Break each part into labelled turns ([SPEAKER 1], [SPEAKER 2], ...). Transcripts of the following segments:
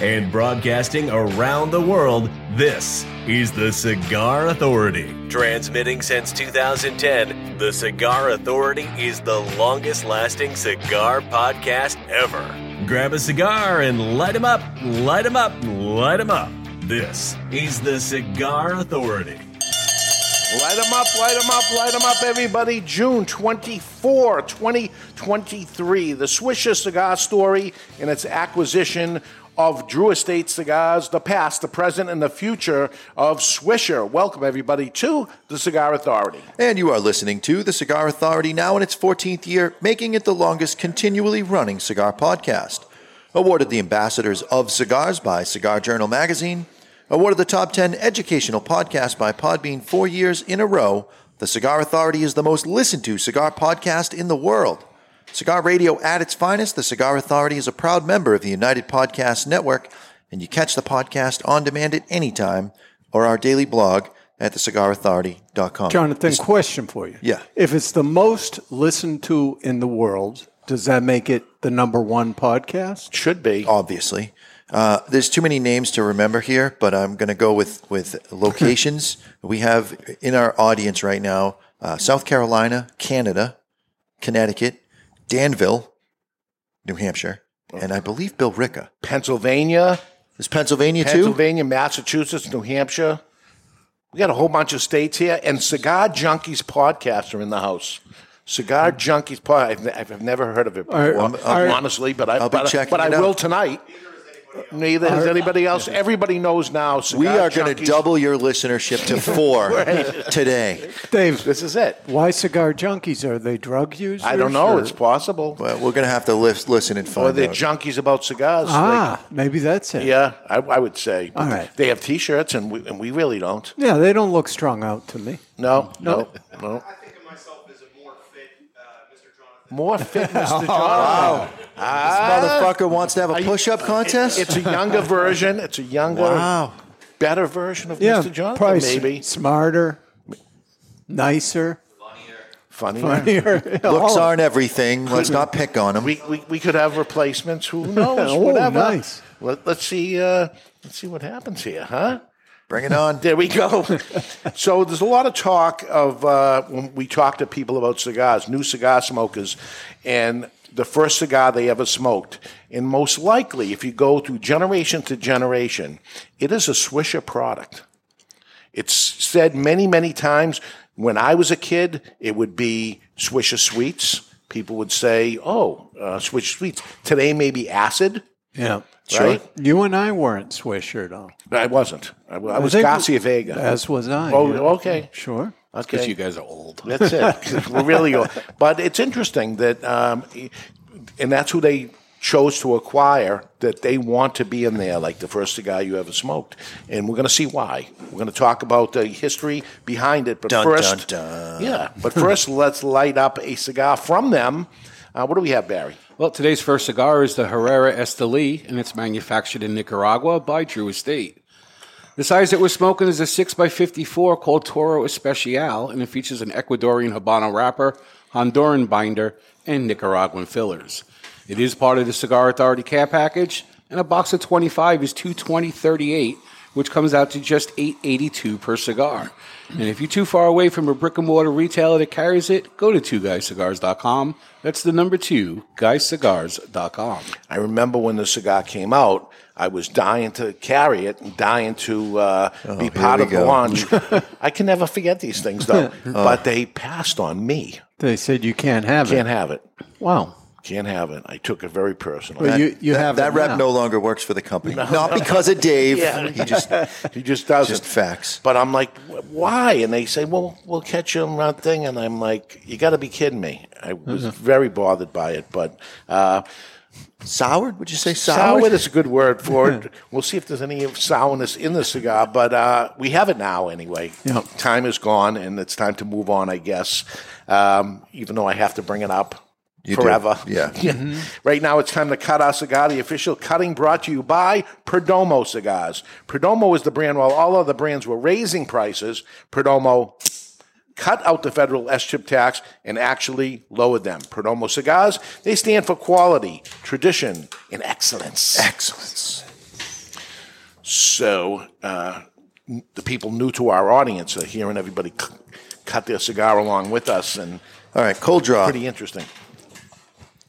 [SPEAKER 1] and broadcasting around the world, this is the Cigar Authority. Transmitting since 2010, the Cigar Authority is the longest lasting cigar podcast ever. Grab a cigar and light 'em up, light 'em up, light 'em up. This is the Cigar Authority.
[SPEAKER 2] Light 'em up, light 'em up, light 'em up, everybody. June 24, 2023. The Swisher Cigar Story and its acquisition of Drew Estate Cigars, the past, the present, and the future of Swisher. Welcome, everybody, to the Cigar Authority.
[SPEAKER 3] And you are listening to The Cigar Authority now in its 14th year, making it the longest continually running cigar podcast. Awarded the Ambassadors of Cigars by Cigar Journal magazine. Awarded the Top 10 Educational Podcast by Podbean four years in a row. The Cigar Authority is the most listened to cigar podcast in the world. Cigar radio at its finest, the Cigar Authority is a proud member of the United Podcast Network, and you catch the podcast on demand at any time or our daily blog at
[SPEAKER 2] Um,
[SPEAKER 3] thecigarauthority.com.
[SPEAKER 4] Jonathan, question for you.
[SPEAKER 3] Yeah.
[SPEAKER 4] If it's the most listened to in the world, does that make it the number one podcast?
[SPEAKER 2] Should be.
[SPEAKER 3] obviously. Uh, there's too many names to remember here, but I'm going to go with with locations. we have in our audience right now: uh, South Carolina, Canada, Connecticut, Danville, New Hampshire, and I believe Bill Ricka.
[SPEAKER 2] Pennsylvania,
[SPEAKER 3] Is Pennsylvania too?
[SPEAKER 2] Pennsylvania, Massachusetts, New Hampshire. We got a whole bunch of states here, and Cigar Junkies podcast are in the house.
[SPEAKER 3] Hmm.
[SPEAKER 2] Cigar Junkies pod. I've, ne- I've never heard of it before,
[SPEAKER 4] I'm- I'm-
[SPEAKER 2] honestly, but I
[SPEAKER 3] um, I'll be
[SPEAKER 2] but, I-
[SPEAKER 3] checking
[SPEAKER 2] but I
[SPEAKER 3] it out.
[SPEAKER 2] will tonight. Neither has anybody else. Everybody knows now. Cigar
[SPEAKER 3] We are going to
[SPEAKER 2] Junkies-
[SPEAKER 3] double your listenership to four today.
[SPEAKER 4] Dave,
[SPEAKER 2] This is it.
[SPEAKER 4] why cigar junkies? Are they drug users?
[SPEAKER 2] I don't know.
[SPEAKER 4] or-
[SPEAKER 2] It's possible.
[SPEAKER 3] But we're going to have to list, listen and
[SPEAKER 2] Or
[SPEAKER 3] find
[SPEAKER 2] they're
[SPEAKER 3] out.
[SPEAKER 2] junkies about cigars.
[SPEAKER 4] ah, maybe that's it.
[SPEAKER 2] Like, yeah, I, I would say.
[SPEAKER 4] All right.
[SPEAKER 2] They have T-shirts, and we, and we really don't.
[SPEAKER 4] Yeah, they don't look strung out to me.
[SPEAKER 2] No, no, no.
[SPEAKER 5] I think of myself as a more fit uh, Mr. Jonathan.
[SPEAKER 2] More fitness
[SPEAKER 4] Oh,
[SPEAKER 2] to Jonathan.
[SPEAKER 3] Motherfucker wants to have a push-up contest.
[SPEAKER 2] Ah. It's a younger version. It's a younger,
[SPEAKER 3] wow.
[SPEAKER 2] better version of
[SPEAKER 4] Yeah,
[SPEAKER 2] Mr. Jonathan,
[SPEAKER 4] probably s-
[SPEAKER 2] maybe.
[SPEAKER 4] smarter, nicer,
[SPEAKER 2] Funny.
[SPEAKER 4] funnier.
[SPEAKER 3] Looks
[SPEAKER 4] all-
[SPEAKER 3] aren't everything. Let's not pick on them.
[SPEAKER 2] We, we, we could have replacements. Who knows?
[SPEAKER 4] Oh,
[SPEAKER 2] Whatever.
[SPEAKER 4] nice.
[SPEAKER 2] Let, let's see. Uh, let's see what happens here, huh?
[SPEAKER 3] Bring it on.
[SPEAKER 2] There we go. so there's a lot of talk of uh, when we talk to people about cigars, new cigar smokers, and the first cigar they ever smoked. And most likely, if you go through generation to generation, it is a Swisher product. It's said many, many times. When I was a kid, it would be Swisher Sweets. People would say, "Oh, uh, Swisher Sweets." Today, maybe acid.
[SPEAKER 4] yeah.
[SPEAKER 2] Right?
[SPEAKER 4] You and I weren't Swisher, though.
[SPEAKER 2] I wasn't. I, wa- I was
[SPEAKER 4] think-
[SPEAKER 2] Garcia Vega.
[SPEAKER 4] As was I.
[SPEAKER 2] Oh,
[SPEAKER 4] yeah.
[SPEAKER 2] okay.
[SPEAKER 4] Sure.
[SPEAKER 2] Okay.
[SPEAKER 6] you guys are old.
[SPEAKER 2] That's it. 'Cause We're really old. But it's interesting that, um, and that's who they chose to acquire, that they want to be in there, like the first cigar you ever smoked. And we're going to see why. We're going to talk about the history behind it. But
[SPEAKER 3] Dun,
[SPEAKER 2] first,
[SPEAKER 3] dun, dun.
[SPEAKER 2] yeah, but first, let's light up a cigar from them. Uh, what do we have, Barry?
[SPEAKER 6] Well, today's first cigar is the Herrera Esteli, and it's manufactured in Nicaragua by Drew Estate. The size that we're smoking is a 6x54 called Toro Especial, and it features an Ecuadorian Habano wrapper, Honduran binder, and Nicaraguan fillers. It is part of the Cigar Authority care package, and a box of 25 is 22038, which comes out to just 882 per cigar. And if you're too far away from a brick and mortar retailer that carries it, go to two guyscigars.com. That's the number 2 guyscigars.com.
[SPEAKER 2] I remember when the cigar came out, I was dying to carry it and dying to uh,
[SPEAKER 4] Oh,
[SPEAKER 2] be part
[SPEAKER 3] we
[SPEAKER 2] of the
[SPEAKER 3] go.
[SPEAKER 2] launch. I can never forget these things, though. but they passed on me.
[SPEAKER 4] They said you Oh. can't have
[SPEAKER 2] Can't
[SPEAKER 4] it.
[SPEAKER 2] have it.
[SPEAKER 4] wow.
[SPEAKER 2] Can't have it. I took it very personally.
[SPEAKER 4] But you, you
[SPEAKER 3] that,
[SPEAKER 4] have
[SPEAKER 3] that
[SPEAKER 4] it
[SPEAKER 3] rep
[SPEAKER 4] now.
[SPEAKER 3] no longer works for the company. Not because of Dave. He just
[SPEAKER 2] he just doesn't.
[SPEAKER 3] just facts.
[SPEAKER 2] But I'm like, "Wh- why? And they say, well, we'll catch you on that thing. And I'm like, you got to be kidding me. I was very bothered by it. But uh,
[SPEAKER 3] soured. Would you say soured?
[SPEAKER 2] sour is a good word for it. we'll see if there's any of sourness in the cigar. But uh, we have it now anyway.
[SPEAKER 4] Yeah.
[SPEAKER 2] Time is gone, and it's time to move on, I guess. Um, even though I have to bring it up.
[SPEAKER 3] You do.
[SPEAKER 2] forever.
[SPEAKER 3] Yeah.
[SPEAKER 2] Right now, it's time to cut our cigar. The official cutting brought to you by Perdomo Cigars. Perdomo is the brand. While all other brands were raising prices, Perdomo cut out the federal S chip tax and actually lowered them. Perdomo Cigars, they stand for quality, tradition, and excellence.
[SPEAKER 3] Excellence.
[SPEAKER 2] So uh, n- the people new to our audience are hearing everybody c- cut their cigar along with us, and
[SPEAKER 3] All right, cold draw.
[SPEAKER 2] pretty interesting.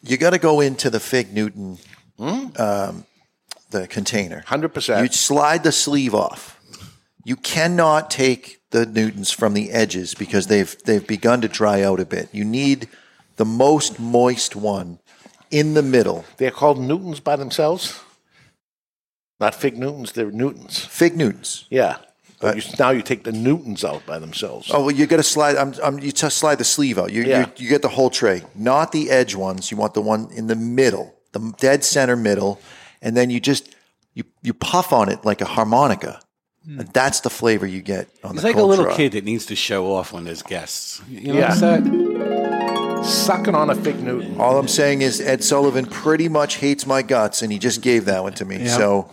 [SPEAKER 3] You got to go into the Fig Newton,
[SPEAKER 2] Hmm?
[SPEAKER 3] um, the container.
[SPEAKER 2] 100%.
[SPEAKER 3] You slide the sleeve off. You cannot take the Newtons from the edges because they've they've begun to dry out a bit. You need the most moist one in the middle.
[SPEAKER 2] They're called Newtons by themselves. Not fig Newtons, they're Newtons.
[SPEAKER 3] Fig Newtons.
[SPEAKER 2] Yeah. But you, now you take the Newtons out by themselves.
[SPEAKER 3] Oh well, you got to slide. I'm, I'm, you just slide the sleeve out. You,
[SPEAKER 2] Yeah.
[SPEAKER 3] you you get the whole tray, not the edge ones. You want the one in the middle, the dead center middle, and then you just you you puff on it like a harmonica. And that's the flavor you get on
[SPEAKER 6] He's
[SPEAKER 3] the
[SPEAKER 6] like a
[SPEAKER 3] cold
[SPEAKER 6] little
[SPEAKER 3] draw.
[SPEAKER 6] kid that needs to show off when there's guests. You know
[SPEAKER 2] Yeah.
[SPEAKER 6] what I'm saying?
[SPEAKER 2] Sucking on a fig Newton.
[SPEAKER 3] All I'm saying is Ed Sullivan pretty much hates my guts, and he just gave that one to me.
[SPEAKER 4] Yeah.
[SPEAKER 3] So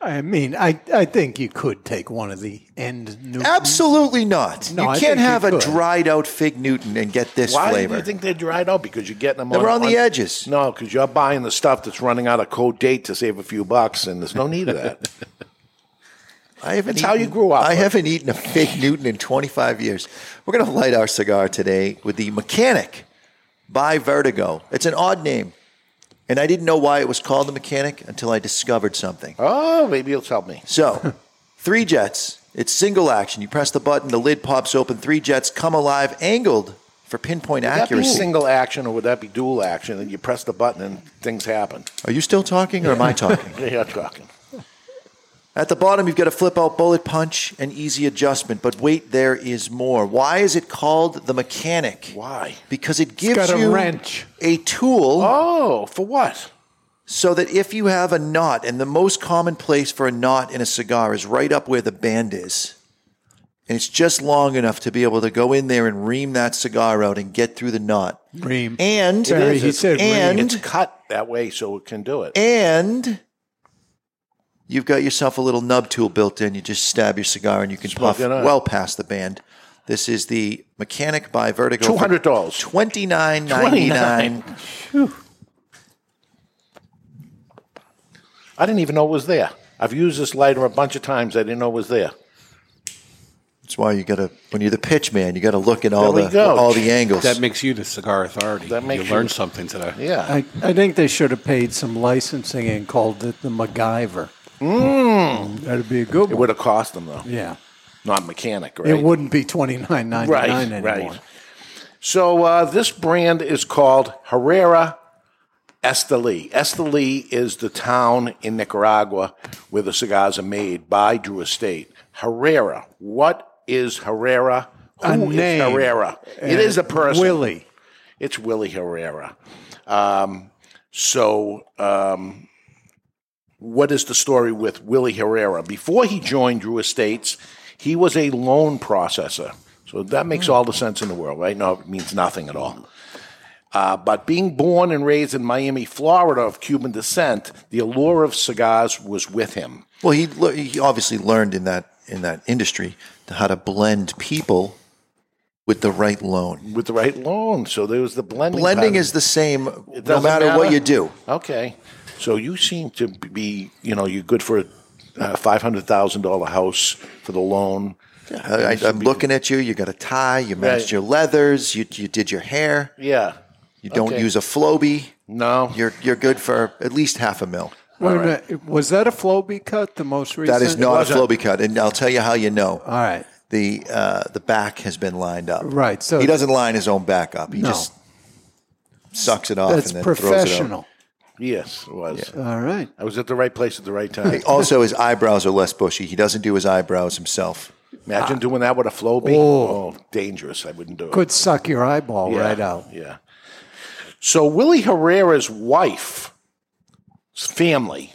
[SPEAKER 4] I mean, I, I think you could take one of the end Newtons.
[SPEAKER 3] absolutely not.
[SPEAKER 4] No,
[SPEAKER 3] you
[SPEAKER 4] I
[SPEAKER 3] can't
[SPEAKER 4] think you
[SPEAKER 3] have a
[SPEAKER 4] could.
[SPEAKER 3] dried out fig Newton and get this
[SPEAKER 2] Why
[SPEAKER 3] flavor.
[SPEAKER 2] do you think they're dried out? Because you're getting them
[SPEAKER 3] They were on the edges.
[SPEAKER 2] No, because you're buying the stuff that's running out of code date to save a few bucks, and there's no need of that.
[SPEAKER 3] I haven't.
[SPEAKER 2] That's how you grew up.
[SPEAKER 3] I haven't eaten a fake Newton in 25 years. We're going to light our cigar today with the Mechanic by Vertigo. It's an odd name, and I didn't know why it was called the Mechanic until I discovered something.
[SPEAKER 2] oh, maybe you'll tell me.
[SPEAKER 3] So, three jets. It's single action. You press the button, the lid pops open. Three jets come alive, angled for pinpoint
[SPEAKER 2] Would that be
[SPEAKER 3] accuracy.
[SPEAKER 2] single action or would that be dual action? And you press the button and things happen.
[SPEAKER 3] Are you still talking, or am I talking?
[SPEAKER 2] You're talking.
[SPEAKER 3] At the bottom, you've got a flip out bullet punch and easy adjustment, but wait, there is more. Why is it called the mechanic?
[SPEAKER 2] Why?
[SPEAKER 3] Because it gives
[SPEAKER 4] got a
[SPEAKER 3] you
[SPEAKER 4] wrench.
[SPEAKER 3] a tool
[SPEAKER 2] Oh, for what?
[SPEAKER 3] so that if you have a knot, and the most common place for a knot in a cigar is right up where the band is, and it's just long enough to be able to go in there and ream that cigar out and get through the knot.
[SPEAKER 4] Ream.
[SPEAKER 3] And
[SPEAKER 4] Sorry, he said ream.
[SPEAKER 3] and
[SPEAKER 2] It's cut that way so it can do it.
[SPEAKER 3] and you've got yourself a little nub tool built in. You just stab your cigar and you can
[SPEAKER 2] Smoke
[SPEAKER 3] puff
[SPEAKER 2] it up.
[SPEAKER 3] well past the band. This is the Mechanic by Vertigo.
[SPEAKER 2] Two hundred dollars.
[SPEAKER 3] Twenty nine ninety nine.
[SPEAKER 2] I didn't even know it was there. I've used this lighter a bunch of times. I didn't know it was there.
[SPEAKER 3] That's why you gotta when you're the pitch man, you gotta look at all
[SPEAKER 2] There
[SPEAKER 3] the
[SPEAKER 2] we go.
[SPEAKER 3] all the angles.
[SPEAKER 6] That makes you the cigar authority.
[SPEAKER 2] That makes
[SPEAKER 6] you learned
[SPEAKER 2] you-
[SPEAKER 6] something today.
[SPEAKER 2] Yeah.
[SPEAKER 4] I, I think they should have paid some licensing and called it the MacGyver. Mm. That'd be a good
[SPEAKER 2] It
[SPEAKER 4] one.
[SPEAKER 2] would have cost them though.
[SPEAKER 4] Yeah.
[SPEAKER 2] Not mechanic, right?
[SPEAKER 4] It wouldn't be twenty nine ninety
[SPEAKER 2] Right.
[SPEAKER 4] nine anymore.
[SPEAKER 2] Right. So uh, this brand is called Herrera Esteli. Esteli is the town in Nicaragua where the cigars are made by Drew Estate. Herrera. What is Herrera? Who
[SPEAKER 4] A
[SPEAKER 2] is
[SPEAKER 4] name. Uh,
[SPEAKER 2] Herrera? it is a person.
[SPEAKER 4] Willie.
[SPEAKER 2] It's Willie Herrera. Um, so, um, what is the story with Willie Herrera? Before he joined Drew Estates, he was a loan processor. So that
[SPEAKER 4] Hmm.
[SPEAKER 2] makes all the sense in the world, right? No, it means nothing at all. Uh, but being born and raised in Miami, Florida, of Cuban descent, the allure of cigars was with him.
[SPEAKER 3] Well, he le- he obviously learned in that in that industry how to blend people with the right loan.
[SPEAKER 2] With the right loan, so there was the blending.
[SPEAKER 3] Blending
[SPEAKER 2] part.
[SPEAKER 3] is the same no
[SPEAKER 2] doesn't
[SPEAKER 3] matter, what
[SPEAKER 2] matter?
[SPEAKER 3] you do.
[SPEAKER 2] Okay. So you seem to be, you know, you're good for a uh, $500,000 house for the loan.
[SPEAKER 3] I, I, I'm looking at you. You got a tie. You matched
[SPEAKER 2] Right.
[SPEAKER 3] your leathers. You, you did your hair.
[SPEAKER 2] Yeah.
[SPEAKER 3] You don't
[SPEAKER 2] Okay.
[SPEAKER 3] use a Floby.
[SPEAKER 2] No.
[SPEAKER 3] You're you're good for at least half a mil.
[SPEAKER 4] Wait a minute. Was that a Floby cut? The most recent.
[SPEAKER 3] That is not a
[SPEAKER 2] wasn't-
[SPEAKER 3] Floby cut, and I'll tell you how you know.
[SPEAKER 4] All right.
[SPEAKER 3] The uh, the back has been lined up.
[SPEAKER 4] Right, so-
[SPEAKER 3] he doesn't line his own back up. He
[SPEAKER 4] No.
[SPEAKER 3] just sucks it off.
[SPEAKER 4] That's
[SPEAKER 3] and then
[SPEAKER 4] professional.
[SPEAKER 2] yes, it was.
[SPEAKER 4] All right.
[SPEAKER 2] I was at the right place at the right time.
[SPEAKER 3] Throws it out. Also, his eyebrows are less bushy. He doesn't do his eyebrows himself.
[SPEAKER 2] Imagine doing that with a flow beat. Oh. dangerous. I wouldn't do it.
[SPEAKER 4] Could suck your eyeball
[SPEAKER 2] Yeah,
[SPEAKER 4] right out.
[SPEAKER 2] Yeah. So Willie Herrera's wife's family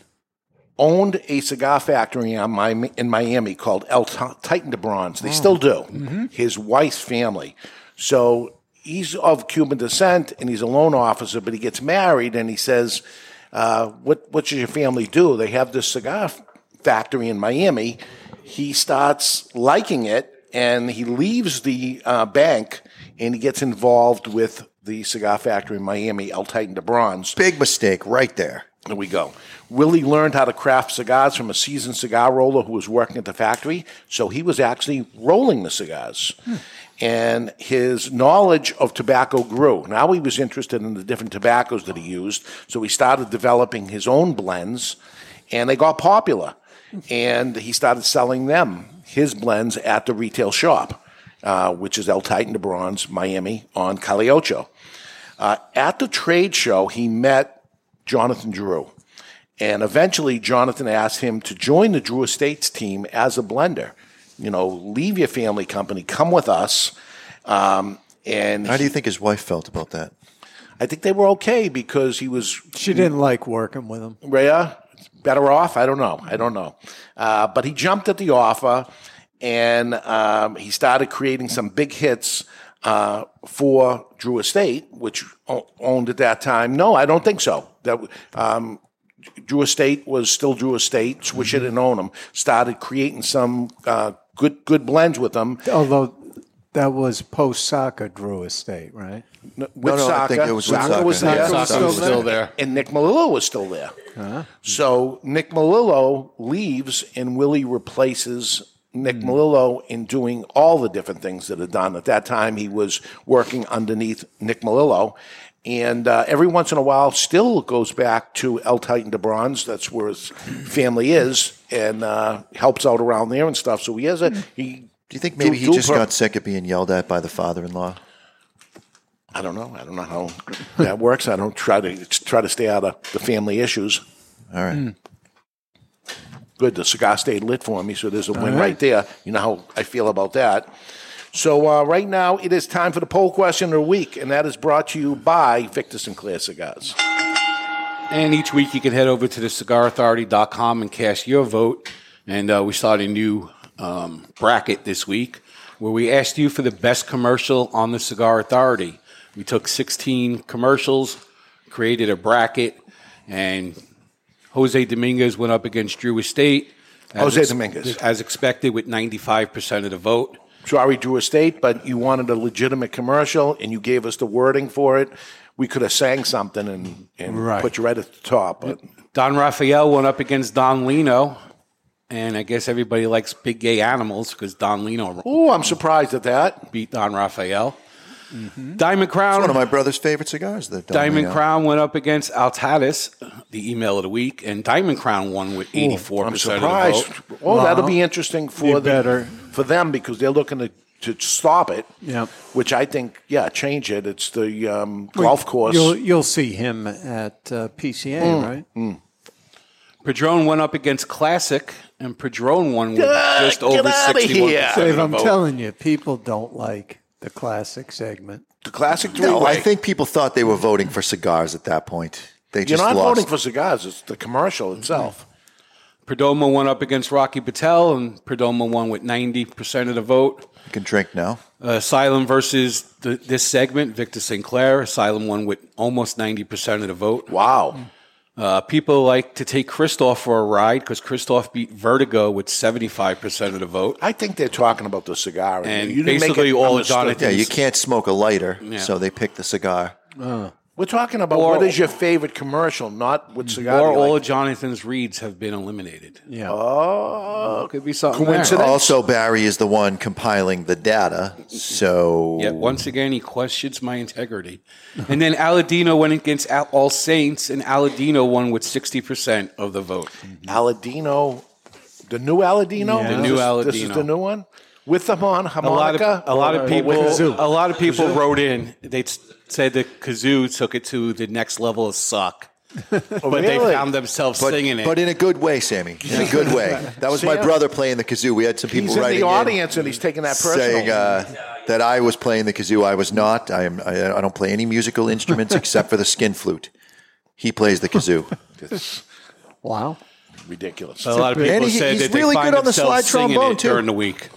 [SPEAKER 2] owned a cigar factory on Miami, in Miami
[SPEAKER 4] Mm. Mm-hmm.
[SPEAKER 7] Mm-hmm.
[SPEAKER 2] called El Ti- Titan de Bronze. They still do. His wife's family. So he's of Cuban descent and he's a loan officer, but he gets married and he says, uh, "What what does your family do? They have this cigar f- factory in Miami." He starts liking it and he leaves the uh, bank and he gets involved with the cigar factory in Miami, El Titan de Bronze.
[SPEAKER 3] Big mistake right there.
[SPEAKER 2] There we go. Willie learned how to craft cigars from a seasoned cigar roller who was working at the factory, so he was actually rolling the cigars.
[SPEAKER 6] Hmm.
[SPEAKER 2] And his knowledge of tobacco grew. Now he was interested in the different tobaccos that he used, so he started developing his own blends, and they got popular. And he started selling them, his blends, at the retail shop, uh, which is El Titan de Bronze, Miami, on Caliocho. Uh, at the trade show, he met Jonathan Drew. And eventually, Jonathan asked him to join the Drew Estates team as a blender. You know, leave your family company, come with us. Um, and
[SPEAKER 3] How do you think his wife felt about that?
[SPEAKER 2] I think they were okay because he was
[SPEAKER 4] She didn't like working with him.
[SPEAKER 2] Rhea better off? I don't know. I don't know. Uh, but he jumped at the offer and um, he started creating some big hits uh, for Drew Estate, which o- owned at that time. No, I don't think so. That um, Drew Estate was still Drew Estate. Swish it and own them. Started creating some uh, good good blends with them.
[SPEAKER 4] Although that was post Saka Drew Estate, right?
[SPEAKER 2] With
[SPEAKER 3] No, no, I think it was with
[SPEAKER 2] Saka was
[SPEAKER 3] Saka.
[SPEAKER 2] there.
[SPEAKER 3] Yeah, Uh-huh. Saka
[SPEAKER 6] Saka was still there.
[SPEAKER 2] And Nick Melillo was still there. So Nick Melillo leaves and Willie replaces Nick
[SPEAKER 3] Hmm.
[SPEAKER 2] Melillo in doing all the different things that are done. At that time, he was working underneath Nick Melillo. And uh, every once in a while, still goes back to El Titan de Bronze. That's where his family is, and uh, helps out around there and stuff. So he has a he.
[SPEAKER 3] Do you think maybe he
[SPEAKER 2] dual
[SPEAKER 3] just
[SPEAKER 2] pur-
[SPEAKER 3] got sick of being yelled at by the father-in-law?
[SPEAKER 2] I don't know. I don't know how that works. I don't try to try to stay out of the family issues. Hmm.
[SPEAKER 3] All right.
[SPEAKER 2] good. The cigar stayed lit for me, so there's a win right. there. You know how I feel about that. So uh, right now, it is time for the poll question of the week, and that is brought to you by Victor Sinclair Cigars.
[SPEAKER 6] And each week you can head over to the cigarauthority.com and cast your vote. And uh, we started a new um, bracket this week where we asked you for the best commercial on the Cigar Authority. We took 16 commercials, created a bracket, and Jose Dominguez went up against Drew Estate. as
[SPEAKER 2] Jose Dominguez.
[SPEAKER 6] As expected, with 95% of the vote.
[SPEAKER 2] Sorry, Drew Estate, but you wanted a legitimate commercial, and you gave us the wording for it. We could have sang something and, and
[SPEAKER 6] Right.
[SPEAKER 2] put you right at the top, but
[SPEAKER 6] Don Raphael went up against Don Lino. And I guess everybody likes big gay animals because Don Lino
[SPEAKER 2] oh, I'm surprised at that.
[SPEAKER 6] beat Don Raphael. Diamond Crown.
[SPEAKER 3] One of my brother's favorite cigars, the
[SPEAKER 6] Diamond
[SPEAKER 3] Domino.
[SPEAKER 6] Crown went up against Altadis, the email of the week, and Diamond Crown won with eighty four
[SPEAKER 2] I'm
[SPEAKER 6] percent of the
[SPEAKER 2] surprised.
[SPEAKER 6] vote. Uh-huh.
[SPEAKER 2] Oh, that'll be interesting
[SPEAKER 4] you
[SPEAKER 2] for
[SPEAKER 4] better.
[SPEAKER 2] the, for them because they're looking to. To stop it,
[SPEAKER 4] Yeah.
[SPEAKER 2] which I think, yeah, change it. It's the um, golf course.
[SPEAKER 4] You'll you'll see him at uh, PCA,
[SPEAKER 3] Mm.
[SPEAKER 4] right?
[SPEAKER 2] hmm.
[SPEAKER 6] Padrone went up against Classic, and Padrone won with
[SPEAKER 2] Ah,
[SPEAKER 6] just
[SPEAKER 2] get
[SPEAKER 6] over
[SPEAKER 2] outta
[SPEAKER 6] sixty one
[SPEAKER 2] here.
[SPEAKER 6] percent of
[SPEAKER 4] Dave,
[SPEAKER 6] the
[SPEAKER 4] I'm
[SPEAKER 6] vote.
[SPEAKER 4] telling you, people don't like the classic segment.
[SPEAKER 2] The classic three
[SPEAKER 3] No,
[SPEAKER 2] way.
[SPEAKER 3] I think people thought they were voting for cigars at that point. They
[SPEAKER 2] You're
[SPEAKER 3] just
[SPEAKER 2] not
[SPEAKER 3] lost.
[SPEAKER 2] voting for cigars. It's the commercial itself.
[SPEAKER 6] Mm-hmm. Perdomo went up against Rocky Patel, and Perdomo won with ninety percent of the vote.
[SPEAKER 3] you can drink now.
[SPEAKER 6] Uh, Asylum versus the, this segment, Victor Sinclair. Asylum won with almost ninety percent of the vote.
[SPEAKER 2] Wow.
[SPEAKER 6] Uh, people like to take Kristoff for a ride because Kristoff beat Vertigo with 75% of the vote.
[SPEAKER 2] I think they're talking about the cigar.
[SPEAKER 6] And
[SPEAKER 2] you didn't make
[SPEAKER 6] basically
[SPEAKER 2] it
[SPEAKER 6] all
[SPEAKER 2] understood.
[SPEAKER 6] Jonathan-
[SPEAKER 3] Yeah, you can't smoke a lighter,
[SPEAKER 6] Yeah.
[SPEAKER 3] so they picked the cigar.
[SPEAKER 2] We're talking about
[SPEAKER 6] Or-
[SPEAKER 2] what is your favorite commercial, not what cigar.
[SPEAKER 6] Or
[SPEAKER 2] you
[SPEAKER 6] all
[SPEAKER 2] like.
[SPEAKER 6] of Jonathan's reads have been eliminated.
[SPEAKER 4] Yeah.
[SPEAKER 2] Oh,
[SPEAKER 6] Could be something.
[SPEAKER 2] Coincidence?
[SPEAKER 6] there.
[SPEAKER 3] Also, Barry is the one compiling the data, so
[SPEAKER 6] Yet once again, he questions my integrity. And then Aladino went against Al- All Saints, and Aladino won with 60% of the vote.
[SPEAKER 2] Aladino. The new Aladino?
[SPEAKER 4] Yeah. The
[SPEAKER 2] This
[SPEAKER 6] new
[SPEAKER 2] is- This is
[SPEAKER 6] Aladino.
[SPEAKER 2] the new one? With them on
[SPEAKER 6] A lot of,
[SPEAKER 2] harmonica?
[SPEAKER 6] a lot of people,
[SPEAKER 2] Or with-
[SPEAKER 6] a lot of people wrote in. They t- said that Kazoo took it to the next level of suck, but they
[SPEAKER 2] Oh, really?
[SPEAKER 6] found themselves
[SPEAKER 3] But,
[SPEAKER 6] singing it.
[SPEAKER 3] but in a good way, Sammy. In a good way. That was my brother playing the kazoo. We had some people
[SPEAKER 2] He's in
[SPEAKER 3] writing
[SPEAKER 2] the audience and he's taking that personal.
[SPEAKER 3] saying uh, that I was playing the kazoo. I was not. I am. I, I don't play any musical instruments except for the skin flute. He plays the kazoo.
[SPEAKER 4] Wow.
[SPEAKER 2] Ridiculous.
[SPEAKER 6] a lot of people
[SPEAKER 3] And he-
[SPEAKER 6] said
[SPEAKER 3] he's
[SPEAKER 6] that they
[SPEAKER 3] really
[SPEAKER 6] find
[SPEAKER 3] good on the
[SPEAKER 6] themselves
[SPEAKER 3] slide
[SPEAKER 6] singing
[SPEAKER 3] trombone,
[SPEAKER 6] it
[SPEAKER 3] too.
[SPEAKER 6] during the week.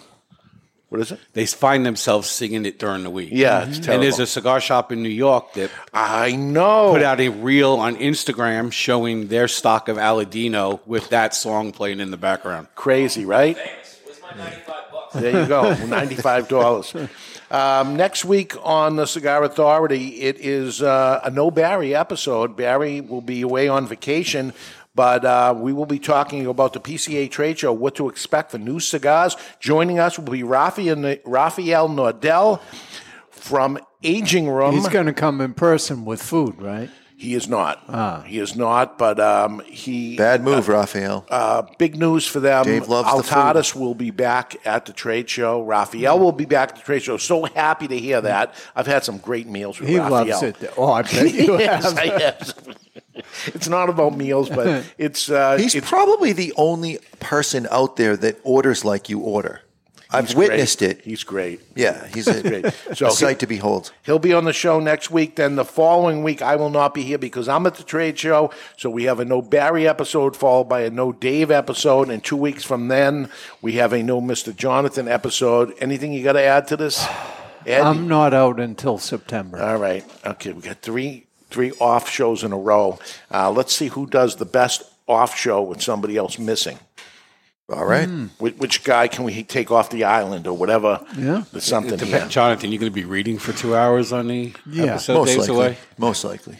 [SPEAKER 2] What is it?
[SPEAKER 6] They find themselves singing it during the week.
[SPEAKER 2] Yeah, it's
[SPEAKER 6] And there's
[SPEAKER 2] terrible.
[SPEAKER 6] a cigar shop in New York that
[SPEAKER 2] I know.
[SPEAKER 6] put out a reel on Instagram showing their stock of Aladino with that song playing in the background.
[SPEAKER 2] Crazy, right? There you go, ninety-five dollars. Um, next week on the Cigar Authority, it is uh, a no Barry episode. Barry will be away on vacation, but uh, we will be talking about the PCA trade show, what to expect for new cigars. Joining us will be Raphael, Raphael Nordell from Aging Room.
[SPEAKER 4] He's going to come in person with food, Ah. right?
[SPEAKER 2] he is not. He is not, but um, he
[SPEAKER 3] Bad move, Raphael.
[SPEAKER 2] uh, big news for them.
[SPEAKER 3] Dave loves the
[SPEAKER 2] Altadis will be back at the trade show. Raphael will be back at the trade show. So happy to hear that. I've had some great meals with
[SPEAKER 4] He
[SPEAKER 2] Raphael.
[SPEAKER 4] loves it. Oh, I bet you
[SPEAKER 2] Yes,
[SPEAKER 4] have.
[SPEAKER 2] I have. it's not about meals, but it's uh,
[SPEAKER 3] He's
[SPEAKER 2] it's
[SPEAKER 3] probably the only person out there that orders like you order. I've witnessed
[SPEAKER 2] great.
[SPEAKER 3] it.
[SPEAKER 2] He's great.
[SPEAKER 3] Yeah, he's a,
[SPEAKER 2] Great. So
[SPEAKER 3] a
[SPEAKER 2] he-
[SPEAKER 3] sight to behold.
[SPEAKER 2] He'll be on the show next week. Then the following week, I will not be here because I'm at the trade show. So we have a no Barry episode followed by a no Dave episode, and two weeks from then we have a no Mr. Jonathan episode. Anything you got to add to this? Ed?
[SPEAKER 4] I'm not out until September.
[SPEAKER 2] All right. Okay, we got three three off shows in a row. Uh, let's see who does the best off show with somebody else missing.
[SPEAKER 3] All right.
[SPEAKER 2] Which, which guy can we take off the island or whatever?
[SPEAKER 4] Yeah.
[SPEAKER 2] There's something
[SPEAKER 6] Depe-
[SPEAKER 2] here.
[SPEAKER 6] Jonathan, you're going to be reading for two hours on the
[SPEAKER 4] Yeah.
[SPEAKER 6] episode
[SPEAKER 3] Most
[SPEAKER 6] days
[SPEAKER 3] likely.
[SPEAKER 6] away.
[SPEAKER 3] Most likely.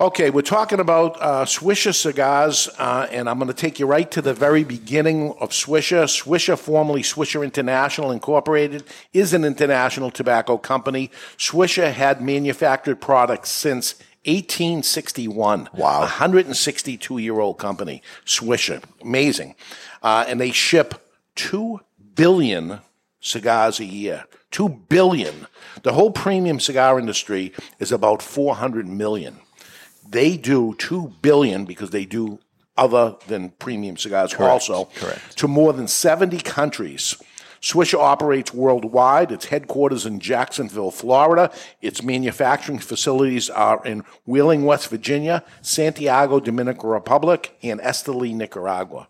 [SPEAKER 2] Okay, we're talking about uh, Swisher cigars, uh, and I'm going to take you right to the very beginning of Swisher. Swisher, formerly Swisher International Incorporated, is an international tobacco company. Swisher had manufactured products since 1861. Wow. 162 year old company, Swisher. Amazing. Uh, and they ship 2 billion cigars a year. 2 billion. The whole premium cigar industry is about 400 million they do two billion because they do other than premium cigars also correct. to more than 70 countries swisher operates worldwide its headquarters in jacksonville florida its manufacturing facilities are in wheeling west virginia santiago dominican republic and esteli nicaragua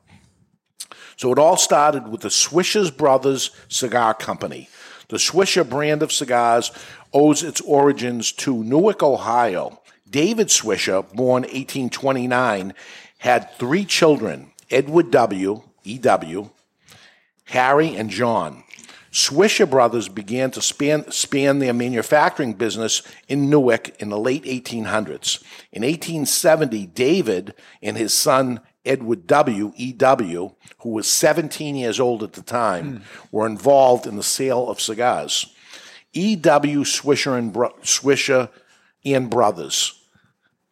[SPEAKER 2] so it all started with the Swisher Brothers Cigar Company. The Swisher brand of cigars owes its origins to Newark, Ohio. David Swisher, born 1829, had three children Edward W., E.W., Harry, and John. Swisher Brothers began to span, span their manufacturing business in Newark in the late 1800s. In 1870, David and his son Edward W. E.W., who was 17 years old at the time, were involved in the sale of cigars. E.W. Swisher and Bro- Swisher and Brothers.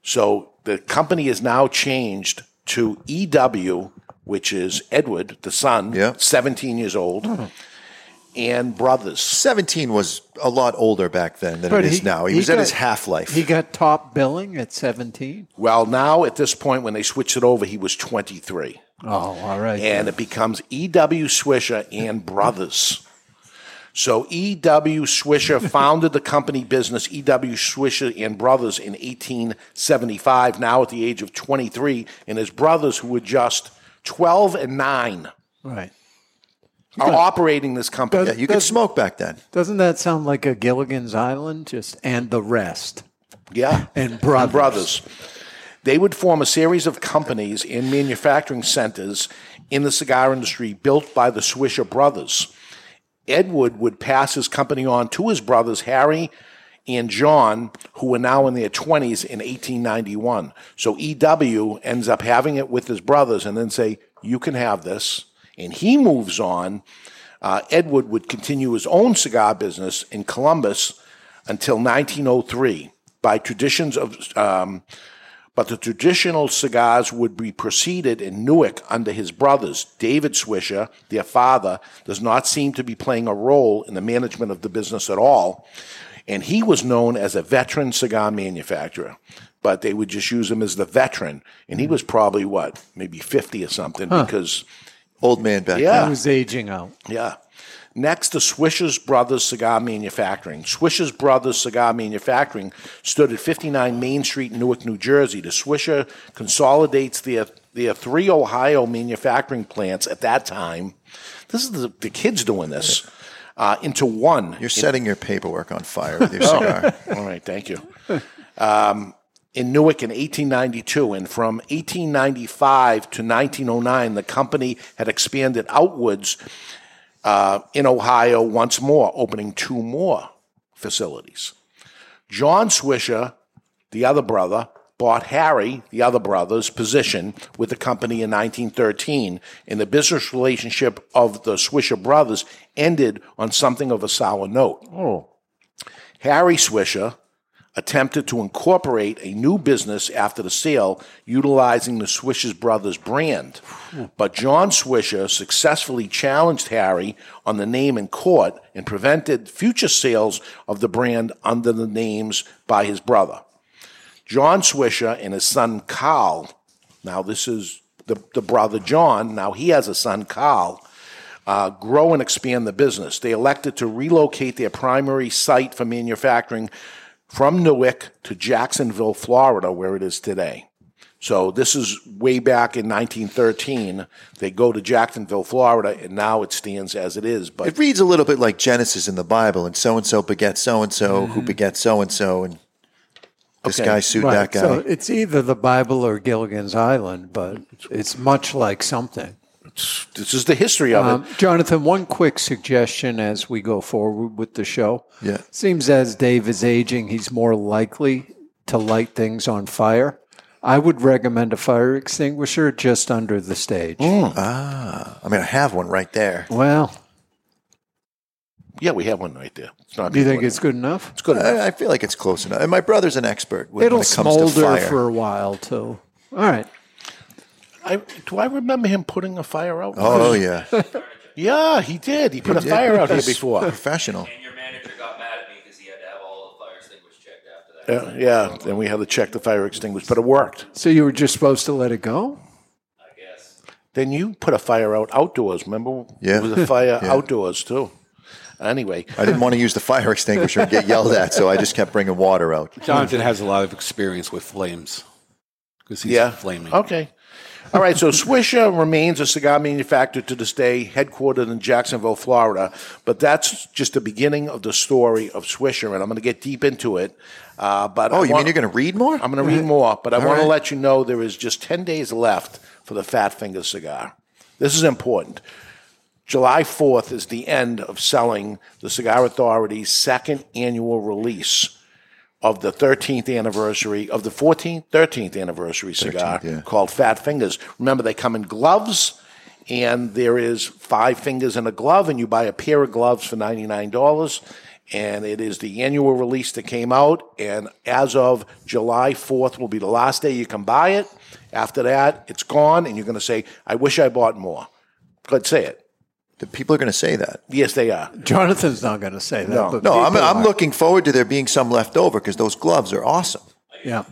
[SPEAKER 2] So the company is now changed to EW, which is Edward, the son,
[SPEAKER 3] Yeah.
[SPEAKER 2] 17 years old, and brothers.
[SPEAKER 3] 17 was a lot older back then than it is now. He, was at
[SPEAKER 4] got-
[SPEAKER 3] his half life.
[SPEAKER 4] He got top billing at 17.
[SPEAKER 2] Well, now at this point, when they switched it over, he was 23.
[SPEAKER 4] Oh, all right.
[SPEAKER 2] and it becomes EW Swisher and Brothers. So EW Swisher founded the company business EW Swisher and Brothers in 1875, now at the age of 23, and his brothers, who were just 12 and 9,
[SPEAKER 4] right.
[SPEAKER 2] are operating this company.
[SPEAKER 3] yeah, you could smoke back then.
[SPEAKER 4] Doesn't that sound like a Gilligan's Island? Just and the rest.
[SPEAKER 2] Yeah.
[SPEAKER 4] And brothers.
[SPEAKER 2] brothers. They would form a series of companies and manufacturing centers in the cigar industry built by the Swisher brothers. Edward would pass his company on to his brothers, Harry and John, who were now in their 20s in 1891. So EW ends up having it with his brothers and then say, You can have this. And he moves on. Uh, Edward would continue his own cigar business in Columbus until 1903. By traditions of, um, but the traditional cigars would be preceded in Newark under his brothers. David Swisher, their father, does not seem to be playing a role in the management of the business at all. And he was known as a veteran cigar manufacturer, but they would just use him as the veteran. And he was probably, what, maybe 50 or something because
[SPEAKER 3] Old man back
[SPEAKER 2] Yeah.
[SPEAKER 4] He was aging out.
[SPEAKER 2] yeah. Next to Swisher's Brothers Cigar Manufacturing. Swisher's Brothers Cigar Manufacturing stood at 59 Main Street, Newark, New Jersey. The Swisher consolidates their, their three Ohio manufacturing plants at that time This is the, the kids doing this uh, into one. Oh.
[SPEAKER 3] You're setting your paperwork on fire with your cigar.
[SPEAKER 2] All right, thank you. Um, in Newark in 1892, and from 1895 to 1909, the company had expanded outwards uh, in Ohio once more, opening two more facilities. John Swisher, the other brother, bought Harry, the other brother's position with the company in 1913, and the business relationship of the Swisher brothers ended on something of a sour note. Harry Swisher attempted to incorporate a new business after the sale utilizing the Swisher Brothers brand. But John Swisher successfully challenged Harry on the name in court and prevented future sales of the brand under the names by his brother. John Swisher and his son Carl. Now, this is the, the brother John. Now, he has a son, Carl. Uh, grow and expand the business. They elected to relocate their primary site for manufacturing from Newark to Jacksonville, Florida, where it is today. So, this is way back in 1913. They go to Jacksonville, Florida, and now it stands as it is. But
[SPEAKER 3] It reads a little bit like Genesis in the Bible, and so and so begets so and so,
[SPEAKER 4] Mm-hmm.
[SPEAKER 3] who begets so and so, and this
[SPEAKER 2] Okay.
[SPEAKER 3] guy sued that guy.
[SPEAKER 4] So it's either the Bible or Gilligan's Island, but it's much like something.
[SPEAKER 2] this is the history of
[SPEAKER 4] Um, Jonathan, one quick suggestion as we go forward with the show.
[SPEAKER 3] Yeah.
[SPEAKER 4] Seems as Dave is aging, he's more likely to light things on fire. I would recommend a fire extinguisher just under the stage.
[SPEAKER 3] Hmm. Ah, I mean, I have one right there.
[SPEAKER 4] Well,
[SPEAKER 2] it. Yeah, we have one right there. It's not
[SPEAKER 4] do you
[SPEAKER 2] big
[SPEAKER 4] think
[SPEAKER 2] one.
[SPEAKER 4] it's good enough?
[SPEAKER 2] It's good. enough.
[SPEAKER 3] I, I feel like it's close enough. And my brother's an expert when,
[SPEAKER 4] It'll
[SPEAKER 3] when it comes to
[SPEAKER 4] smolder
[SPEAKER 3] fire.
[SPEAKER 4] for a while, too. All right.
[SPEAKER 2] I, do I remember him putting a fire out?
[SPEAKER 3] oh yeah,
[SPEAKER 2] Yeah, he did. He put a fire out here
[SPEAKER 3] He's
[SPEAKER 2] before.
[SPEAKER 3] Professional.
[SPEAKER 5] And your manager got mad at me because he had to have all the fire extinguishers checked after that.
[SPEAKER 2] Yeah, yeah, and we had to check the fire extinguisher, but it worked.
[SPEAKER 4] So you were just supposed to let it go?
[SPEAKER 5] I guess.
[SPEAKER 2] Then you put a fire out outdoors. Remember?
[SPEAKER 3] Yeah.
[SPEAKER 2] It was a fire
[SPEAKER 3] Yeah.
[SPEAKER 2] outdoors, too. Anyway,
[SPEAKER 3] I didn't want to use the fire extinguisher and get yelled at, so I just kept bringing water out.
[SPEAKER 6] Jonathan has a lot of experience with flames because he's
[SPEAKER 2] yeah.
[SPEAKER 6] flaming.
[SPEAKER 2] Okay. All right, so Swisher remains a cigar manufacturer to this day, headquartered in Jacksonville, Florida. But that's just the beginning of the story of Swisher, and I'm going to get deep into it. Uh, but
[SPEAKER 3] Oh, you mean you're going to read more?
[SPEAKER 2] I'm going to read more, but I
[SPEAKER 3] All
[SPEAKER 2] want
[SPEAKER 3] right.
[SPEAKER 2] to let you know there is just 10 days left for the Fat Finger cigar. This is important. July 4th is the end of selling the Cigar Authority's second annual release of the 13th anniversary of the 14th 13th anniversary cigar
[SPEAKER 3] yeah.
[SPEAKER 2] called Fat Fingers. Remember they come in gloves and there is five fingers in a glove and you buy a pair of gloves for $99 and it is the annual release that came out and as of July 4th will be the last day you can buy it. After that, it's gone and you're going to say, "I wish I bought more." Let's say it.
[SPEAKER 3] The people are going to say that.
[SPEAKER 2] Yes, they are.
[SPEAKER 4] Jonathan's not going to say that.
[SPEAKER 2] No.
[SPEAKER 4] but
[SPEAKER 3] No, I'm,
[SPEAKER 4] people
[SPEAKER 3] I'm
[SPEAKER 4] are.
[SPEAKER 3] looking forward to there being some left over because those gloves are awesome.
[SPEAKER 4] Yeah.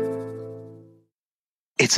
[SPEAKER 7] It's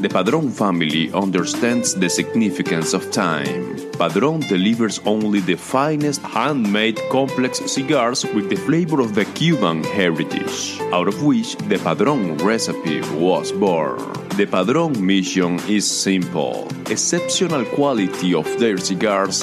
[SPEAKER 8] The Padron family understands the significance of time. Padron delivers only the finest handmade complex cigars with the flavor of the Cuban heritage, out of which the Padron recipe was born. The Padron mission is simple exceptional quality of their cigars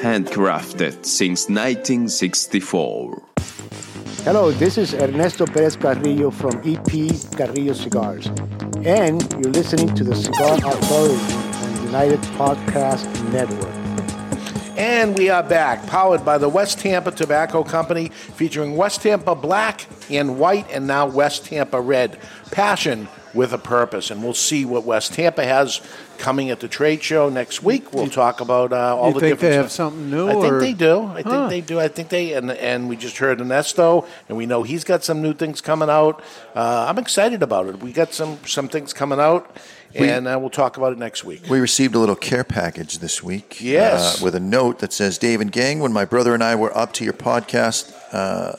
[SPEAKER 8] Handcrafted since 1964.
[SPEAKER 9] Hello, this is Ernesto Perez Carrillo from EP Carrillo Cigars, and you're listening to the Cigar Authority on United Podcast Network.
[SPEAKER 2] And we are back, powered by the West Tampa Tobacco Company, featuring West Tampa Black and White, and now West Tampa Red. Passion with a purpose. And we'll see what West Tampa has coming at the trade show next week. We'll talk about uh, all
[SPEAKER 4] You
[SPEAKER 2] the
[SPEAKER 4] think
[SPEAKER 2] different
[SPEAKER 4] they have
[SPEAKER 2] stuff.
[SPEAKER 4] something new,
[SPEAKER 2] I think
[SPEAKER 4] or-
[SPEAKER 2] they do. I think
[SPEAKER 4] Huh.
[SPEAKER 2] they do. I think they and and we just heard Ernesto, and we know he's got some new things coming out. Uh, I'm excited about it. We got some some things coming out,
[SPEAKER 3] We-
[SPEAKER 2] and uh, we'll talk about it next week.
[SPEAKER 3] We received a little care package this week.
[SPEAKER 2] Yes.
[SPEAKER 3] uh, with a note that says, Dave and gang, when my brother and I were up to your podcast uh,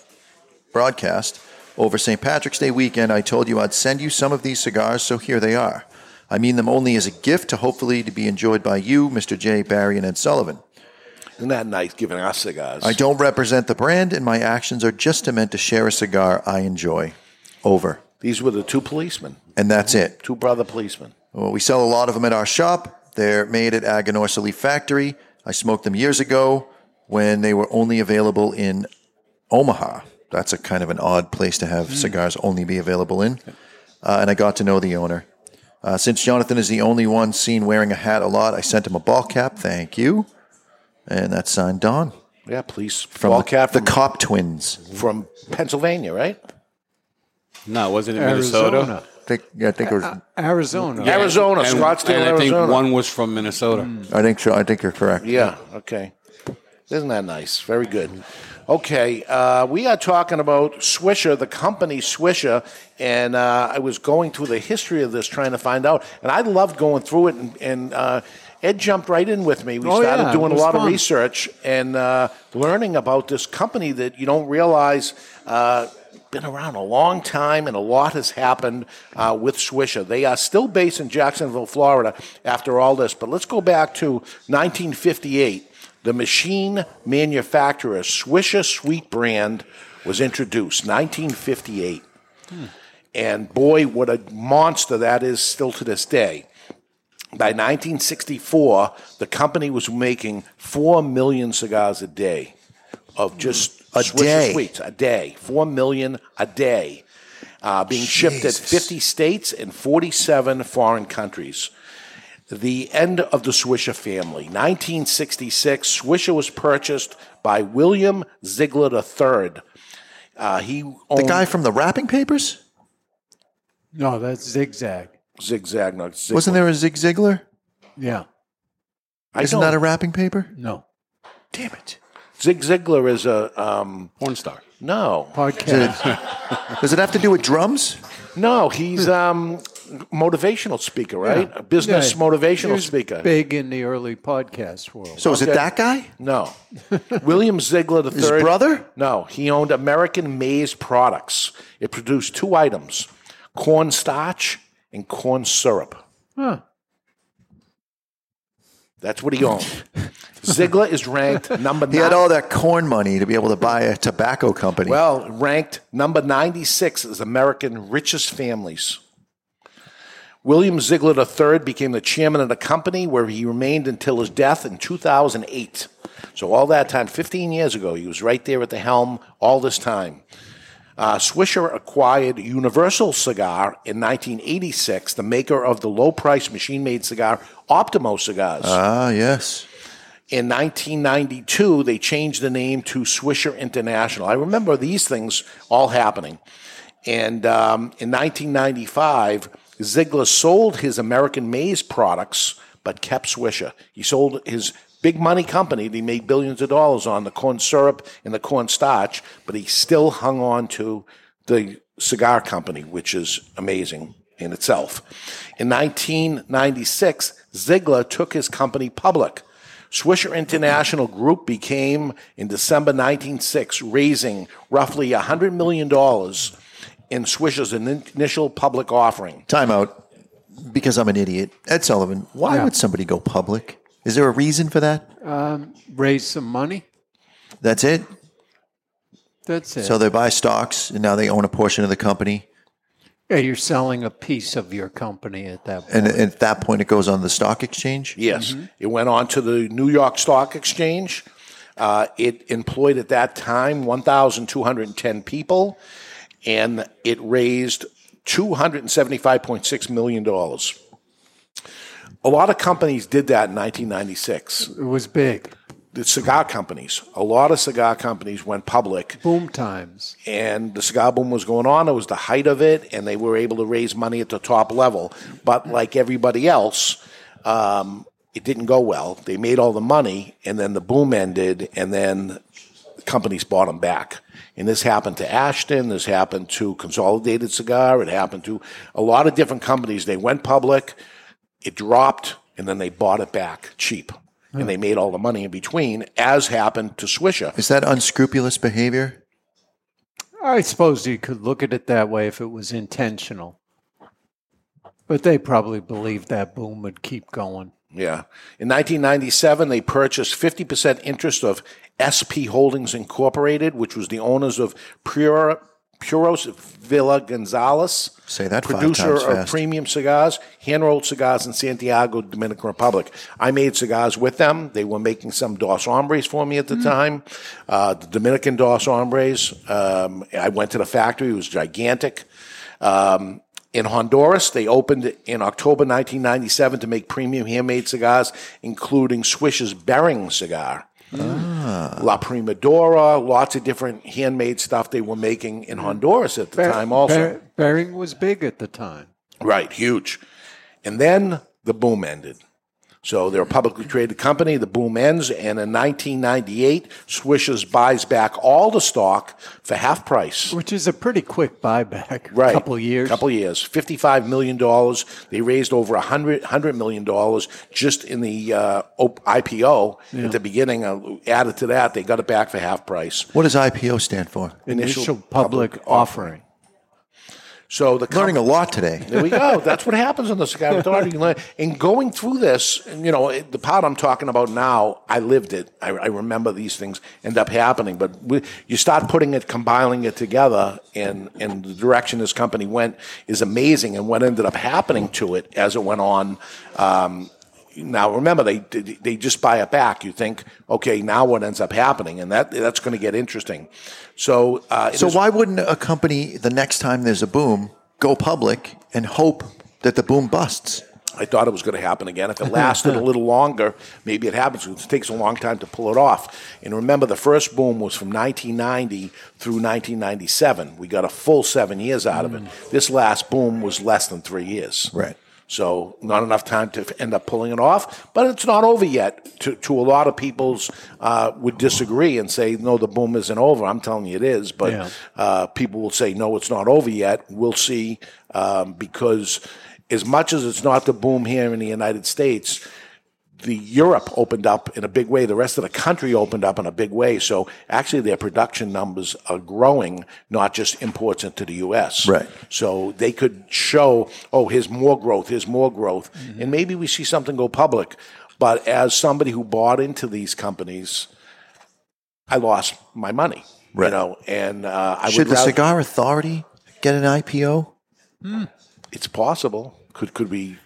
[SPEAKER 3] broadcast over St. Patrick's Day weekend, I told you I'd send you some of these cigars, so here they are. I mean them only as a gift to hopefully to be enjoyed by you, Mr. J, Barry, and Ed Sullivan.
[SPEAKER 2] Isn't that nice giving us cigars?
[SPEAKER 3] I don't represent the brand, and my actions are just meant to share a cigar I enjoy. Over.
[SPEAKER 2] These were the two policemen,
[SPEAKER 3] And that's it.
[SPEAKER 2] two brother policemen.
[SPEAKER 3] Well, we sell a lot of them at our shop. They're made at Aganorsa Leaf Factory. I smoked them years ago when they were only available in Omaha. That's a kind of an odd place to
[SPEAKER 2] Hmm.
[SPEAKER 3] have cigars only be available in. Uh, and I got to know the owner. Uh, since Jonathan is the only one seen wearing a hat a lot, I sent him a ball cap. Thank you. And that's signed Don
[SPEAKER 2] Yeah, police
[SPEAKER 3] from
[SPEAKER 2] ball
[SPEAKER 3] the,
[SPEAKER 2] cap
[SPEAKER 3] the
[SPEAKER 2] from,
[SPEAKER 3] Cop Twins.
[SPEAKER 2] from Pennsylvania, right?
[SPEAKER 6] No, wasn't it
[SPEAKER 4] Arizona.
[SPEAKER 6] Minnesota?
[SPEAKER 3] I think, yeah, I
[SPEAKER 2] Uh,
[SPEAKER 3] think it was.
[SPEAKER 4] Arizona.
[SPEAKER 6] Yeah,
[SPEAKER 2] Arizona,
[SPEAKER 6] and-
[SPEAKER 2] Scottsdale,
[SPEAKER 6] and I
[SPEAKER 2] Arizona.
[SPEAKER 6] think one was from Minnesota.
[SPEAKER 3] I think so. I think you're correct.
[SPEAKER 2] Yeah. Okay. Isn't that nice? Very good. Okay, uh, we are talking about Swisher, the company Swisher, and uh, I was going through the history of this trying to find out, and I loved going through it, and, and uh, Ed jumped right in with me. We
[SPEAKER 4] Oh,
[SPEAKER 2] started
[SPEAKER 4] yeah, it
[SPEAKER 2] doing a
[SPEAKER 4] was
[SPEAKER 2] lot of
[SPEAKER 4] fun.
[SPEAKER 2] research and uh, learning about this company that you don't realize uh, been around a long time, and a lot has happened uh, with Swisher. They are still based in Jacksonville, Florida, after all this. But let's go back to 1958. The machine manufacturer Swisher Sweet brand was introduced 1958, and boy, what a monster that is still to this day. By 1964, the company was making 4 million cigars a day of just
[SPEAKER 3] A
[SPEAKER 2] Swisher
[SPEAKER 3] day.
[SPEAKER 2] Sweets, a day. 4 million a day. Uh, being shipped at 50 states and 47 foreign countries. The end of the Swisher family. 1966, Swisher was purchased by William Ziegler III. Uh, he
[SPEAKER 3] The
[SPEAKER 2] owned
[SPEAKER 3] guy from the wrapping papers?
[SPEAKER 4] No, that's zigzag.
[SPEAKER 2] Zigzag. Not Ziegler.
[SPEAKER 3] Wasn't there a Zig Ziglar?
[SPEAKER 4] Yeah.
[SPEAKER 2] I
[SPEAKER 3] Isn't
[SPEAKER 2] don't-
[SPEAKER 3] that a wrapping paper?
[SPEAKER 4] No.
[SPEAKER 3] Damn it.
[SPEAKER 2] Zig Ziglar is a um,
[SPEAKER 6] Porn star.
[SPEAKER 2] no,
[SPEAKER 4] Podcast.
[SPEAKER 3] Does it have to do with drums?
[SPEAKER 2] no. He's um, motivational speaker, right? A business
[SPEAKER 4] Yeah. He
[SPEAKER 2] motivational
[SPEAKER 4] was
[SPEAKER 2] speaker.
[SPEAKER 4] Big in the early podcast world.
[SPEAKER 3] So is it that guy?
[SPEAKER 2] No, William Ziegler III.
[SPEAKER 3] His brother?
[SPEAKER 2] No, he owned American Maize Products. It produced two items: corn starch and corn syrup.
[SPEAKER 4] Huh.
[SPEAKER 2] That's what he owned. Ziegler is ranked number.
[SPEAKER 3] He had all that corn money to be able to buy a tobacco company.
[SPEAKER 2] Well, ranked number 96 as American richest families. William Ziegler III became the chairman of the company where he remained until his death in 2008. So, all that time, 15 years ago, he was right there at the helm all this time. Uh, Swisher acquired Universal Cigar in 1986, the maker of the low price machine made cigar Optimo cigars.
[SPEAKER 3] ah, yes.
[SPEAKER 2] In 1992, they changed the name to Swisher International. I remember these things all happening. And um, in 1995, Ziegler sold his American Maize products, but kept Swisher. He sold his big money company that he made billions of dollars on, the corn syrup and the corn starch, but he still hung on to the cigar company, which is amazing in itself. In 1996, Ziegler took his company public. Swisher International Group became in December 1906, raising roughly $100 million in Swisher's in- initial public offering.
[SPEAKER 3] Time out. Because I'm an idiot. Ed Sullivan, why
[SPEAKER 4] Yeah.
[SPEAKER 3] would somebody go public? Is there a reason for that?
[SPEAKER 4] Um, Raise some money.
[SPEAKER 3] That's it?
[SPEAKER 4] That's it.
[SPEAKER 3] So they buy stocks and now they own a portion of the company.
[SPEAKER 4] yeah, you're selling a piece of your company at that point.
[SPEAKER 3] And at that point, it goes on the stock exchange?
[SPEAKER 2] Yes,
[SPEAKER 4] Mm-hmm.
[SPEAKER 2] it went on to the New York Stock Exchange. Uh, it employed at that time 1,210 people, and it raised $275.6 million. A lot of companies did that in 1996.
[SPEAKER 4] It was big.
[SPEAKER 2] the cigar companies. A lot of cigar companies went public
[SPEAKER 4] Boom times.
[SPEAKER 2] and the cigar boom was going on. It was the height of it, and they were able to raise money at the top level. But like everybody else, um, it didn't go well. They made all the money, and then the boom ended, and then companies bought them back. And this happened to Ashton. This happened to Consolidated Cigar. It happened to a lot of different companies. They went public, it dropped, and then they bought it back cheap.
[SPEAKER 3] Hmm.
[SPEAKER 2] And they made all the money in between, as happened to Swisher.
[SPEAKER 3] Is that unscrupulous behavior?
[SPEAKER 4] I suppose you could look at it that way if it was intentional. But they probably believed that boom would keep going.
[SPEAKER 2] Yeah. In 1997, they purchased 50% interest of SP Holdings Incorporated, which was the owners of Pura, Puros Villa Gonzalez,
[SPEAKER 3] Say that five
[SPEAKER 2] producer
[SPEAKER 3] times
[SPEAKER 2] of
[SPEAKER 3] fast.
[SPEAKER 2] premium cigars, hand rolled cigars in Santiago, Dominican Republic. I made cigars with them. They were making some Dos Hombres for me at the time, uh, the Dominican Dos Hombres. Um, I went to the factory, it was gigantic. Um, in Honduras, they opened in October 1997 to make premium handmade cigars, including Swish's Bering cigar. La Primadora, lots of different handmade stuff they were making in Honduras at the
[SPEAKER 4] Bar-
[SPEAKER 2] time, also.
[SPEAKER 4] Bar- Bering was big at the time.
[SPEAKER 2] Right, huge. And then the boom ended. So they're a publicly traded company. The boom ends, and in 1998, Swishers buys back all the stock for half price.
[SPEAKER 4] Which is a pretty quick buyback.
[SPEAKER 2] Right,
[SPEAKER 4] Couple years.
[SPEAKER 2] Couple years. Fifty-five million dollars. They raised over a hundred hundred million dollars just in the uh, op- IPO
[SPEAKER 3] Yeah.
[SPEAKER 2] at the beginning. Uh, added to that, they got it back for half price.
[SPEAKER 3] What does IPO stand for?
[SPEAKER 2] Initial Initial public public offering. So the
[SPEAKER 3] learning a lot today.
[SPEAKER 2] There we go. That's what happens on the Sky Authority. You learn- And going through this, and, you know, it- the part I'm talking about now, I lived it. I, I remember these things end up happening. But we, you start putting it, compiling it together, and, and the direction this company went is amazing. And what ended up happening to it as it went on. Um, now remember, they they just buy it back. You think, okay, now what ends up happening, and that that's going to get interesting. So, uh, it
[SPEAKER 3] So
[SPEAKER 2] is-
[SPEAKER 3] why wouldn't a company the next time there's a boom go public and hope that the boom busts?
[SPEAKER 2] I thought it was going to happen again. If it lasted a little longer, maybe it happens. It takes a long time to pull it off. And remember, the first boom was from 1990 through 1997. We got a full seven years out of it. This last boom was less than three years.
[SPEAKER 3] Right.
[SPEAKER 2] So not enough time to end up pulling it off, but it's not over yet. To, to a lot of people's uh, would disagree and say, no, the boom isn't over. I'm telling you, it is. But
[SPEAKER 4] Yeah.
[SPEAKER 2] uh, people will say, no, it's not over yet. We'll see, um, because as much as it's not the boom here in the United States, the Europe opened up in a big way. The rest of the country opened up in a big way. So actually, their production numbers are growing, not just imports into the U.S.
[SPEAKER 3] Right.
[SPEAKER 2] So they could show, oh, here's more growth, here's more growth,
[SPEAKER 3] Mm-hmm.
[SPEAKER 2] and maybe we see something go public. But as somebody who bought into these companies, I lost my money. You
[SPEAKER 3] Right.
[SPEAKER 2] know, and uh, I
[SPEAKER 3] Should
[SPEAKER 2] would
[SPEAKER 3] the
[SPEAKER 2] rather-
[SPEAKER 3] cigar authority get an IPO?
[SPEAKER 2] It's possible. Could could we?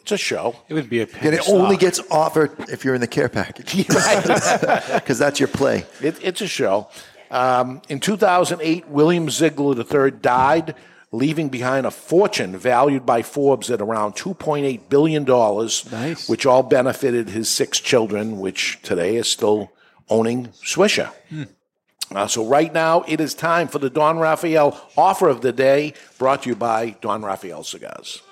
[SPEAKER 2] It's a show.
[SPEAKER 6] It would be a.
[SPEAKER 3] And it only gets offered if you're in the care package, because that's your play.
[SPEAKER 2] It, it's a show. Um, in 2008, William Ziegler III died, leaving behind a fortune valued by Forbes at around 2.8 billion dollars, which all benefited his six children, which today is still owning Swisher. Uh, so right now, it is time for the Don Raphael offer of the day, brought to you by Don Raphael Cigars.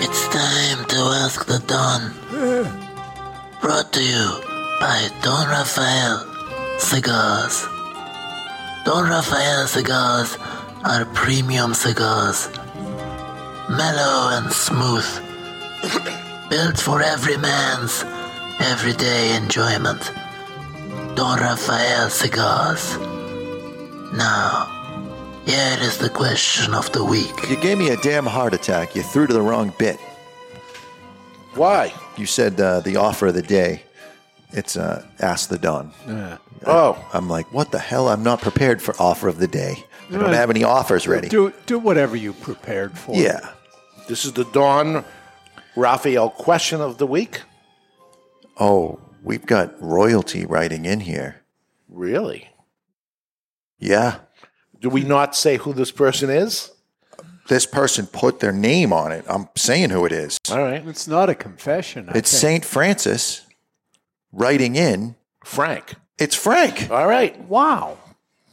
[SPEAKER 10] It's time to ask the Don. Brought to you by Don Rafael Cigars. Don Rafael cigars are premium cigars. Mellow and smooth. Built for every man's everyday enjoyment. Don Rafael cigars. Now, here is the question of the week.
[SPEAKER 3] You gave me a damn heart attack. You threw to the wrong bit.
[SPEAKER 2] Why?
[SPEAKER 3] You said uh, the offer of the day. It's uh, ask the Don.
[SPEAKER 4] Yeah.
[SPEAKER 2] Oh,
[SPEAKER 3] I'm like, what the hell? I'm not prepared for offer of the day. I don't
[SPEAKER 4] Yeah.
[SPEAKER 3] have any offers ready.
[SPEAKER 4] Do, do whatever you prepared for.
[SPEAKER 3] Yeah.
[SPEAKER 2] This is the Don Raphael question of the week.
[SPEAKER 3] Oh, we've got royalty writing in here.
[SPEAKER 2] Really?
[SPEAKER 3] Yeah.
[SPEAKER 2] Do we not say who this person is?
[SPEAKER 3] this person put their name on it. I'm saying who it is.
[SPEAKER 2] All right.
[SPEAKER 4] It's not a confession. I
[SPEAKER 3] It's
[SPEAKER 4] think.
[SPEAKER 3] St. Francis writing in
[SPEAKER 2] Frank.
[SPEAKER 3] It's Frank.
[SPEAKER 2] All right.
[SPEAKER 4] Wow.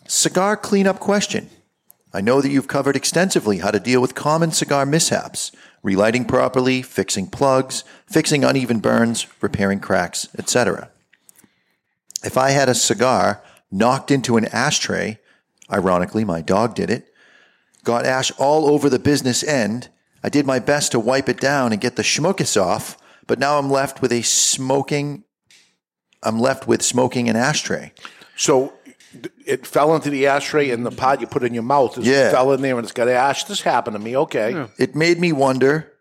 [SPEAKER 3] Cigar cleanup question. I know that you've covered extensively how to deal with common cigar mishaps relighting properly, fixing plugs, fixing uneven burns, repairing cracks, etc. If I had a cigar knocked into an ashtray, ironically, my dog did it, got ash all over the business end, I did my best to wipe it down and get the schmuckus off, but now I'm left with a smoking, I'm left with smoking an ashtray.
[SPEAKER 2] So it fell into the ashtray and the pot you put in your mouth. It
[SPEAKER 3] Yeah.
[SPEAKER 2] fell in there and it's got ash. This happened to me. Okay.
[SPEAKER 3] It made me wonder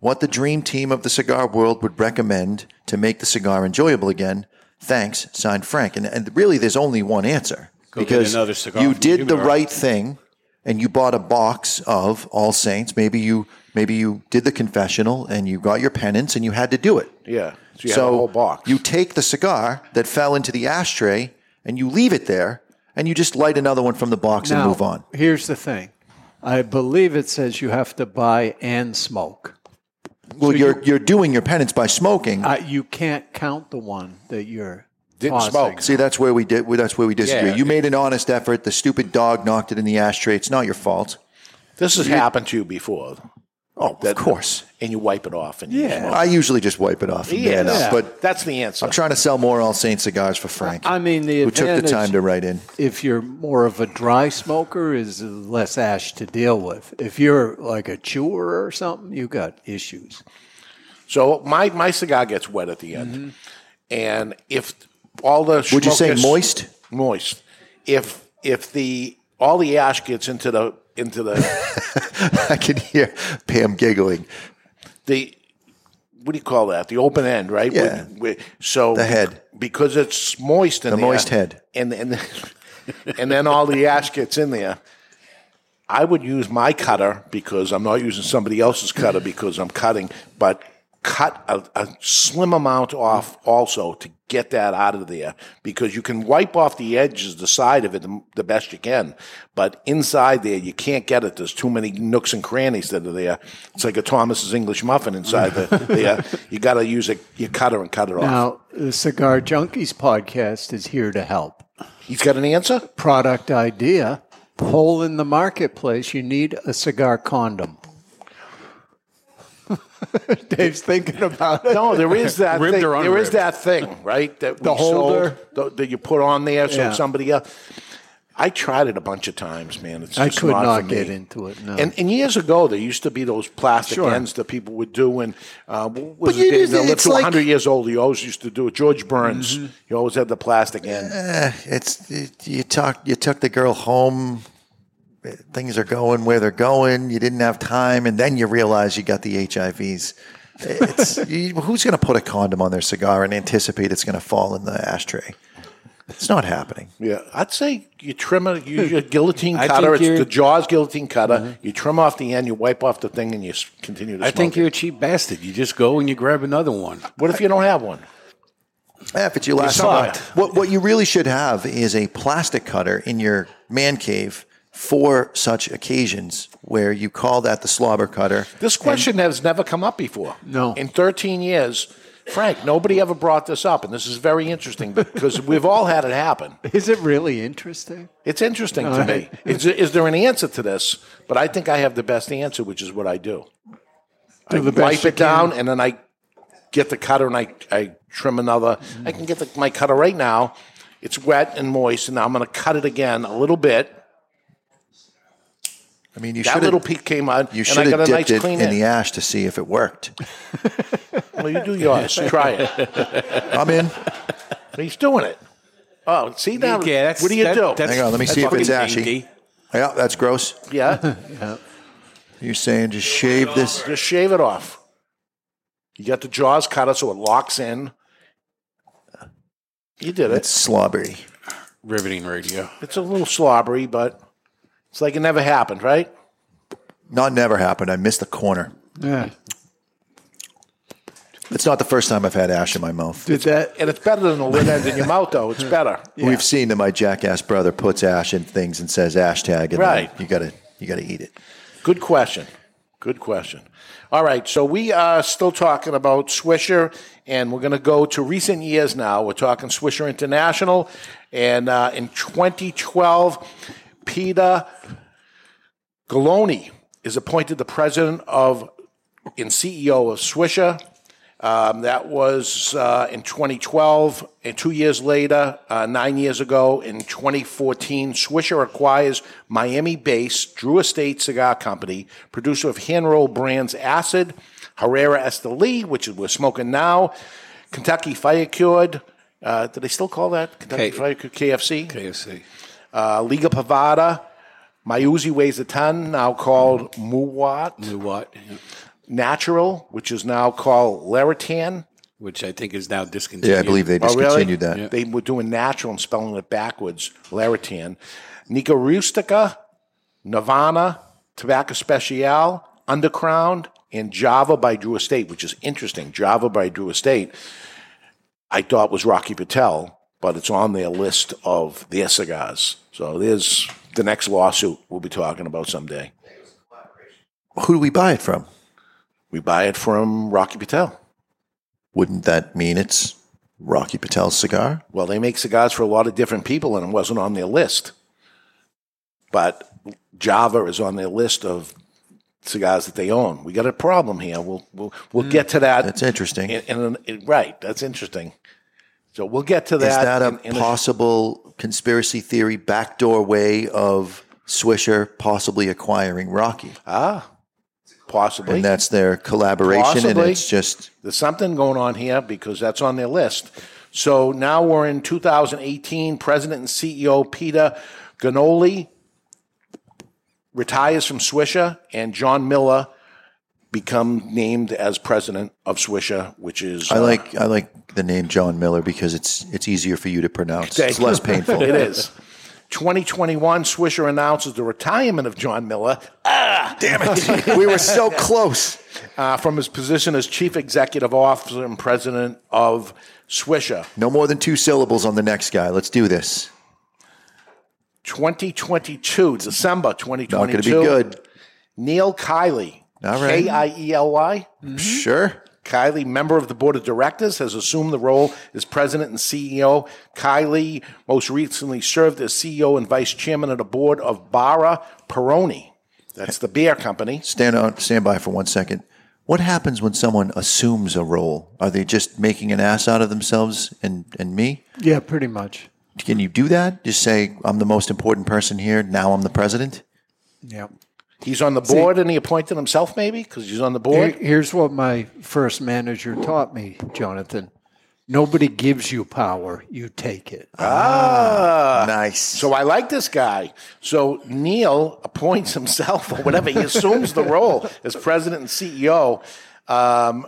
[SPEAKER 3] what the dream team of the cigar world would recommend to make the cigar enjoyable again. Thanks, signed Frank. And, and really, there's only one answer
[SPEAKER 6] Go get another cigar
[SPEAKER 3] you
[SPEAKER 6] from
[SPEAKER 3] did the
[SPEAKER 6] Humidor.
[SPEAKER 3] right thing, and you bought a box of All Saints. Maybe you maybe you did the confessional and you got your penance and you had to do it.
[SPEAKER 2] Yeah. So you have a whole box.
[SPEAKER 3] you take the cigar that fell into the ashtray and you leave it there, and you just light another one from the box and
[SPEAKER 4] Now,
[SPEAKER 3] move on.
[SPEAKER 4] Here's the thing. I believe it says you have to buy and smoke.
[SPEAKER 3] Well, you're you, are you are doing your penance by smoking.
[SPEAKER 4] Uh, you can't count the one that you're pausing.
[SPEAKER 3] See, that's where we did. That's where we disagree.
[SPEAKER 4] Yeah.
[SPEAKER 3] You made an honest effort. The stupid dog knocked it in the ashtray. It's not your fault.
[SPEAKER 2] This has
[SPEAKER 3] You-
[SPEAKER 2] happened to you before.
[SPEAKER 3] Oh, of course.
[SPEAKER 2] And you wipe it off. And you smoke.
[SPEAKER 3] I usually just wipe it off. and
[SPEAKER 2] Yeah,
[SPEAKER 3] man up, But
[SPEAKER 2] that's the answer.
[SPEAKER 3] I'm trying to sell more All Saints cigars for Frank,
[SPEAKER 4] I mean, the
[SPEAKER 3] who took the
[SPEAKER 4] advantage-
[SPEAKER 3] time to write in.
[SPEAKER 4] if you're more of a dry smoker, is less ash to deal with. If you're like a chewer or something, you got issues.
[SPEAKER 2] So my, my cigar gets wet at the end. And if all the
[SPEAKER 3] Would you
[SPEAKER 2] smoke
[SPEAKER 3] say
[SPEAKER 2] gets-
[SPEAKER 3] moist?
[SPEAKER 2] Moist. If if the all the ash gets into the into the
[SPEAKER 3] I can hear Pam giggling.
[SPEAKER 2] the what do you call that? The open end, right?
[SPEAKER 3] Yeah.
[SPEAKER 2] Where- where- so
[SPEAKER 3] The head.
[SPEAKER 2] because it's moist in
[SPEAKER 3] The
[SPEAKER 2] there,
[SPEAKER 3] moist head.
[SPEAKER 2] and and and then all the ash gets in there. I would use my cutter because I'm not using somebody else's cutter because I'm cutting, but cut a, a slim amount off also to get that out of there because you can wipe off the edges, the side of it, the, the best you can. But inside there, you can't get it. There's too many nooks and crannies that are there. It's like a Thomas's English muffin inside the, there. You got to use a, your cutter and cut it off.
[SPEAKER 4] Now, the Cigar Junkies podcast is here to help.
[SPEAKER 2] He's got an answer?
[SPEAKER 4] Product idea. Hole in the marketplace, you need a cigar condom. Dave's thinking about it.
[SPEAKER 2] No, there is that
[SPEAKER 4] Ribbed
[SPEAKER 2] thing.
[SPEAKER 4] or
[SPEAKER 2] There is
[SPEAKER 4] unribbed?
[SPEAKER 2] that thing, right? That
[SPEAKER 4] The
[SPEAKER 2] we sold,
[SPEAKER 4] holder?
[SPEAKER 2] th- that you put on there so
[SPEAKER 4] Yeah.
[SPEAKER 2] somebody else. I tried it a bunch of times, man. It's
[SPEAKER 4] I
[SPEAKER 2] just
[SPEAKER 4] could
[SPEAKER 2] not,
[SPEAKER 4] not
[SPEAKER 2] for
[SPEAKER 4] get
[SPEAKER 2] me.
[SPEAKER 4] into it. No.
[SPEAKER 2] And, and years ago, there used to be those plastic
[SPEAKER 4] Sure.
[SPEAKER 2] ends that people would do. And uh, what was
[SPEAKER 3] But you
[SPEAKER 2] it? Dave,
[SPEAKER 3] did-
[SPEAKER 2] that lived
[SPEAKER 3] it's
[SPEAKER 2] to
[SPEAKER 3] like-
[SPEAKER 2] 100 years old. He always used to do it. George Burns.
[SPEAKER 4] Mm-hmm.
[SPEAKER 2] He always had the plastic end.
[SPEAKER 3] Eh, it's you talk. You took the girl home. eh, Things are going where they're going. You didn't have time, and then you realize you got the HIVs. It's, you, who's going to put a condom on their cigar and anticipate it's going to fall in the ashtray? It's not happening.
[SPEAKER 2] Yeah, I'd say you trim it. You use your guillotine
[SPEAKER 6] I
[SPEAKER 2] cutter.
[SPEAKER 6] think
[SPEAKER 2] It's
[SPEAKER 6] you're- Mm-hmm.
[SPEAKER 2] the Jaws guillotine cutter. You trim off the end. You wipe off the thing, and you s- continue to.
[SPEAKER 6] I
[SPEAKER 2] smoke
[SPEAKER 6] think
[SPEAKER 2] it.
[SPEAKER 6] you're a cheap bastard. You just go and you grab another one.
[SPEAKER 2] What if you don't have one?
[SPEAKER 3] Yeah, Eh, if it's your
[SPEAKER 2] You
[SPEAKER 3] last
[SPEAKER 2] saw
[SPEAKER 3] cigar.
[SPEAKER 2] it.
[SPEAKER 3] What what you really should have is a plastic cutter in your man cave for such occasions where you call that the slobber cutter.
[SPEAKER 2] This question has never come up before. No. In 13 years, Frank, nobody ever brought this up, and this is very interesting because we've all had it happen.
[SPEAKER 4] Is it really interesting?
[SPEAKER 2] It's interesting
[SPEAKER 4] All
[SPEAKER 2] to
[SPEAKER 4] right.
[SPEAKER 2] me. Is, is there an answer to this? But I think I have the best answer, which is what I do. I
[SPEAKER 4] Do the best
[SPEAKER 2] wipe
[SPEAKER 4] you
[SPEAKER 2] it down,
[SPEAKER 4] can.
[SPEAKER 2] and then I get the cutter and I, I trim another.
[SPEAKER 4] Mm-hmm.
[SPEAKER 2] I can get the, my cutter right now. It's wet and moist, and I'm going to cut it again a little bit.
[SPEAKER 3] I mean, you
[SPEAKER 2] that
[SPEAKER 3] should
[SPEAKER 2] little peak came out,
[SPEAKER 3] you
[SPEAKER 2] and I
[SPEAKER 3] should
[SPEAKER 2] got
[SPEAKER 3] have
[SPEAKER 2] a nice
[SPEAKER 3] dipped it
[SPEAKER 2] clean
[SPEAKER 3] in the
[SPEAKER 2] end.
[SPEAKER 3] ash to see if it worked.
[SPEAKER 2] Well, you do yours. Try it.
[SPEAKER 3] I'm in.
[SPEAKER 2] He's doing it. Oh, see now,
[SPEAKER 6] Yeah, that's-
[SPEAKER 2] what do you
[SPEAKER 6] that-
[SPEAKER 2] do?
[SPEAKER 6] that's-
[SPEAKER 3] Hang on, let me
[SPEAKER 6] that's
[SPEAKER 3] see if it's
[SPEAKER 6] fucking
[SPEAKER 3] ashy.
[SPEAKER 6] dainty.
[SPEAKER 3] Yeah, that's gross.
[SPEAKER 2] Yeah,
[SPEAKER 3] You're saying just shave this.
[SPEAKER 2] just shave it off. You got the jaws cutter so it locks in. You did
[SPEAKER 3] It's
[SPEAKER 2] it.
[SPEAKER 3] slobbery.
[SPEAKER 6] Riveting radio.
[SPEAKER 2] It's a little slobbery, but it's like it never happened, right?
[SPEAKER 3] Not never happened. I missed the corner.
[SPEAKER 4] Yeah.
[SPEAKER 3] It's not the first time I've had ash in my mouth.
[SPEAKER 4] Did that?
[SPEAKER 2] And it's better than the lid end in your mouth, though. It's better.
[SPEAKER 3] We've seen that my jackass brother puts ash in things and says hashtag, and then
[SPEAKER 2] Right.
[SPEAKER 3] you gotta you gotta eat it.
[SPEAKER 2] Good question. Good question. All right, so we are still talking about Swisher, and we're going to go to recent years now. We're talking Swisher International, and uh, in 2012, Peter Galone is appointed the president of and CEO of Swisher. Um, that was uh, in 2012, and two years later, uh, nine years ago, in 2014, Swisher acquires Miami-based Drew Estate Cigar Company, producer of hand-rolled brands Acid, Herrera Esteli, which is we're smoking now, Kentucky Fire Cured. Uh, do they still call that Kentucky
[SPEAKER 6] K-
[SPEAKER 2] Fire Cured KFC?
[SPEAKER 6] KFC.
[SPEAKER 2] Uh, Liga Pavada. Mayuzi weighs a ton, now called Muwat.
[SPEAKER 6] Muwat.
[SPEAKER 2] Natural, which is now called Laritan.
[SPEAKER 6] Which I think is now discontinued.
[SPEAKER 3] Yeah, I believe they
[SPEAKER 2] Oh, really?
[SPEAKER 3] discontinued that.
[SPEAKER 2] They were doing natural and spelling it backwards, Laritan. Nica Rustica, Nirvana, Tobacco Special, Underground, and Java by Drew Estate, which is interesting. Java by Drew Estate, I thought was Rocky Patel, but it's on their list of their cigars. So there's the next lawsuit we'll be talking about someday.
[SPEAKER 3] Who do we buy it from?
[SPEAKER 2] We buy it from Rocky Patel.
[SPEAKER 3] Wouldn't that mean it's Rocky Patel's cigar?
[SPEAKER 2] Well, they make cigars for a lot of different people, and it wasn't on their list. But Java is on their list of cigars that they own. We got a problem here. We'll we'll, we'll get to that.
[SPEAKER 3] Hmm. That's interesting.
[SPEAKER 2] In, in, in- right, that's interesting. So we'll get to
[SPEAKER 3] Is
[SPEAKER 2] that.
[SPEAKER 3] that a
[SPEAKER 2] in- in
[SPEAKER 3] possible conspiracy theory backdoor way of Swisher possibly acquiring Rocky?
[SPEAKER 2] Ah, possibly.
[SPEAKER 3] And that's their collaboration, and
[SPEAKER 2] Possibly.
[SPEAKER 3] it's just
[SPEAKER 2] There's something going on here because that's on their list. So now we're in 2018. President and CEO Peter Ganoli retires from Swisher, and John Miller become named as president of Swisher, which is
[SPEAKER 3] I
[SPEAKER 2] uh,
[SPEAKER 3] like I like the name John Miller because it's it's easier for you to pronounce.
[SPEAKER 2] Thank
[SPEAKER 3] it's less
[SPEAKER 2] you.
[SPEAKER 3] painful.
[SPEAKER 2] it is. 2021, Swisher announces the retirement of John Miller. Ah, damn it.
[SPEAKER 3] we were so close.
[SPEAKER 2] Uh, from his position as chief executive officer and president of Swisher.
[SPEAKER 3] No more than two syllables on the next guy. Let's do this.
[SPEAKER 2] 2022, December 2022.
[SPEAKER 3] Not going to be good.
[SPEAKER 2] Neil Kiley.
[SPEAKER 3] All right. Mm-hmm.
[SPEAKER 2] K I E L Y.
[SPEAKER 3] Sure.
[SPEAKER 2] Kiley, member of the board of directors, has assumed the role as president and CEO. Kiley most recently served as CEO and vice chairman of the board of Barra Peroni. That's the beer company.
[SPEAKER 3] Stand on stand by for one second. What happens when someone assumes a role? Are they just making an ass out of themselves and, and me?
[SPEAKER 4] Yeah, pretty much.
[SPEAKER 3] Can you do that? Just say I'm the most important person here. Now I'm the president.
[SPEAKER 4] Yeah.
[SPEAKER 2] He's on the
[SPEAKER 4] See-
[SPEAKER 2] board and he appointed himself, maybe, because he's on the board.
[SPEAKER 4] Here- here's what my first manager taught me, Jonathan. Nobody gives you power, you take it.
[SPEAKER 2] Ah,
[SPEAKER 3] nice.
[SPEAKER 2] So I like this guy. So Neil appoints himself or whatever. He assumes the role as president and CEO. Um,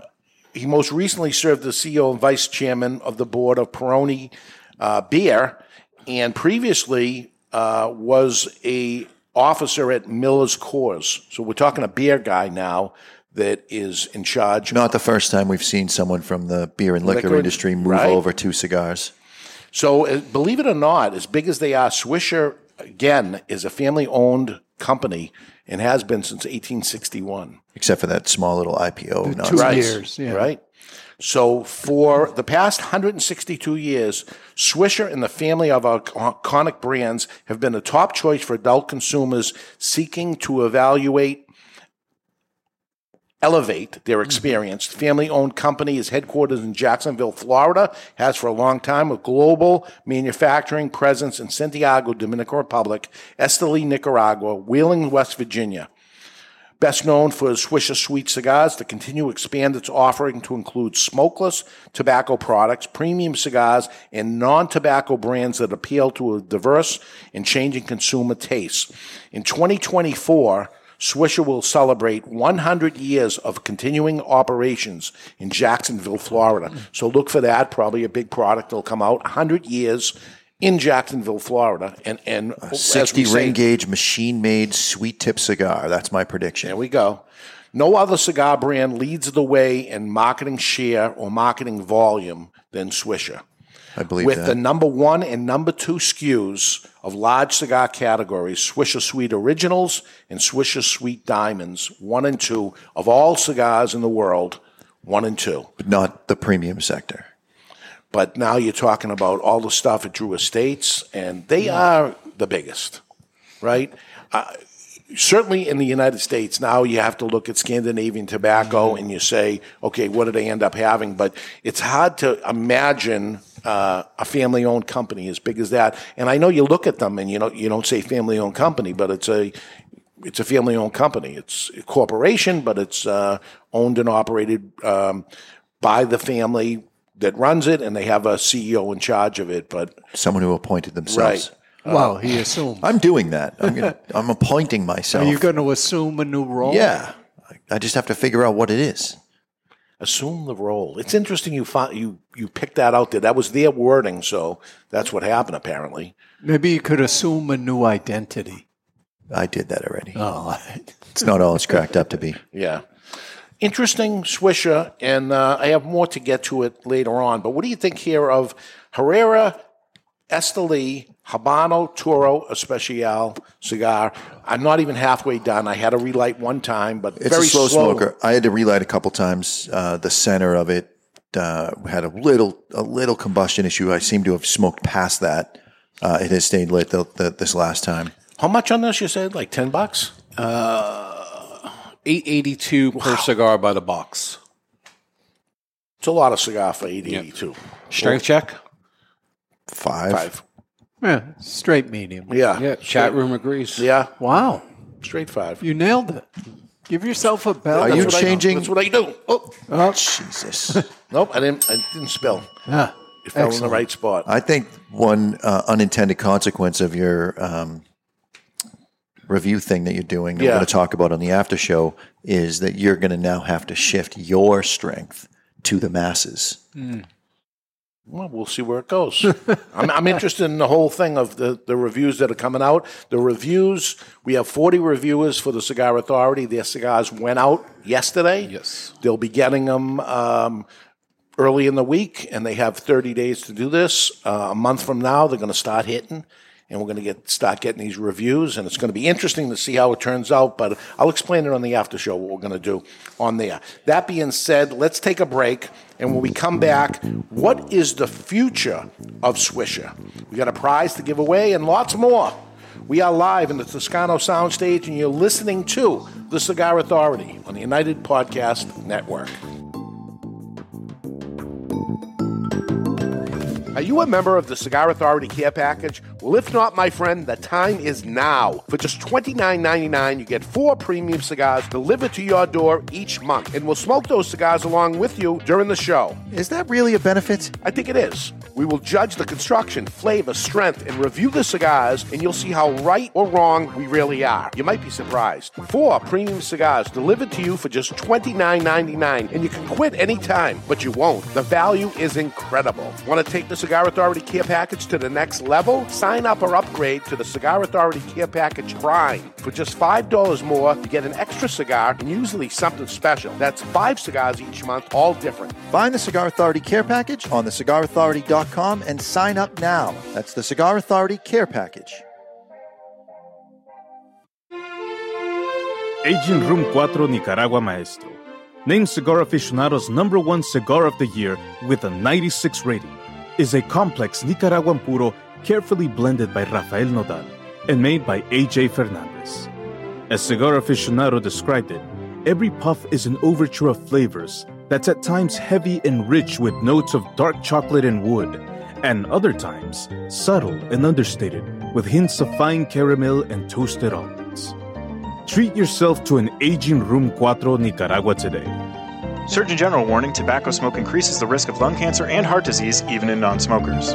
[SPEAKER 2] he most recently served as CEO and vice chairman of the board of Peroni uh, Beer, and previously uh, was a officer at Miller's Coors. So we're talking a beer guy now that is in charge
[SPEAKER 3] Not the first time we've seen someone from the beer and liquor,
[SPEAKER 2] Liquor,
[SPEAKER 3] industry move
[SPEAKER 2] right.
[SPEAKER 3] over to cigars.
[SPEAKER 2] So, uh, believe it or not, as big as they are, Swisher again is a family-owned company and has been since 1861.
[SPEAKER 3] Except for that small little IPO. nonsense.
[SPEAKER 2] right. Right. So, for the past 162 years, Swisher and the family of our iconic brands have been the top choice for adult consumers seeking to evaluate, elevate their experience. The family owned company is headquartered in Jacksonville, Florida, has for a long time a global manufacturing presence in Santiago, Dominican Republic, Esteli, Nicaragua, Wheeling, West Virginia. Best known for its Swisher Sweet cigars, to continue to expand its offering to include smokeless tobacco products, premium cigars, and non tobacco brands that appeal to a diverse and changing consumer tastes. In 2024, Swisher will celebrate 100 years of continuing operations in Jacksonville, Florida. So look for that. Probably a big product will come out. 100 years in Jacksonville, Florida. And, and as we
[SPEAKER 3] 60
[SPEAKER 2] say-
[SPEAKER 3] ring gauge machine made sweet tip cigar. That's my prediction.
[SPEAKER 2] There we go. No other cigar brand leads the way in marketing share or marketing volume than Swisher.
[SPEAKER 3] I believe
[SPEAKER 2] with
[SPEAKER 3] that.
[SPEAKER 2] the number one and number two SKUs of large cigar categories, Swisher Sweet Originals and Swisher Sweet Diamonds, one and two of all cigars in the world, one and two.
[SPEAKER 3] but not the premium sector.
[SPEAKER 2] But now you're talking about all the stuff at Drew Estates, and they are the biggest, right? Uh, certainly in the United States, now you have to look at Scandinavian tobacco and you say, okay, what do they end up having? But it's hard to imagine. Uh, a family-owned company as big as that, and I know you look at them and you know you don't say family-owned company, but it's a it's a family-owned company. It's a corporation, but it's uh, owned and operated um, by the family that runs it, and they have a CEO in charge of it. But
[SPEAKER 3] Someone who appointed themselves. Uh,
[SPEAKER 2] Right. Wow,
[SPEAKER 4] he assumed.
[SPEAKER 3] I'm doing that. I'm gonna, I'm appointing myself.
[SPEAKER 4] Are you going to assume a new role?
[SPEAKER 3] Yeah. I just have to figure out what it is.
[SPEAKER 2] assume the role. It's interesting you found, you you picked that out there. That was their wording, so that's what happened apparently.
[SPEAKER 4] Maybe you could assume a new identity.
[SPEAKER 3] I did that already.
[SPEAKER 4] Oh, all right.
[SPEAKER 3] It's not all it's cracked up to be.
[SPEAKER 2] Yeah, interesting Swisher, and uh, I have more to get to it later on. But what do you think here of Herrera, Esteli, Habano Toro Especial cigar? I'm not even halfway done. I had to relight one time, but
[SPEAKER 3] It's
[SPEAKER 2] very
[SPEAKER 3] a slow, smoker. I had to relight a couple times. Uh, the center of it uh, had a little a little combustion issue. I seem to have smoked past that. Uh, it has stayed lit th th this last time.
[SPEAKER 2] How much on this? You said like ten bucks.
[SPEAKER 6] Uh, eight eighty two per cigar by the box.
[SPEAKER 2] It's a lot of cigar for eighty eighty two.
[SPEAKER 6] Strength check.
[SPEAKER 3] Five.
[SPEAKER 2] Five.
[SPEAKER 4] Yeah, straight medium.
[SPEAKER 2] Yeah.
[SPEAKER 6] Yeah. Chat room agrees.
[SPEAKER 2] Yeah.
[SPEAKER 4] Wow.
[SPEAKER 2] Straight five.
[SPEAKER 4] You nailed it. Give yourself a bell.
[SPEAKER 3] Are you changing?
[SPEAKER 2] That's what I do. Oh,
[SPEAKER 4] Oh,
[SPEAKER 3] Jesus.
[SPEAKER 2] nope. I didn't. I didn't spill.
[SPEAKER 4] yeah.
[SPEAKER 2] It fell in
[SPEAKER 4] Excellent.
[SPEAKER 2] the right spot.
[SPEAKER 3] I think one uh, unintended consequence of your um, review thing that you're doing, that
[SPEAKER 2] Yeah.
[SPEAKER 3] we're going to talk about on the after show, is that you're going to now have to shift your strength to the masses.
[SPEAKER 2] Well, we'll see where it goes. I'm, I'm interested in the whole thing of the, the reviews that are coming out. The reviews, we have 40 reviewers for the Cigar Authority. Their cigars went out yesterday.
[SPEAKER 6] Yes.
[SPEAKER 2] They'll be getting them um, early in the week, and they have 30 days to do this. Uh, a month from now, they're going to start hitting, and we're going to get start getting these reviews, and it's going to be interesting to see how it turns out. But I'll explain it on the after show what we're going to do on there. That being said, let's take a break, and when we come back, what is the future of Swisher? We got a prize to give away and lots more. We are live in the Toscano Soundstage, and you're listening to The Cigar Authority on the United Podcast Network. Are you a member of the Cigar Authority Care Package? Well, if not, my friend, the time is now. For just $29.99, you get four premium cigars delivered to your door each month, and we'll smoke those cigars along with you during the show.
[SPEAKER 3] Is that really a benefit?
[SPEAKER 2] I think it is. We will judge the construction, flavor, strength, and review the cigars, and you'll see how right or wrong we really are. You might be surprised. Four premium cigars delivered to you for just $29.99, and you can quit anytime, but you won't. The value is incredible. Want to take the Cigar Authority Care Package to the next level? Sign up or upgrade to the Cigar Authority Care Package Prime. For just $5 more, you get an extra cigar and usually something special. That's five cigars each month, all different.
[SPEAKER 3] Find the Cigar Authority Care Package on thecigarauthority.com and sign up now. That's the Cigar Authority Care Package.
[SPEAKER 11] Agent Room 4 Nicaragua Maestro. Named Cigar Aficionado's number one cigar of the year with a 96 rating. Is a complex Nicaraguan puro carefully blended by Rafael Nodal and made by AJ Fernandez. As Cigar Aficionado described it, every puff is an overture of flavors that's at times heavy and rich with notes of dark chocolate and wood, and other times subtle and understated with hints of fine caramel and toasted almonds. Treat yourself to an aging Room 4 Nicaragua today.
[SPEAKER 12] Surgeon General warning tobacco smoke increases the risk of lung cancer and heart disease even in non smokers.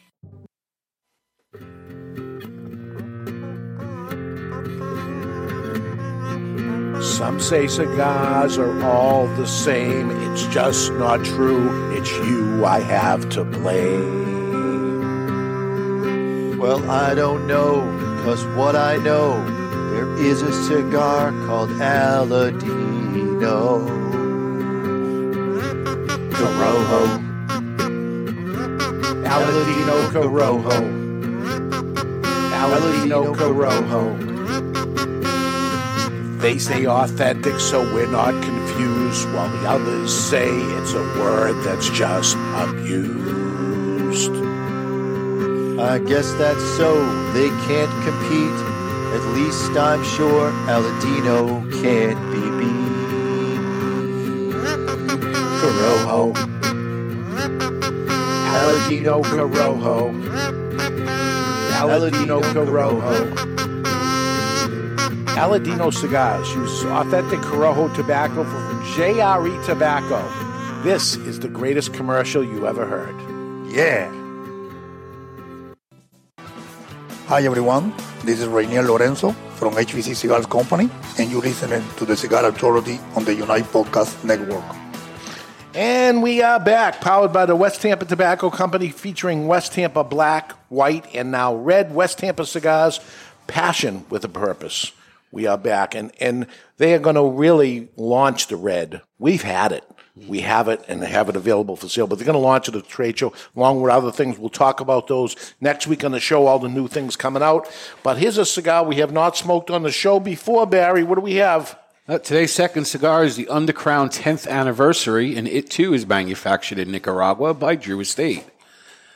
[SPEAKER 2] Some say cigars are all the same. It's just not true. It's you I have to blame.
[SPEAKER 3] Well, I don't know, cause what I know, there is a cigar called Aladino. Corojo.
[SPEAKER 2] Aladino Corojo. Aladino Corojo. They say authentic, so we're not confused, while the others say it's a word that's just abused.
[SPEAKER 3] I guess that's so. They can't compete. At least I'm sure Aladino can't be beat.
[SPEAKER 2] Corojo. Aladino Corojo. Aladino Corojo. Aladino Cigars uses authentic Corojo tobacco from JRE Tobacco. This is the greatest commercial you ever heard.
[SPEAKER 3] Yeah.
[SPEAKER 13] Hi everyone, this is Rainier Lorenzo from HVC Cigars Company, and you're listening to the Cigar Authority on the Unite Podcast Network.
[SPEAKER 2] And we are back, powered by the West Tampa Tobacco Company, featuring West Tampa black, white, and now red West Tampa cigars. Passion with a purpose. We are back, and and they are going to really launch the red. We've had it, we have it, and they have it available for sale. But they're going to launch it at the trade show, along with other things. We'll talk about those next week on the show. All the new things coming out. But here's a cigar we have not smoked on the show before, Barry. What do we have?
[SPEAKER 6] Uh, today's second cigar is the Undercrown 10th anniversary, and it too is manufactured in Nicaragua by Drew Estate.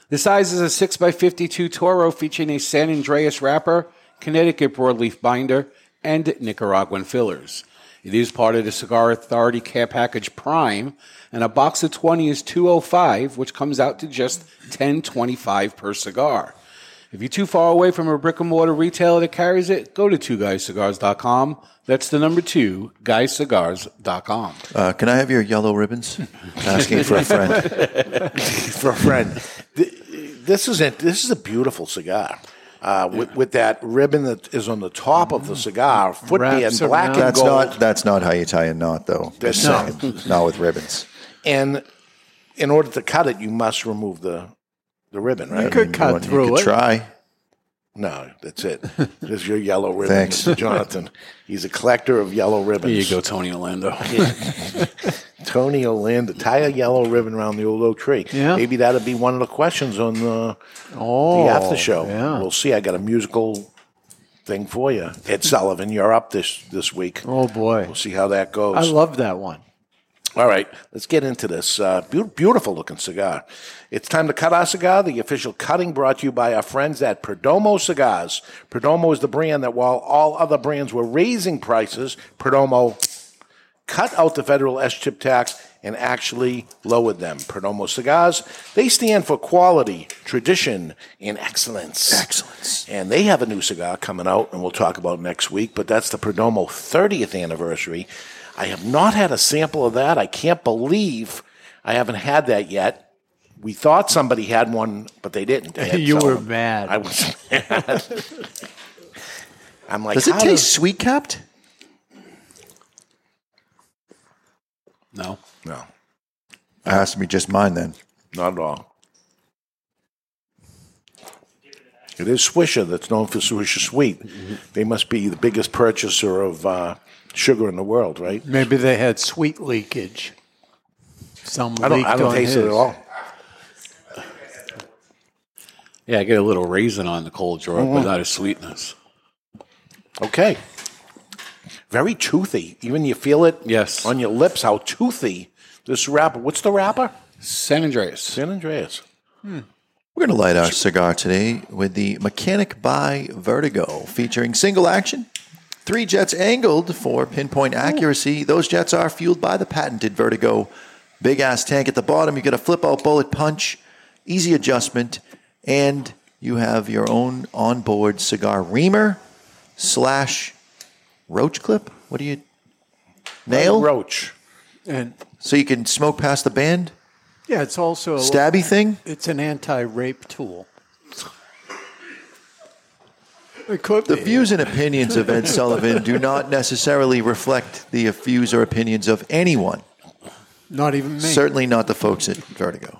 [SPEAKER 6] The size is a 6x52 Toro featuring a San Andreas wrapper, Connecticut broadleaf binder, and Nicaraguan fillers. It is part of the Cigar Authority Care Package Prime, and a box of 20 is 205, which comes out to just 1025 per cigar. If you're too far away from a brick and mortar retailer that carries it, go to two guyscigars.com. That's the number two, guyscigars.com.
[SPEAKER 3] Uh, can I have your yellow ribbons? Asking for a friend.
[SPEAKER 2] for a friend. Th- This is it. This is a beautiful cigar. Uh, with, with that ribbon that is on the top of the cigar, foot being black and
[SPEAKER 3] that's
[SPEAKER 2] gold.
[SPEAKER 3] Not, that's not how you tie a knot, though.
[SPEAKER 2] That's
[SPEAKER 3] Just
[SPEAKER 2] not.
[SPEAKER 3] saying. not with ribbons.
[SPEAKER 2] and in order to cut it, you must remove the the ribbon, right?
[SPEAKER 3] You could I mean, cut you want- you through could it. try.
[SPEAKER 2] No, that's it. This is your yellow ribbon,
[SPEAKER 3] Thanks.
[SPEAKER 2] Mr. Jonathan. He's a collector of yellow ribbons.
[SPEAKER 6] There you go, Tony Orlando.
[SPEAKER 2] Tony Orlando, tie a yellow ribbon around the old oak tree.
[SPEAKER 4] Yeah.
[SPEAKER 2] Maybe that'll be one of the questions on uh, the,
[SPEAKER 4] Oh,
[SPEAKER 2] the after show.
[SPEAKER 4] yeah.
[SPEAKER 2] We'll see. I got a musical thing for you. Ed Sullivan, you're up this, this week.
[SPEAKER 4] Oh, boy.
[SPEAKER 2] We'll see how that goes.
[SPEAKER 4] I love that one.
[SPEAKER 2] All right, let's get into this. Uh, beau- beautiful looking cigar. It's time to cut our cigar. The official cutting brought to you by our friends at Perdomo Cigars. Perdomo is the brand that, while all other brands were raising prices, Perdomo cut out the federal S chip tax and actually lowered them. Perdomo cigars, they stand for quality, tradition, and excellence. Excellence. And they have a new cigar coming out, and we'll talk about next week, but that's the Perdomo 30th anniversary. I have not had a sample of that. I can't believe I haven't had that yet. We thought somebody had one, but they didn't. They had
[SPEAKER 4] you were
[SPEAKER 2] someone-
[SPEAKER 4] mad.
[SPEAKER 2] I was mad. I'm like,
[SPEAKER 3] Does it
[SPEAKER 2] how
[SPEAKER 3] taste sweet capped?
[SPEAKER 6] No.
[SPEAKER 2] No.
[SPEAKER 3] It has to be just mine then.
[SPEAKER 2] Not at all. It is Swisher that's known for Swisher Sweet.
[SPEAKER 6] Mm-hmm.
[SPEAKER 2] They must be the biggest purchaser of uh, sugar in the world, right?
[SPEAKER 4] Maybe they had sweet leakage. Some
[SPEAKER 2] I don't,
[SPEAKER 4] leaked
[SPEAKER 2] I don't
[SPEAKER 4] on
[SPEAKER 2] taste it at
[SPEAKER 4] his.
[SPEAKER 2] all.
[SPEAKER 6] Yeah, I get a little raisin on the cold drawer,
[SPEAKER 2] Mhm.
[SPEAKER 6] but not a sweetness.
[SPEAKER 2] Okay. Very toothy. Even you feel it
[SPEAKER 6] yes.
[SPEAKER 2] on your lips how toothy this wrapper. What's the wrapper?
[SPEAKER 6] San Andreas. San
[SPEAKER 2] Andreas.
[SPEAKER 3] We're going to light our cigar today with the Mechanic by Vertigo, featuring single action, three jets angled for pinpoint accuracy. Those jets are fueled by the patented Vertigo big ass tank at the bottom. You get a flip out bullet punch, easy adjustment, and you have your own onboard cigar reamer slash roach clip. What do you nail?
[SPEAKER 2] Roach.
[SPEAKER 4] And
[SPEAKER 3] So you can smoke past the band.
[SPEAKER 4] yeah, it's also a
[SPEAKER 3] Stabby thing?
[SPEAKER 4] It's an anti-rape tool. It could
[SPEAKER 3] The
[SPEAKER 4] be.
[SPEAKER 3] views and opinions of Ed Sullivan do not necessarily reflect the views or opinions of anyone.
[SPEAKER 4] Not even me.
[SPEAKER 3] Certainly not the folks at Vertigo.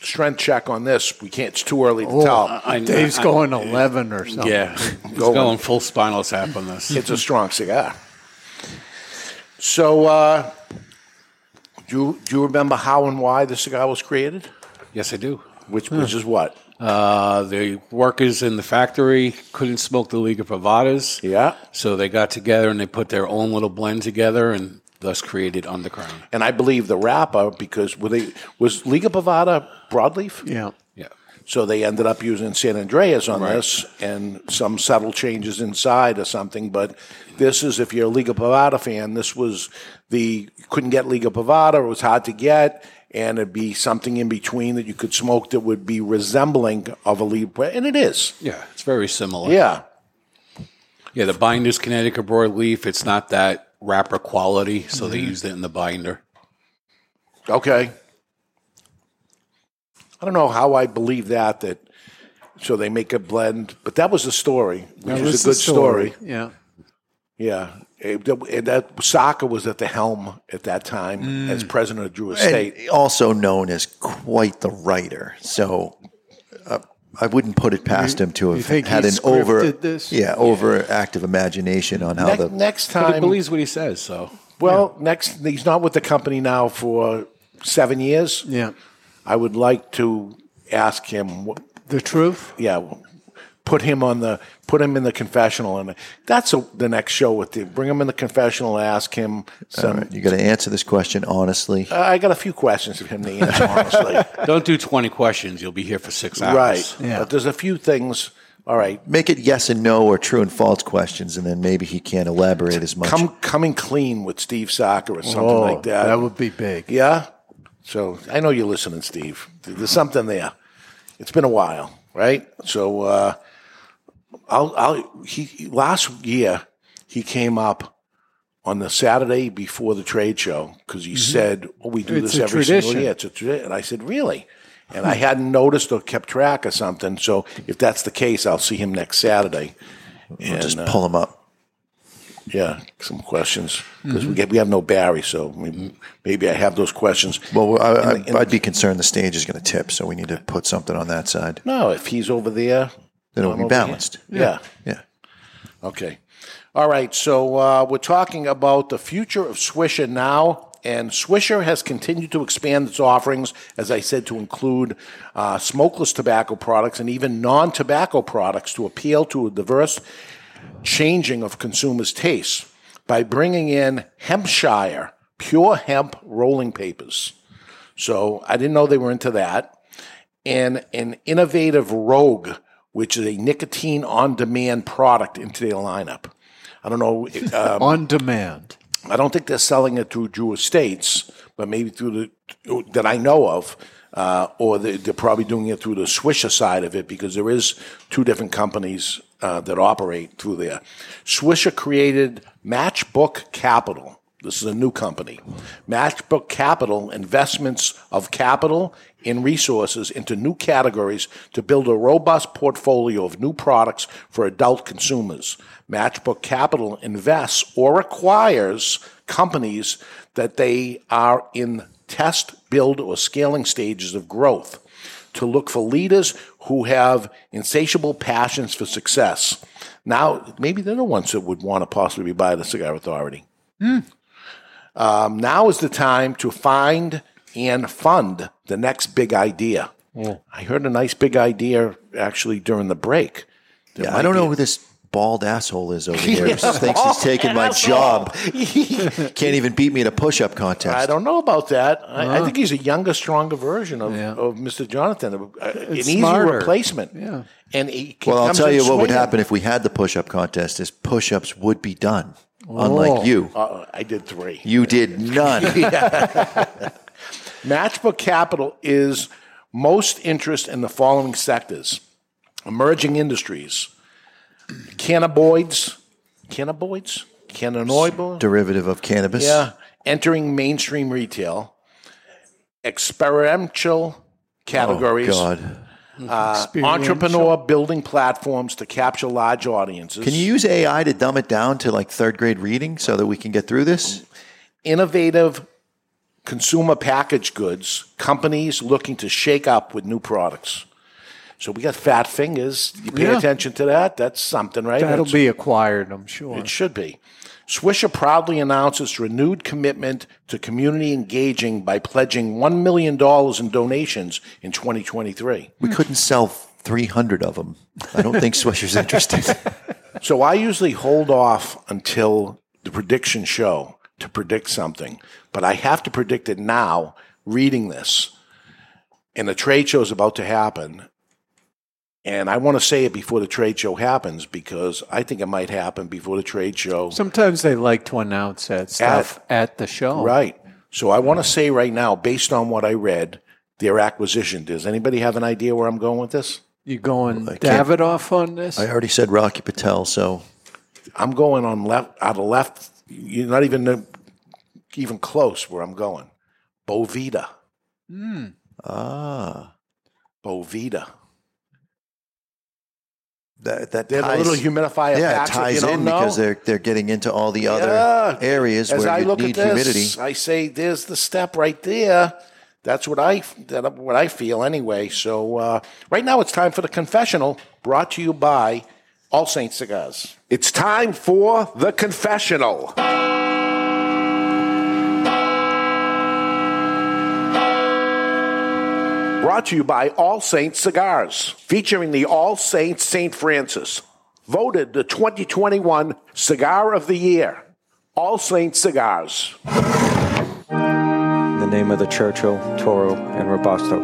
[SPEAKER 2] Strength check on this. We can't. It's too early to
[SPEAKER 4] Oh,
[SPEAKER 2] tell.
[SPEAKER 4] I- I- Dave's I- going 11 or something.
[SPEAKER 6] Yeah, he's
[SPEAKER 2] Going.
[SPEAKER 6] going. full spinal tap on this.
[SPEAKER 2] It's a strong cigar. So, uh, do you, do you remember how and why the cigar was created?
[SPEAKER 6] Yes, I do.
[SPEAKER 2] Which which is what?
[SPEAKER 6] Uh, the workers in the factory couldn't smoke the Liga Privadas.
[SPEAKER 2] Yeah.
[SPEAKER 6] So they got together and they put their own little blend together and thus created Underground.
[SPEAKER 2] And I believe the wrapper because were they was Liga Bavada broadleaf?
[SPEAKER 4] Yeah.
[SPEAKER 6] Yeah.
[SPEAKER 2] So they ended up using San Andreas on this, and some subtle changes inside or something. But this is if you're a Liga Pavada fan, this was the you couldn't get Liga Pavada; it was hard to get, and it'd be something in between that you could smoke that would be resembling of a Liga, and it is.
[SPEAKER 6] Yeah, it's very similar.
[SPEAKER 2] Yeah.
[SPEAKER 6] Yeah, the binder's Connecticut broadleaf. It's not that wrapper quality, so they
[SPEAKER 2] Mm-hmm.
[SPEAKER 6] used it in the binder.
[SPEAKER 2] Okay. I don't know how I believe that. That so they make a blend, but that was the story, which
[SPEAKER 4] That
[SPEAKER 2] is
[SPEAKER 4] was
[SPEAKER 2] a
[SPEAKER 4] the
[SPEAKER 2] good story.
[SPEAKER 4] Yeah.
[SPEAKER 2] Yeah, It- and that Saka was at the helm at that time
[SPEAKER 3] Mm.
[SPEAKER 2] as president of Drew
[SPEAKER 3] And
[SPEAKER 2] Estate.
[SPEAKER 3] also known as quite the writer. So uh, I wouldn't put it past him to
[SPEAKER 4] you
[SPEAKER 3] have
[SPEAKER 4] think
[SPEAKER 3] had
[SPEAKER 4] he
[SPEAKER 3] an over,
[SPEAKER 4] scripted this?
[SPEAKER 3] yeah, overactive imagination on how
[SPEAKER 2] Next-
[SPEAKER 3] the
[SPEAKER 2] next
[SPEAKER 6] But he
[SPEAKER 2] time,
[SPEAKER 6] believes what he says, so.
[SPEAKER 2] well, next he's not with the company now for seven years.
[SPEAKER 4] Yeah,
[SPEAKER 2] I would like to ask him what,
[SPEAKER 4] the truth.
[SPEAKER 2] Yeah, put him on the put him in the confessional, and that's a, the next show with the bring him in the confessional. and Ask him
[SPEAKER 3] All
[SPEAKER 2] some
[SPEAKER 3] right, you got to answer this question honestly.
[SPEAKER 2] Uh, I got a few questions for him to answer, honestly.
[SPEAKER 6] Don't do 20 questions. You'll be here for six hours.
[SPEAKER 2] right. But there's a few things. All right.
[SPEAKER 3] Make it yes and no or true and false questions, and then maybe he can't elaborate as much.
[SPEAKER 2] Come coming clean with Steve Soccer or something
[SPEAKER 3] Oh,
[SPEAKER 2] like that.
[SPEAKER 3] that
[SPEAKER 4] would be big.
[SPEAKER 2] Yeah. So I know you're listening, Steve. There's something there. It's been a while, right? So uh, I'll, I'll he last year he came up on the Saturday before the trade show because he
[SPEAKER 4] Mhm.
[SPEAKER 2] said, "Oh, we do
[SPEAKER 4] It's
[SPEAKER 2] this
[SPEAKER 4] a
[SPEAKER 2] every
[SPEAKER 4] tradition.
[SPEAKER 2] single year. It's a tradition." And I said, "Really?" And I hadn't noticed or kept track or something. So if that's the case, I'll see him next Saturday.
[SPEAKER 3] We'll just pull him up.
[SPEAKER 2] uh, Yeah, some questions because we get, we have no Barry, so maybe, maybe I have those questions.
[SPEAKER 3] Well, I, I, I'd be concerned the stage is going to tip, so we need to put something on that side.
[SPEAKER 2] No, if he's over there,
[SPEAKER 3] Then it'll
[SPEAKER 2] I'm
[SPEAKER 3] be
[SPEAKER 2] over here.
[SPEAKER 3] balanced.
[SPEAKER 2] Yeah.
[SPEAKER 3] Yeah.
[SPEAKER 2] Okay. All right, so uh, we're talking about the future of Swisher now, and Swisher has continued to expand its offerings, as I said, to include uh, smokeless tobacco products and even non tobacco products to appeal to a diverse changing of consumers' tastes by bringing in Hempshire pure hemp rolling papers. So I didn't know they were into that. And an innovative Rogue, which is a nicotine on demand product into their lineup. I don't know. um,
[SPEAKER 4] On demand.
[SPEAKER 2] I don't think they're selling it through Jewish states, but maybe through the that I know of, uh, or they- they're probably doing it through the Swisher side of it because there is two different companies uh, that operate through there. Swisher created Matchbook Capital. This is a new company. Matchbook Capital investments of capital and resources into new categories to build a robust portfolio of new products for adult consumers. Matchbook Capital invests or acquires companies that they are in test, build, or scaling stages of growth to look for leaders who have insatiable passions for success. Now, maybe they're the ones that would want to possibly buy the Cigar Authority. Um, now is the time to find and fund the next big idea.
[SPEAKER 3] Mm.
[SPEAKER 2] I heard a nice big idea actually during the break.
[SPEAKER 3] Yeah, I don't know who this bald asshole is over here.
[SPEAKER 2] Yeah,
[SPEAKER 3] thinks he's
[SPEAKER 2] bald
[SPEAKER 3] taking my
[SPEAKER 2] asshole.
[SPEAKER 3] job. Can't even beat me in a push-up contest.
[SPEAKER 2] I don't know about that. I, I
[SPEAKER 3] Uh-huh.
[SPEAKER 2] think he's a younger, stronger version of, of Mr. Jonathan, a- a- an easy
[SPEAKER 4] smarter.
[SPEAKER 2] replacement.
[SPEAKER 4] Yeah.
[SPEAKER 2] And he
[SPEAKER 3] well, I'll
[SPEAKER 2] comes
[SPEAKER 3] tell
[SPEAKER 2] in
[SPEAKER 3] you what would
[SPEAKER 2] swinging.
[SPEAKER 3] happen if we had the push-up contest: is push-ups would be done.
[SPEAKER 2] Oh. Uh,
[SPEAKER 3] Unlike you,
[SPEAKER 2] Uh-oh, I did three.
[SPEAKER 3] you did none.
[SPEAKER 2] Matchbook Capital is most interest in the following sectors emerging industries, cannabinoids, cannabinoids, cannabinoids,
[SPEAKER 3] Derivative of cannabis.
[SPEAKER 2] yeah, entering mainstream retail, experiential categories.
[SPEAKER 3] Oh, God.
[SPEAKER 2] Uh,
[SPEAKER 3] Experiential.
[SPEAKER 2] entrepreneur building platforms to capture large audiences.
[SPEAKER 3] Can you use AI to dumb it down to like third grade reading so that we can get through this?
[SPEAKER 2] innovative consumer packaged goods companies looking to shake up with new products. So we got fat fingers. You pay
[SPEAKER 4] Yeah.
[SPEAKER 2] attention to that. That's something, right?
[SPEAKER 4] That'll
[SPEAKER 2] That's-
[SPEAKER 4] be acquired, I'm sure.
[SPEAKER 2] It should be. Swisher proudly announces renewed commitment to community engaging by pledging $1 million in donations in 2023.
[SPEAKER 3] We couldn't sell 300 of them. I don't think Swisher's interested.
[SPEAKER 2] So I usually hold off until the prediction show to predict something, but I have to predict it now reading this. And the trade show is about to happen. And I want to say it before the trade show happens because I think it might happen before the trade show.
[SPEAKER 4] Sometimes they like to announce that stuff at, the show.
[SPEAKER 2] Right. So I want to say right now, based on what I read, their acquisition. Does anybody have an idea where I'm going with this?
[SPEAKER 4] You going
[SPEAKER 2] can't-
[SPEAKER 4] Davidoff on this?
[SPEAKER 3] I already said Rocky Patel, so
[SPEAKER 2] I'm going on left out of left. You're not even even close where I'm going. Bovita.
[SPEAKER 4] Hmm.
[SPEAKER 3] ah,
[SPEAKER 2] Bovita.
[SPEAKER 3] that that
[SPEAKER 2] They're the
[SPEAKER 3] ties-
[SPEAKER 2] little humidifier
[SPEAKER 3] Yeah, it
[SPEAKER 2] packs that
[SPEAKER 3] ties
[SPEAKER 2] you don't
[SPEAKER 3] in
[SPEAKER 2] know.
[SPEAKER 3] because they're they're getting into all the other
[SPEAKER 2] Yeah.
[SPEAKER 3] areas
[SPEAKER 2] As
[SPEAKER 3] where
[SPEAKER 2] I
[SPEAKER 3] you
[SPEAKER 2] look
[SPEAKER 3] need
[SPEAKER 2] at this,
[SPEAKER 3] humidity.
[SPEAKER 2] I say, "There's the step right there." That's what I that what I feel anyway. So uh, right now, it's time for the confessional, brought to you by All Saints Cigars.
[SPEAKER 14] It's time for the confessional. Brought to you by All Saints Cigars, featuring the All Saints St. Francis, voted the 2021 Cigar of the Year. All Saints Cigars.
[SPEAKER 15] In the name of the Churchill, Toro, and Robusto.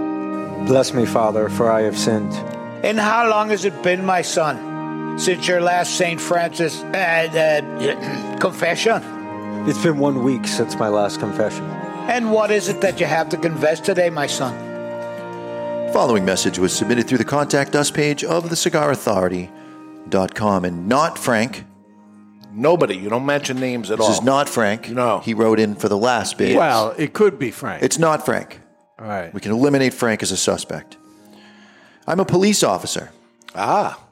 [SPEAKER 15] Bless me, Father, for I have sinned.
[SPEAKER 16] And how long has it been, my son, since your last St. Francis uh, uh, confession?
[SPEAKER 15] It's been one week since my last confession.
[SPEAKER 16] And what is it that you have to confess today, my son?
[SPEAKER 2] uh,
[SPEAKER 3] Following message was submitted through the contact us page of thecigarauthority.com and not Frank.
[SPEAKER 2] Nobody, you don't mention names at
[SPEAKER 3] this
[SPEAKER 2] all.
[SPEAKER 3] is not Frank. No. He wrote in for the last bit.
[SPEAKER 4] Well, it could be Frank.
[SPEAKER 3] It's not Frank.
[SPEAKER 4] All right.
[SPEAKER 3] We can eliminate Frank as a suspect. I'm a police officer.
[SPEAKER 2] Ah.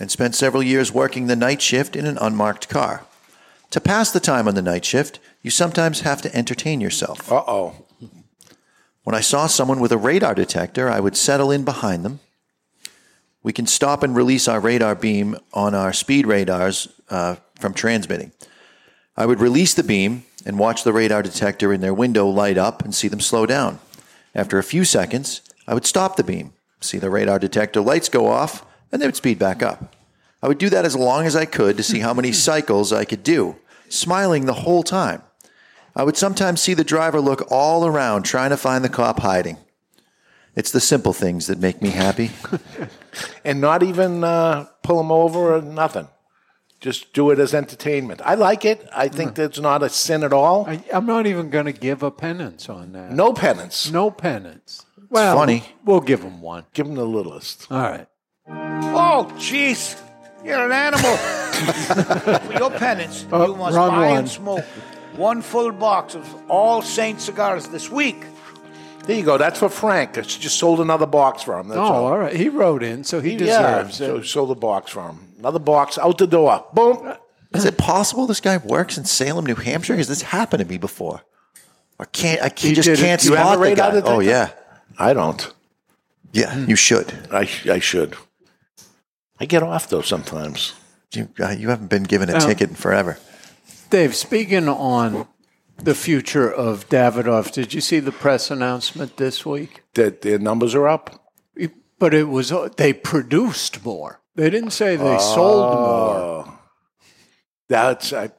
[SPEAKER 3] And spent several years working the night shift in an unmarked car. To pass the time on the night shift, you sometimes have to entertain yourself.
[SPEAKER 2] Uh oh.
[SPEAKER 3] When I saw someone with a radar detector, I would settle in behind them. We can stop and release our radar beam on our speed radars uh, from transmitting. I would release the beam and watch the radar detector in their window light up and see them slow down. After a few seconds, I would stop the beam, see the radar detector lights go off, and they would speed back up. I would do that as long as I could to see how many cycles I could do, smiling the whole time. I would sometimes see the driver look all around trying to find the cop hiding. It's the simple things that make me happy.
[SPEAKER 2] and not even uh, pull them over or nothing. Just do it as entertainment. I like it. I think that's not a sin at all. I,
[SPEAKER 4] I'm not even going to give a penance on that.
[SPEAKER 2] No penance.
[SPEAKER 4] No penance. Well, oh,
[SPEAKER 2] funny.
[SPEAKER 4] We'll give him one.
[SPEAKER 2] Give him the littlest.
[SPEAKER 4] All right.
[SPEAKER 16] Oh, jeez. You're an animal. For your penance,
[SPEAKER 4] Oh,
[SPEAKER 16] you must
[SPEAKER 4] wrong
[SPEAKER 16] buy
[SPEAKER 4] one.
[SPEAKER 16] and smoke one full box of All Saint cigars this week.
[SPEAKER 2] There you go. That's for Frank. I just sold another box for him. That's
[SPEAKER 4] Oh,
[SPEAKER 2] all.
[SPEAKER 4] all right. He wrote in, so he deserves
[SPEAKER 2] yeah,
[SPEAKER 4] it.
[SPEAKER 2] So sold the box for him. Another box out the door. Boom.
[SPEAKER 3] Is it possible this guy works in Salem, New Hampshire? Has this happened to me before? I can't. I
[SPEAKER 2] You
[SPEAKER 3] can't, just
[SPEAKER 2] did it.
[SPEAKER 3] can't
[SPEAKER 2] You have
[SPEAKER 3] spot
[SPEAKER 2] a
[SPEAKER 3] the
[SPEAKER 2] radar
[SPEAKER 3] guy. Oh
[SPEAKER 2] detector?
[SPEAKER 3] yeah,
[SPEAKER 2] I don't.
[SPEAKER 3] Yeah, you should.
[SPEAKER 2] I, sh- I should. I get off though sometimes.
[SPEAKER 3] You uh, you haven't been given a
[SPEAKER 4] Oh.
[SPEAKER 3] ticket in forever.
[SPEAKER 4] Dave, speaking on the future of Davidoff, did you see the press announcement this week?
[SPEAKER 2] That their numbers are up.
[SPEAKER 4] But it was they produced more. They didn't say they
[SPEAKER 2] Oh,
[SPEAKER 4] sold more.
[SPEAKER 2] more. That's I,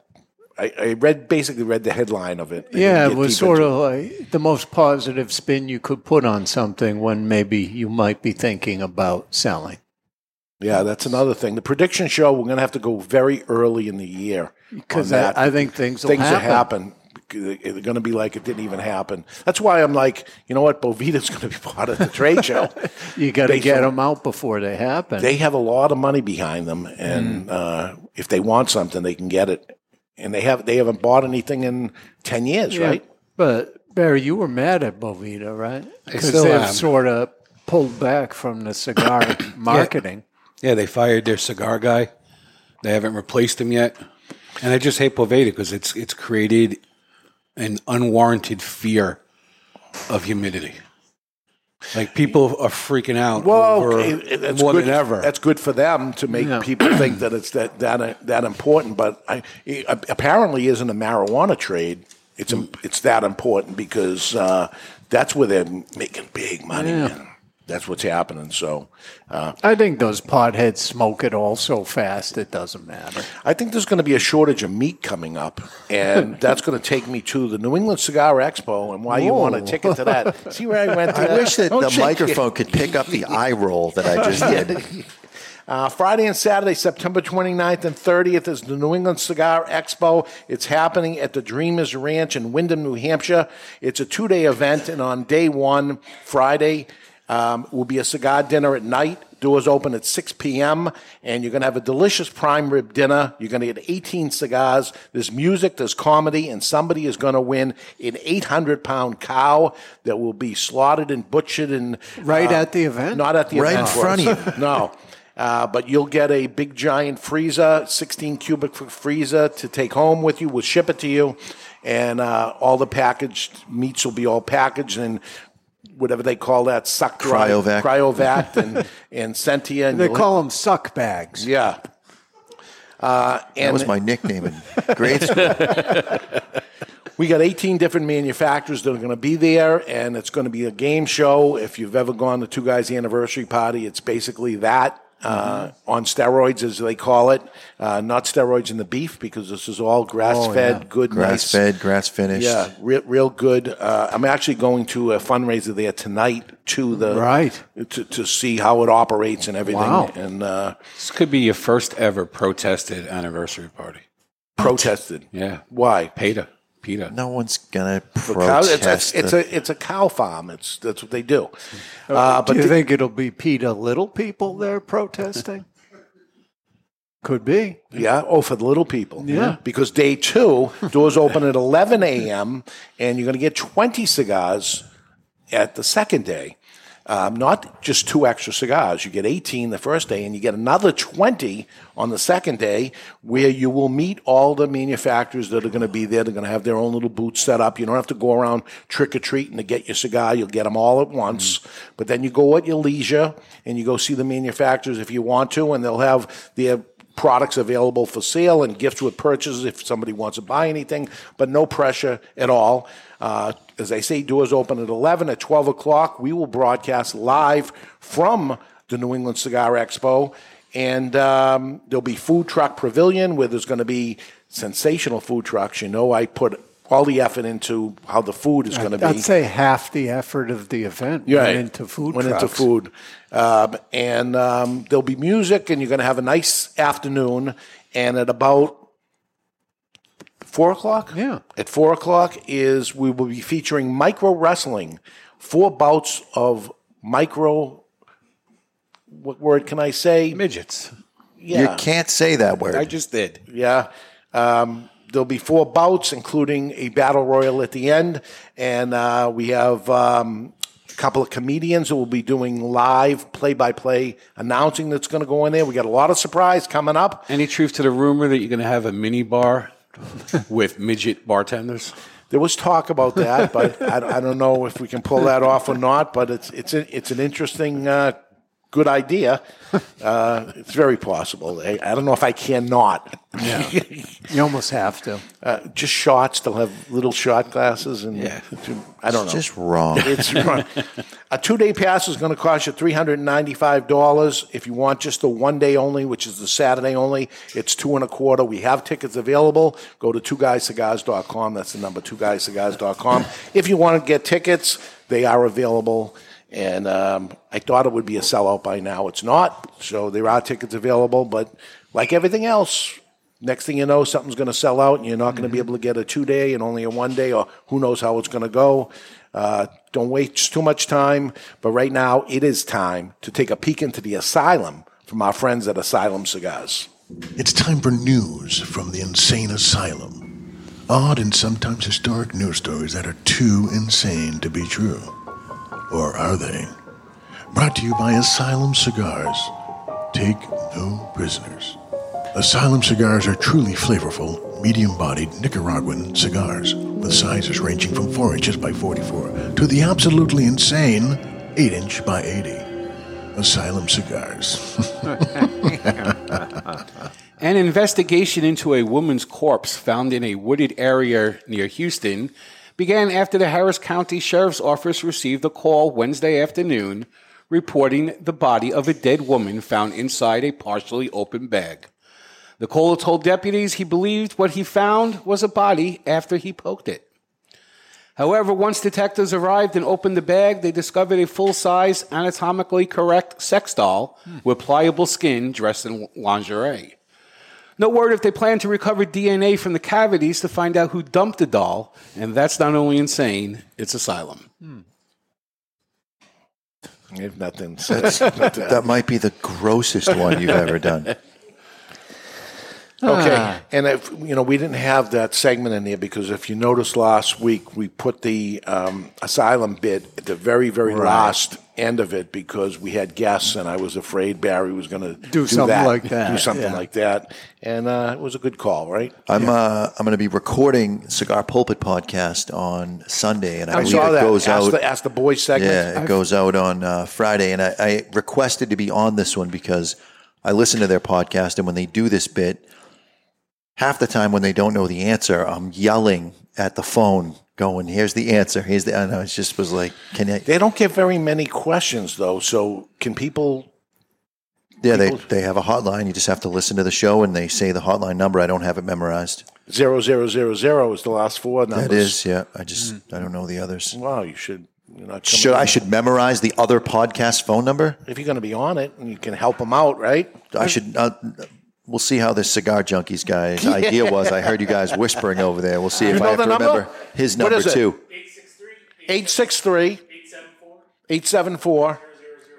[SPEAKER 2] I. I read basically read the headline of it. I
[SPEAKER 4] yeah,
[SPEAKER 2] didn't
[SPEAKER 4] it
[SPEAKER 2] get
[SPEAKER 4] was
[SPEAKER 2] deep
[SPEAKER 4] sort
[SPEAKER 2] into
[SPEAKER 4] of like the most positive spin you could put on something when maybe you might be thinking about selling.
[SPEAKER 2] it. Yeah, that's another thing. The prediction show we're going to have to go very early in the year
[SPEAKER 4] Because
[SPEAKER 2] on
[SPEAKER 4] I-
[SPEAKER 2] that.
[SPEAKER 4] I think things will
[SPEAKER 2] things
[SPEAKER 4] happen.
[SPEAKER 2] They're going to be like it didn't even happen. That's why I'm like, you know what? Bovita's going to be part of the trade show.
[SPEAKER 4] You got to
[SPEAKER 2] Based
[SPEAKER 4] get
[SPEAKER 2] on-
[SPEAKER 4] them out before they happen. Mm.
[SPEAKER 2] They have a lot of money behind them, and uh, if they want something, they can get it. And they have they haven't bought anything in ten years,
[SPEAKER 4] Yeah,
[SPEAKER 2] right?
[SPEAKER 4] But Barry, you were mad at Bovita, right?
[SPEAKER 6] I
[SPEAKER 4] Because
[SPEAKER 6] still
[SPEAKER 4] they've
[SPEAKER 6] am.
[SPEAKER 4] sort of pulled back from the cigar marketing.
[SPEAKER 6] Yeah, they fired their cigar guy. They haven't replaced him yet, and I just hate Poveda because it's it's created an unwarranted fear of humidity. Like people are freaking out over
[SPEAKER 2] It- it- that's
[SPEAKER 6] more
[SPEAKER 2] good,
[SPEAKER 6] than ever.
[SPEAKER 2] That's good for them to make people think that it's that that that important. But I, it apparently isn't a marijuana trade. It's im- it's that important because uh, that's where they're making big money.
[SPEAKER 4] Yeah.
[SPEAKER 2] man. That's what's happening. So uh,
[SPEAKER 4] I think those potheads smoke it all so fast it doesn't matter.
[SPEAKER 2] I think there's going to be a shortage of meat coming up, and that's going to take me to the New England Cigar Expo. And why you want a
[SPEAKER 3] Whoa.
[SPEAKER 2] ticket to that? See where I went. To
[SPEAKER 3] I wish that
[SPEAKER 2] Don't
[SPEAKER 3] the
[SPEAKER 2] shake your-
[SPEAKER 3] microphone could pick up the eye roll that I just did.
[SPEAKER 2] Uh, Friday and Saturday, September 29th and 30th, is the New England Cigar Expo. It's happening at the Dreamers Ranch in Windham, New Hampshire. It's a two day event, and on day one, Friday, um, will be a cigar dinner at night. Doors open at 6 p.m., and you're going to have a delicious prime rib dinner. You're going to get 18 cigars. There's music, there's comedy, and somebody is going to win an 800 pound cow that will be slaughtered and butchered and uh,
[SPEAKER 4] Right at the event?
[SPEAKER 2] Not at the
[SPEAKER 4] Right
[SPEAKER 2] event.
[SPEAKER 4] in front of
[SPEAKER 2] you. No. Uh, but you'll get a big giant freezer, 16 cubic f- freezer to take home with you. We'll ship it to you. And uh, all the packaged meats will be all packaged and whatever they call that, suck dry.
[SPEAKER 3] Cryovac.
[SPEAKER 2] Cryovac and, and Sentia. And
[SPEAKER 4] They
[SPEAKER 2] you'll-
[SPEAKER 4] call them suck bags.
[SPEAKER 2] Yeah. Uh, and
[SPEAKER 3] That was my nickname in grade school.
[SPEAKER 2] We got 18 different manufacturers that are going to be there, and it's going to be a game show. If you've ever gone to Two Guys Anniversary Party, it's basically that uh,
[SPEAKER 3] Mm-hmm.
[SPEAKER 2] on steroids, as they call it. Uh, not steroids in the beef, because this is all grass fed,
[SPEAKER 3] Oh, yeah.
[SPEAKER 2] good, nice.
[SPEAKER 3] Grass-fed, grass finished.
[SPEAKER 2] Yeah, real, real good. Uh, I'm actually going to a fundraiser there tonight to the
[SPEAKER 4] right
[SPEAKER 2] to, to see how it operates and everything.
[SPEAKER 6] Wow.
[SPEAKER 2] And uh,
[SPEAKER 6] this could be your first ever protested anniversary party.
[SPEAKER 2] Protested.
[SPEAKER 6] Yeah.
[SPEAKER 2] Why?
[SPEAKER 6] PETA. PETA.
[SPEAKER 3] No one's gonna
[SPEAKER 2] the cow, it's,
[SPEAKER 3] protest.
[SPEAKER 2] a, it's
[SPEAKER 3] the-
[SPEAKER 2] a it's a cow farm. It's that's what they do.
[SPEAKER 4] Uh, but Do you
[SPEAKER 2] the-
[SPEAKER 4] think it'll be PETA little people there protesting? Could be.
[SPEAKER 2] Yeah. Oh, for the little people.
[SPEAKER 4] Yeah.
[SPEAKER 2] Because day two, doors open at 11 a.m., and you're going to get 20 cigars at the second day. Um, not just two extra cigars. You get 18 the first day, and you get another 20 on the second day, where you will meet all the manufacturers that are going to be there. They're going to have their own little booth set up. You don't have to go around trick or treating to get your cigar. You'll get them all at once. But then you go at your leisure and you go see the manufacturers if you want to, and they'll have their products available for sale and gifts with purchases if somebody wants to buy anything, but no pressure at all. Uh, as I say, doors open at 11. At 12 o'clock, we will broadcast live from the New England Cigar Expo. And um, there'll be food truck pavilion where there's going to be sensational food trucks. You know, I put all the effort into how the food is going to be.
[SPEAKER 4] I'd say half the effort of the event
[SPEAKER 2] Yeah,
[SPEAKER 4] went into food
[SPEAKER 2] Went into
[SPEAKER 4] trucks.
[SPEAKER 2] food, um, and um, there'll be music, and you're going to have a nice afternoon. And at about four o'clock, yeah, at four o'clock is we will be featuring micro wrestling, four bouts of micro. What word can I say?
[SPEAKER 6] Midgets.
[SPEAKER 3] You can't say that word.
[SPEAKER 6] I just did.
[SPEAKER 2] Yeah. Um, there'll be four bouts, including a battle royal at the end. And uh, we have um, a couple of comedians who will be doing live play by play announcing that's going to go in there. We got a lot of surprise coming up.
[SPEAKER 6] Any truth to the rumor that you're going to have a mini bar with midget bartenders?
[SPEAKER 2] There was talk about that, but I, I don't know if we can pull that off or not. But it's it's a, it's an interesting, uh, good idea. Uh, it's very possible. I, I don't know if I cannot.
[SPEAKER 4] you almost have to.
[SPEAKER 2] Uh, just shots. They'll have little shot glasses, and I don't
[SPEAKER 3] It's
[SPEAKER 2] know.
[SPEAKER 3] just wrong.
[SPEAKER 2] It's wrong. a two day pass is going to cost you three hundred and ninety five dollars. If you want just the one day only, which is the Saturday only, it's two and a quarter. We have tickets available. Go to two guyscigars.com. That's the number two guyscigars.com. if you want to get tickets, they are available. And um, I thought it would be a sellout by now. It's not. So there are tickets available, but like everything else, Next thing you know, something's going to sell out, and you're not going to be able to get a two day and only a one day, or who knows how it's going to go. Uh, don't waste too much time. But right now, it is time to take a peek into the asylum from our friends at Asylum Cigars.
[SPEAKER 17] It's time for news from the insane asylum. Odd and sometimes historic news stories that are too insane to be true. Or are they? Brought to you by Asylum Cigars. Take no prisoners. Asylum cigars are truly flavorful, medium bodied Nicaraguan cigars with sizes ranging from 4 inches by 44 to the absolutely insane 8 inch by 80. Asylum cigars.
[SPEAKER 6] An investigation into a woman's corpse found in a wooded area near Houston began after the Harris County Sheriff's Office received a call Wednesday afternoon reporting the body of a dead woman found inside a partially open bag. The caller told deputies he believed what he found was a body after he poked it. However, once detectives arrived and opened the bag, they discovered a full size, anatomically correct sex doll with pliable skin dressed in lingerie. No word if they plan to recover DNA from the cavities to find out who dumped the doll, and that's not only insane, it's asylum.
[SPEAKER 2] I have nothing.
[SPEAKER 3] That's, that might be the grossest one you've ever done.
[SPEAKER 2] Okay,
[SPEAKER 3] Ah.
[SPEAKER 2] and if you know, we didn't have that segment in there because if you noticed last week, we put the um, asylum bit at the very, very
[SPEAKER 4] Right.
[SPEAKER 2] last end of it because we had guests, and I was afraid Barry was going to
[SPEAKER 4] Do something like that,
[SPEAKER 2] do something
[SPEAKER 4] yeah.
[SPEAKER 2] like that, and uh, it was a good call, right?
[SPEAKER 3] I'm uh, I'm going to be recording Cigar Pulpit podcast on Sunday, and
[SPEAKER 2] I
[SPEAKER 3] I, believe
[SPEAKER 2] saw
[SPEAKER 3] it
[SPEAKER 2] that.
[SPEAKER 3] goes
[SPEAKER 2] ask,
[SPEAKER 3] out.
[SPEAKER 2] The, ask the boys segment.
[SPEAKER 3] Yeah, it goes out on uh, Friday, and I, I requested to be on this one because I listen to their podcast, and when they do this bit, half the time when they don't know the answer, I'm yelling at the phone, going, "Here's the answer. Here's the." And I was just was like, "Can I?"
[SPEAKER 2] They don't get very many questions though, so can people?
[SPEAKER 3] Yeah, they they have a hotline. You just have to listen to the show, and they say the hotline number. I don't have it memorized.
[SPEAKER 2] Zero zero zero zero is the last four numbers.
[SPEAKER 3] That is, yeah. I just
[SPEAKER 4] Hmm.
[SPEAKER 3] I don't know the others.
[SPEAKER 2] Wow, you should. You're not coming
[SPEAKER 3] Should I
[SPEAKER 2] in.
[SPEAKER 3] should memorize the other podcast phone number?
[SPEAKER 2] If you're going to be on it, and you can help them out, right?
[SPEAKER 3] I should. Uh, we'll see how this cigar junkies guy's idea was. I heard you guys whispering over there. We'll see
[SPEAKER 2] You
[SPEAKER 3] if
[SPEAKER 2] know
[SPEAKER 3] I have
[SPEAKER 2] the
[SPEAKER 3] to
[SPEAKER 2] number?
[SPEAKER 3] remember his
[SPEAKER 2] What
[SPEAKER 3] number
[SPEAKER 2] is it?
[SPEAKER 3] too.
[SPEAKER 2] 863 874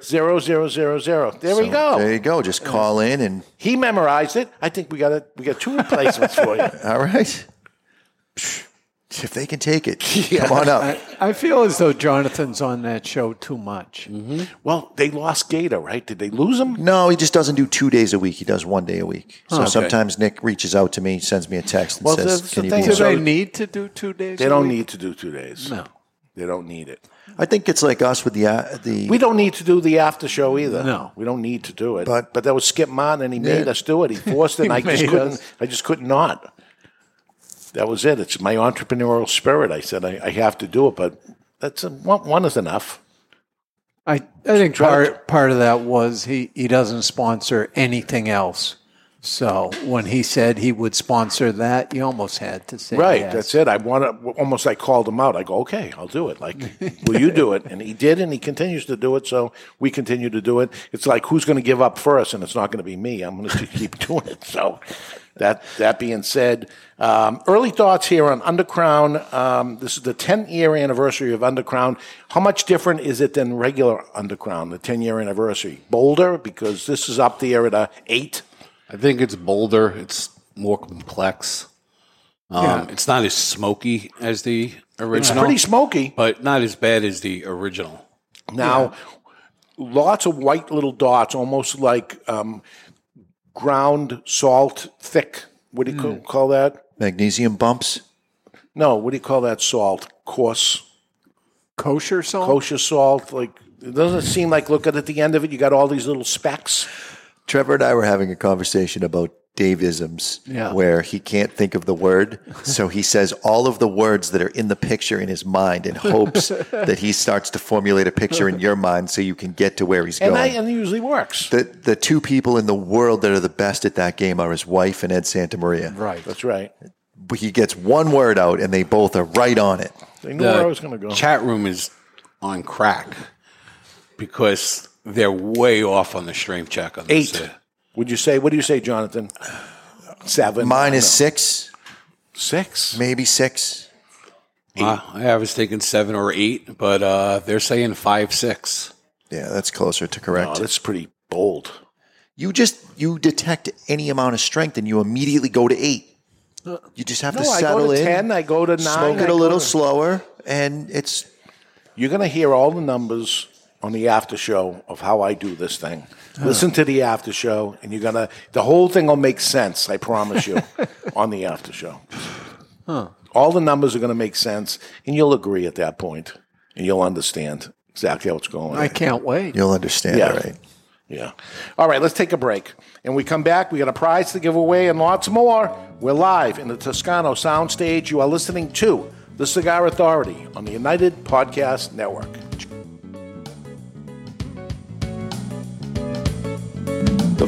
[SPEAKER 2] 0000. There we
[SPEAKER 3] So,
[SPEAKER 2] go.
[SPEAKER 3] There you go. Just call in and
[SPEAKER 2] He memorized it. I think we got a, we got two replacements for you.
[SPEAKER 3] all right. If they can take it, come on
[SPEAKER 2] Uh,
[SPEAKER 3] up.
[SPEAKER 4] I, I feel as though Jonathan's on that show too much.
[SPEAKER 2] Mm-hmm. Well, they lost Gator, right? Did they lose him?
[SPEAKER 3] No, he just doesn't do two days a week. He does one day a week. So
[SPEAKER 2] Okay.
[SPEAKER 3] sometimes Nick reaches out to me, sends me a text, and
[SPEAKER 2] Well,
[SPEAKER 3] says,
[SPEAKER 2] that's the
[SPEAKER 3] "Can you
[SPEAKER 2] thing.
[SPEAKER 3] be
[SPEAKER 4] Do
[SPEAKER 3] on?"
[SPEAKER 4] they need to do two days?
[SPEAKER 2] They
[SPEAKER 4] a
[SPEAKER 2] don't
[SPEAKER 4] week?
[SPEAKER 2] need to do two days. No. They don't need it.
[SPEAKER 3] I think it's like us with the uh, the.
[SPEAKER 2] We don't need to do the after show either. No, we don't need to do it. But but that was Skip Martin, and he made
[SPEAKER 3] Yeah.
[SPEAKER 2] us do it. He forced it. and
[SPEAKER 3] He
[SPEAKER 2] I just
[SPEAKER 3] made
[SPEAKER 2] couldn't.
[SPEAKER 3] us.
[SPEAKER 2] I just could not. That was it. It's my entrepreneurial spirit. I said I, I have to do it, but that's one, one is enough.
[SPEAKER 4] I, I think part, part of that was he, he doesn't sponsor anything else. So when he said he would sponsor that, you almost had to say
[SPEAKER 2] right.
[SPEAKER 4] yes.
[SPEAKER 2] That's it. I want to. Almost I called him out. I go, okay, I'll do it. Like, will you do it? And he did, and he continues to do it. So we continue to do it. It's like who's going to give up first? And it's not going to be me. I'm going to keep doing it. So that that being said, um, early thoughts here on Undercrown. Um, this is the 10 year anniversary of Undercrown. How much different is it than regular Undercrown? The 10 year anniversary, bolder because this is up there at a eight.
[SPEAKER 6] I think it's bolder. It's more complex. Um,
[SPEAKER 2] Yeah.
[SPEAKER 6] It's not as smoky as the original.
[SPEAKER 2] pretty smoky,
[SPEAKER 6] but not as bad as the original.
[SPEAKER 2] Now, lots of white little dots, almost like um, ground salt, thick. What do you
[SPEAKER 3] Hmm.
[SPEAKER 2] ca- call that?
[SPEAKER 3] Magnesium bumps.
[SPEAKER 2] No, what do you call that salt? Coarse.
[SPEAKER 4] Kosher salt?
[SPEAKER 2] Kosher salt. Like, it doesn't seem like, look at at the end of it, you got all these little specks.
[SPEAKER 3] Trevor and I were having a conversation about Daveisms,
[SPEAKER 2] Yeah.
[SPEAKER 3] where he can't think of the word, so he says all of the words that are in the picture in his mind and hopes that he starts to formulate a picture in your mind so you can get to where he's
[SPEAKER 2] And, I,
[SPEAKER 3] going.
[SPEAKER 2] and it usually works.
[SPEAKER 3] the the two people in the world that are the best at that game are his wife and Ed Santamaria.
[SPEAKER 2] Right. That's right.
[SPEAKER 3] But he gets one word out and they both are right on it.
[SPEAKER 2] They knew where I was going to go.
[SPEAKER 6] Chat room is on crack because they're way off on the strength check on this.
[SPEAKER 2] Eight. Would you say, what do you say, Jonathan? Seven.
[SPEAKER 3] Mine is
[SPEAKER 2] No.
[SPEAKER 3] six.
[SPEAKER 2] Six?
[SPEAKER 3] Maybe six.
[SPEAKER 6] Uh, I was thinking seven or eight, but uh, they're saying five, six.
[SPEAKER 3] Yeah, that's closer to correct.
[SPEAKER 6] No,
[SPEAKER 2] that's pretty bold.
[SPEAKER 3] You just you detect any amount of strength and you immediately go to eight. You just have
[SPEAKER 2] Uh, no,
[SPEAKER 3] to
[SPEAKER 2] I
[SPEAKER 3] settle
[SPEAKER 2] go to
[SPEAKER 3] in.
[SPEAKER 2] 10, I go to 9.
[SPEAKER 3] Smoke
[SPEAKER 2] I
[SPEAKER 3] it a
[SPEAKER 2] go
[SPEAKER 3] little
[SPEAKER 2] to-
[SPEAKER 3] slower, and it's
[SPEAKER 2] You're going to hear all the numbers on the after show of how I do this thing. Listen to the after show, and you're going to, the whole thing will make sense, I promise you, on the after show.
[SPEAKER 4] Huh.
[SPEAKER 2] All the numbers are going to make sense, and you'll agree at that point, and you'll understand exactly how it's going.
[SPEAKER 4] I can't wait.
[SPEAKER 3] You'll understand,
[SPEAKER 2] Yeah.
[SPEAKER 3] right?
[SPEAKER 2] Yeah. All right, let's take a break. And we come back, we got a prize to give away and lots more. We're live in the Toscano soundstage. You are listening to The Cigar Authority on the United Podcast Network.
[SPEAKER 18] The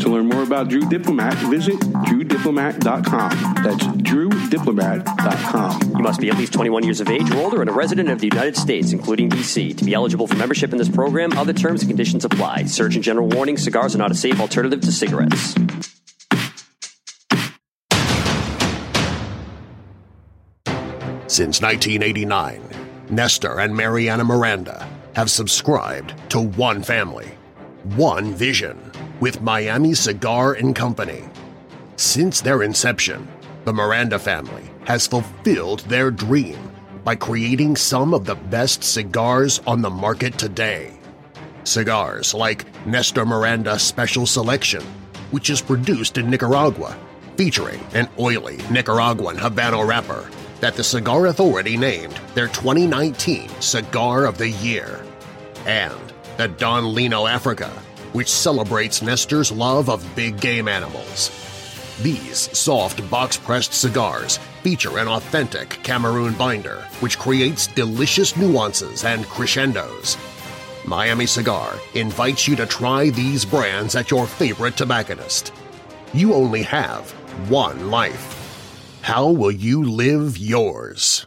[SPEAKER 18] To learn more about Drew Diplomat, visit drewdiplomat.com. That's drewdiplomat.com.
[SPEAKER 19] You must be at least 21 years of age or older and a resident of the United States, including D.C. To be eligible for membership in this program, other terms and conditions apply. Surgeon General warning cigars are not a safe alternative to cigarettes.
[SPEAKER 20] Since 1989, Nestor and Mariana Miranda have subscribed to one family, one vision with Miami Cigar and Company. Since their inception, the Miranda family has fulfilled their dream by creating some of the best cigars on the market today. Cigars like Nestor Miranda Special Selection, which is produced in Nicaragua, featuring an oily Nicaraguan Habano wrapper that the Cigar Authority named their 2019 Cigar of the Year. And the Don Lino Africa, which celebrates Nestor's love of big game animals. These soft box-pressed cigars feature an authentic Cameroon binder, which creates delicious nuances and crescendos. Miami Cigar invites you to try these brands at your favorite tobacconist. You only have one life. How will you live yours?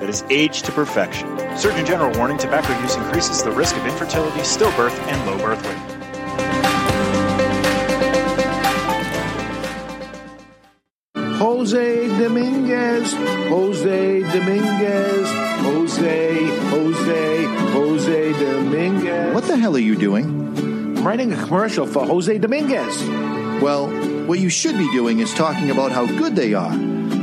[SPEAKER 12] that is aged to perfection. Surgeon General warning tobacco use increases the risk of infertility, stillbirth, and low birth weight.
[SPEAKER 2] Jose Dominguez, Jose Dominguez, Jose, Jose, Jose Dominguez.
[SPEAKER 3] What the hell are you doing?
[SPEAKER 2] I'm writing a commercial for Jose Dominguez.
[SPEAKER 3] Well, what you should be doing is talking about how good they are.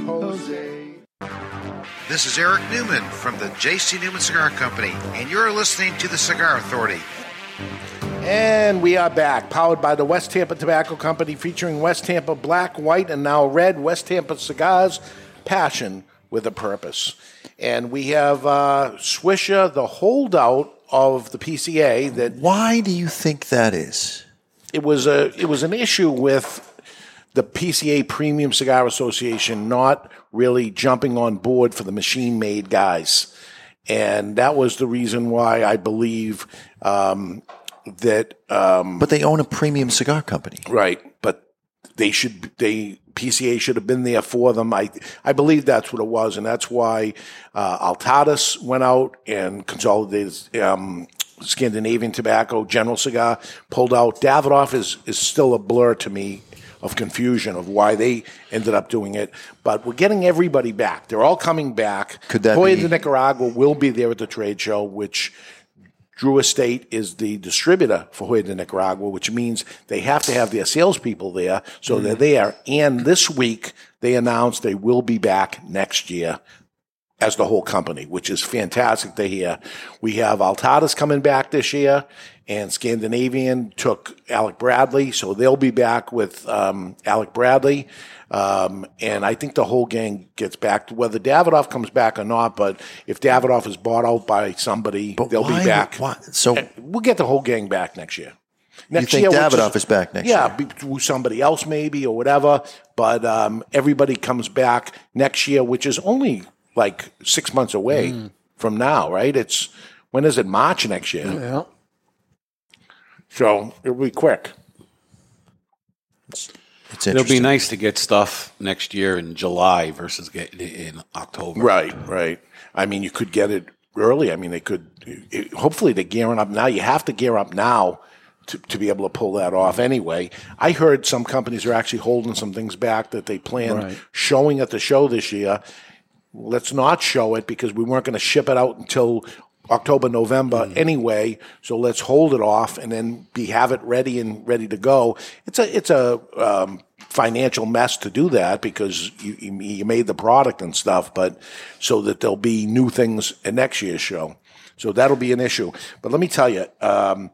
[SPEAKER 2] Jose.
[SPEAKER 16] This is Eric Newman from the J.C. Newman Cigar Company, and you're listening to the Cigar Authority.
[SPEAKER 2] And we are back, powered by the West Tampa Tobacco Company, featuring West Tampa black, white, and now red West Tampa cigars, passion with a purpose. And we have uh, Swisher, the holdout of the PCA. That
[SPEAKER 3] why do you think that is?
[SPEAKER 2] It was a it was an issue with the PCA Premium Cigar Association not really jumping on board for the machine made guys. And that was the reason why I believe um, that. Um,
[SPEAKER 3] but they own a premium cigar company.
[SPEAKER 2] Right. But they should, they, PCA should have been there for them. I, I believe that's what it was. And that's why uh, Altadis went out and consolidated um, Scandinavian Tobacco, General Cigar, pulled out. Davidoff is, is still a blur to me of confusion of why they ended up doing it. But we're getting everybody back. They're all coming back.
[SPEAKER 3] Could that
[SPEAKER 2] Hoya
[SPEAKER 3] be-
[SPEAKER 2] de Nicaragua will be there at the trade show, which Drew Estate is the distributor for Hoya de Nicaragua, which means they have to have their salespeople there, so
[SPEAKER 3] Mm.
[SPEAKER 2] they're there. And this week they announced they will be back next year. As the whole company, which is fantastic to hear. We have Altadas coming back this year, and Scandinavian took Alec Bradley, so they'll be back with um, Alec Bradley, um, and I think the whole gang gets back. Whether Davidoff comes back or not, but if Davidoff is bought out by somebody, they'll
[SPEAKER 3] why-
[SPEAKER 2] be back.
[SPEAKER 3] why- so-
[SPEAKER 2] And we'll get the whole gang back next year. Next
[SPEAKER 3] think
[SPEAKER 2] year, which
[SPEAKER 3] Davidoff is back next
[SPEAKER 2] yeah, year? Yeah, somebody else maybe or whatever. But um, everybody comes back next year, which is only like six months away from now, right? It's when is it March next year?
[SPEAKER 1] Yeah.
[SPEAKER 2] So it'll be quick.
[SPEAKER 3] It's
[SPEAKER 6] It'll be
[SPEAKER 3] interesting.
[SPEAKER 6] nice to get stuff next year in July versus getting it in October.
[SPEAKER 2] Right, right. I mean, you could get it early. I mean, they could. it- hopefully, they're gearing up now. You have to gear up now to, to be able to pull that off. Anyway, I heard some companies are actually holding some things back that they plan
[SPEAKER 1] Right.
[SPEAKER 2] showing at the show this year. Let's not show it because we weren't going to ship it out until October, November anyway. So let's hold it off and then be have it ready and ready to go. It's a it's a um, financial mess to do that because you, you you made the product and stuff, but so that there'll be new things at next year's show. So that'll be an issue. But let me tell you. Um,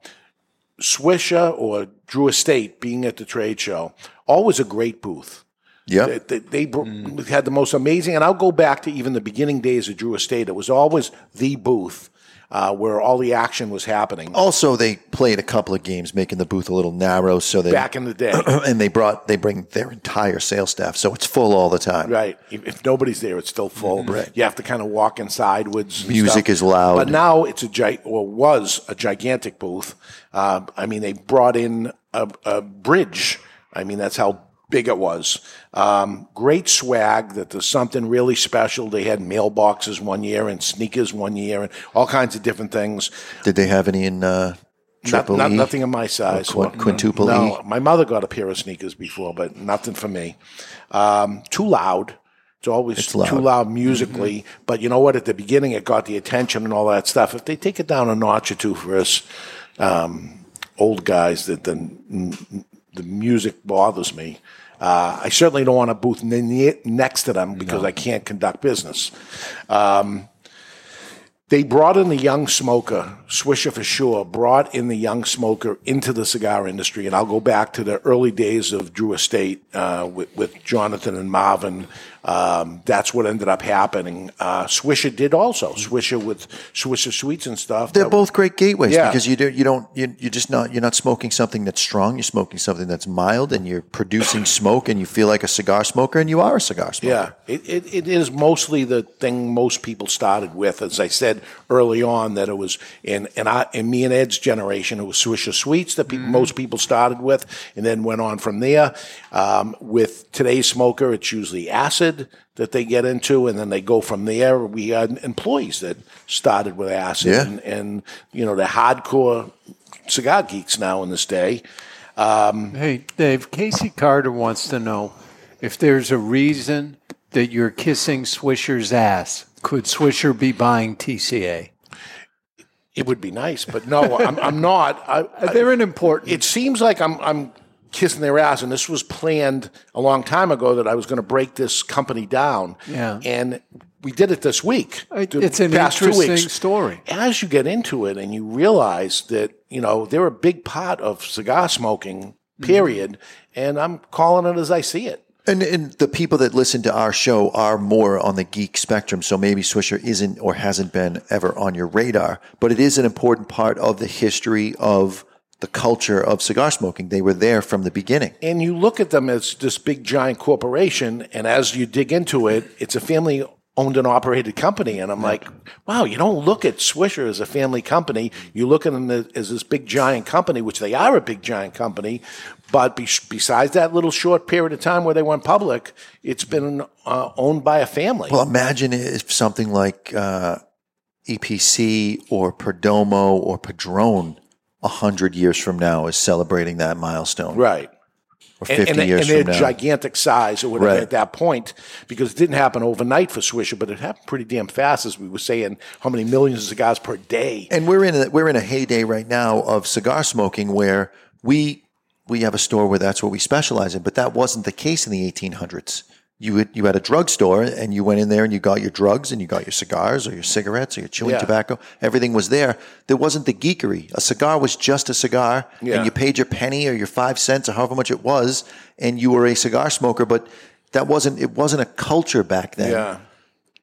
[SPEAKER 2] Swisher or Drew Estate being at the trade show, always a great booth.
[SPEAKER 3] Yeah.
[SPEAKER 2] They, they, they br- had the most amazing, and I'll go back to even the beginning days of Drew Estate. It was always the booth. uh, where all the action was happening.
[SPEAKER 3] Also, they played a couple of games, making the booth a little narrow. So they
[SPEAKER 2] Back in the day.
[SPEAKER 3] and they brought they bring their entire sales staff, so it's full all the time.
[SPEAKER 2] Right. If, if nobody's there, it's still full.
[SPEAKER 3] Mm-hmm. Right.
[SPEAKER 2] You have to kind of walk in sidewards. and
[SPEAKER 3] Music
[SPEAKER 2] stuff.
[SPEAKER 3] is loud.
[SPEAKER 2] But now it's a gi- or was a gigantic booth. Uh, I mean, they brought in a, a bridge. I mean, that's how big it was. Um, great swag. That there's something really special. They had mailboxes one year and sneakers one year and all kinds of different things.
[SPEAKER 3] Did they have any in uh,
[SPEAKER 2] Not,
[SPEAKER 3] triple
[SPEAKER 2] not,
[SPEAKER 3] E?
[SPEAKER 2] nothing of my size.
[SPEAKER 3] quin- quintuple
[SPEAKER 2] no,
[SPEAKER 3] E?
[SPEAKER 2] My mother got a pair of sneakers before, but nothing for me. Um, too loud. It's always too
[SPEAKER 3] loud. Mm-hmm.
[SPEAKER 2] loud musically. But you know what? At the beginning, it got the attention and all that stuff. If they take it down a notch or two for us um, old guys, that the the music bothers me. Uh, I certainly don't want a booth ne- ne- next to them because I can't conduct business. Um, they brought in the young smoker, Swisher for sure, brought in the young smoker into the cigar industry. And I'll go back to the early days of Drew Estate uh, with, with Jonathan and Marvin. Um, that's what ended up happening. Uh, Swisher did also. Swisher with Swisher Sweets and stuff.
[SPEAKER 3] They're
[SPEAKER 2] That-
[SPEAKER 3] both great gateways
[SPEAKER 2] Yeah.
[SPEAKER 3] because you do you don't you you just not you're not smoking something that's strong. You're smoking something that's mild, and you're producing smoke, and you feel like a cigar smoker, and you are a cigar smoker.
[SPEAKER 2] Yeah, it, it, it is mostly the thing most people started with. As I said early on, that it was in and I in me and Ed's generation, it was Swisher Sweets that
[SPEAKER 3] Mm-hmm.
[SPEAKER 2] peop most people started with, and then went on from there. Um, with today's smoker, it's usually acid that they get into, and then they go from there. We had employees that started with acid,
[SPEAKER 3] Yeah.
[SPEAKER 2] and, and you know the hardcore cigar geeks now in this day. Um,
[SPEAKER 4] Hey, Dave, Casey Carter wants to know if there's a reason that you're kissing Swisher's ass. Could Swisher be buying TCA?
[SPEAKER 2] It would be nice, but no, I'm, I'm not. I,
[SPEAKER 4] They're an important.
[SPEAKER 2] It seems like I'm I'm kissing their ass, and this was planned a long time ago that I was going to break this company down.
[SPEAKER 4] Yeah.
[SPEAKER 2] and we did it this week. the
[SPEAKER 4] It's an
[SPEAKER 2] past two
[SPEAKER 4] interesting
[SPEAKER 2] weeks.
[SPEAKER 4] story.
[SPEAKER 2] As you get into it and you realize that you know they're a big part of cigar smoking,
[SPEAKER 4] Mm-hmm.
[SPEAKER 2] period. And I'm calling it as I see it.
[SPEAKER 3] And, and the people that listen to our show are more on the geek spectrum, so maybe Swisher isn't or hasn't been ever on your radar, but it is an important part of the history of the culture of cigar smoking. They were there from the beginning.
[SPEAKER 2] And you look at them as this big giant corporation, and as you dig into it, it's a family owned and operated company. And I'm like, wow, you don't look at Swisher as a family company. You look at them as this big giant company, which they are a big giant company. But be- besides that little short period of time where they went public, it's been uh, owned by a family.
[SPEAKER 3] Well, imagine if something like uh, EPC or Perdomo or Padrone a hundred years from now is celebrating that milestone.
[SPEAKER 2] Right.
[SPEAKER 3] Or
[SPEAKER 2] And-
[SPEAKER 3] 50
[SPEAKER 2] and,
[SPEAKER 3] years
[SPEAKER 2] and their
[SPEAKER 3] from now.
[SPEAKER 2] gigantic size or whatever
[SPEAKER 3] Right.
[SPEAKER 2] at that point because it didn't happen overnight for Swisher, but it happened pretty damn fast, as we were saying, how many millions of cigars per day
[SPEAKER 3] And we're in a, we're in a heyday right now of cigar smoking where we we have a store where that's what we specialize in, but that wasn't the case in the 1800s. You would, you had a drugstore and you went in there and you got your drugs and you got your cigars or your cigarettes or your chewing
[SPEAKER 2] Yeah.
[SPEAKER 3] tobacco. Everything was there. There wasn't the geekery. A cigar was just a cigar,
[SPEAKER 2] Yeah.
[SPEAKER 3] and you paid your penny or your five cents or however much it was, and you were a cigar smoker. But that wasn't it wasn't a culture back then
[SPEAKER 2] Yeah.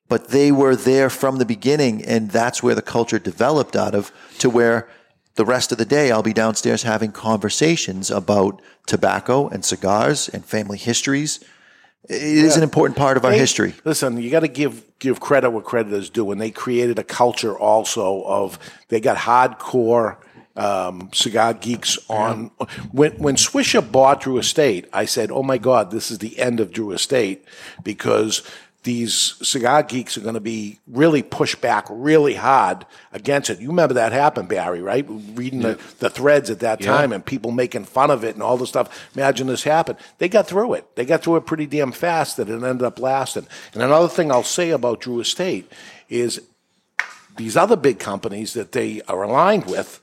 [SPEAKER 3] but they were there from the beginning and that's where the culture developed out of to where the rest of the day I'll be downstairs having conversations about tobacco and cigars and family histories. It is an important part of our
[SPEAKER 2] They-
[SPEAKER 3] history.
[SPEAKER 2] Listen, you got to give give credit where credit is due, and they created a culture also of they got hardcore um, cigar geeks on. When when Swisher bought Drew Estate, I said, "Oh my God, this is the end of Drew Estate," because. These cigar geeks are going to be really pushed back really hard against it. You remember that happened, Barry, right? Reading the, the threads at that
[SPEAKER 6] Yeah.
[SPEAKER 2] time and people making fun of it and all this stuff. Imagine this happened. They got through it. They got through it pretty damn fast that it ended up lasting. And another thing I'll say about Drew Estate is these other big companies that they are aligned with,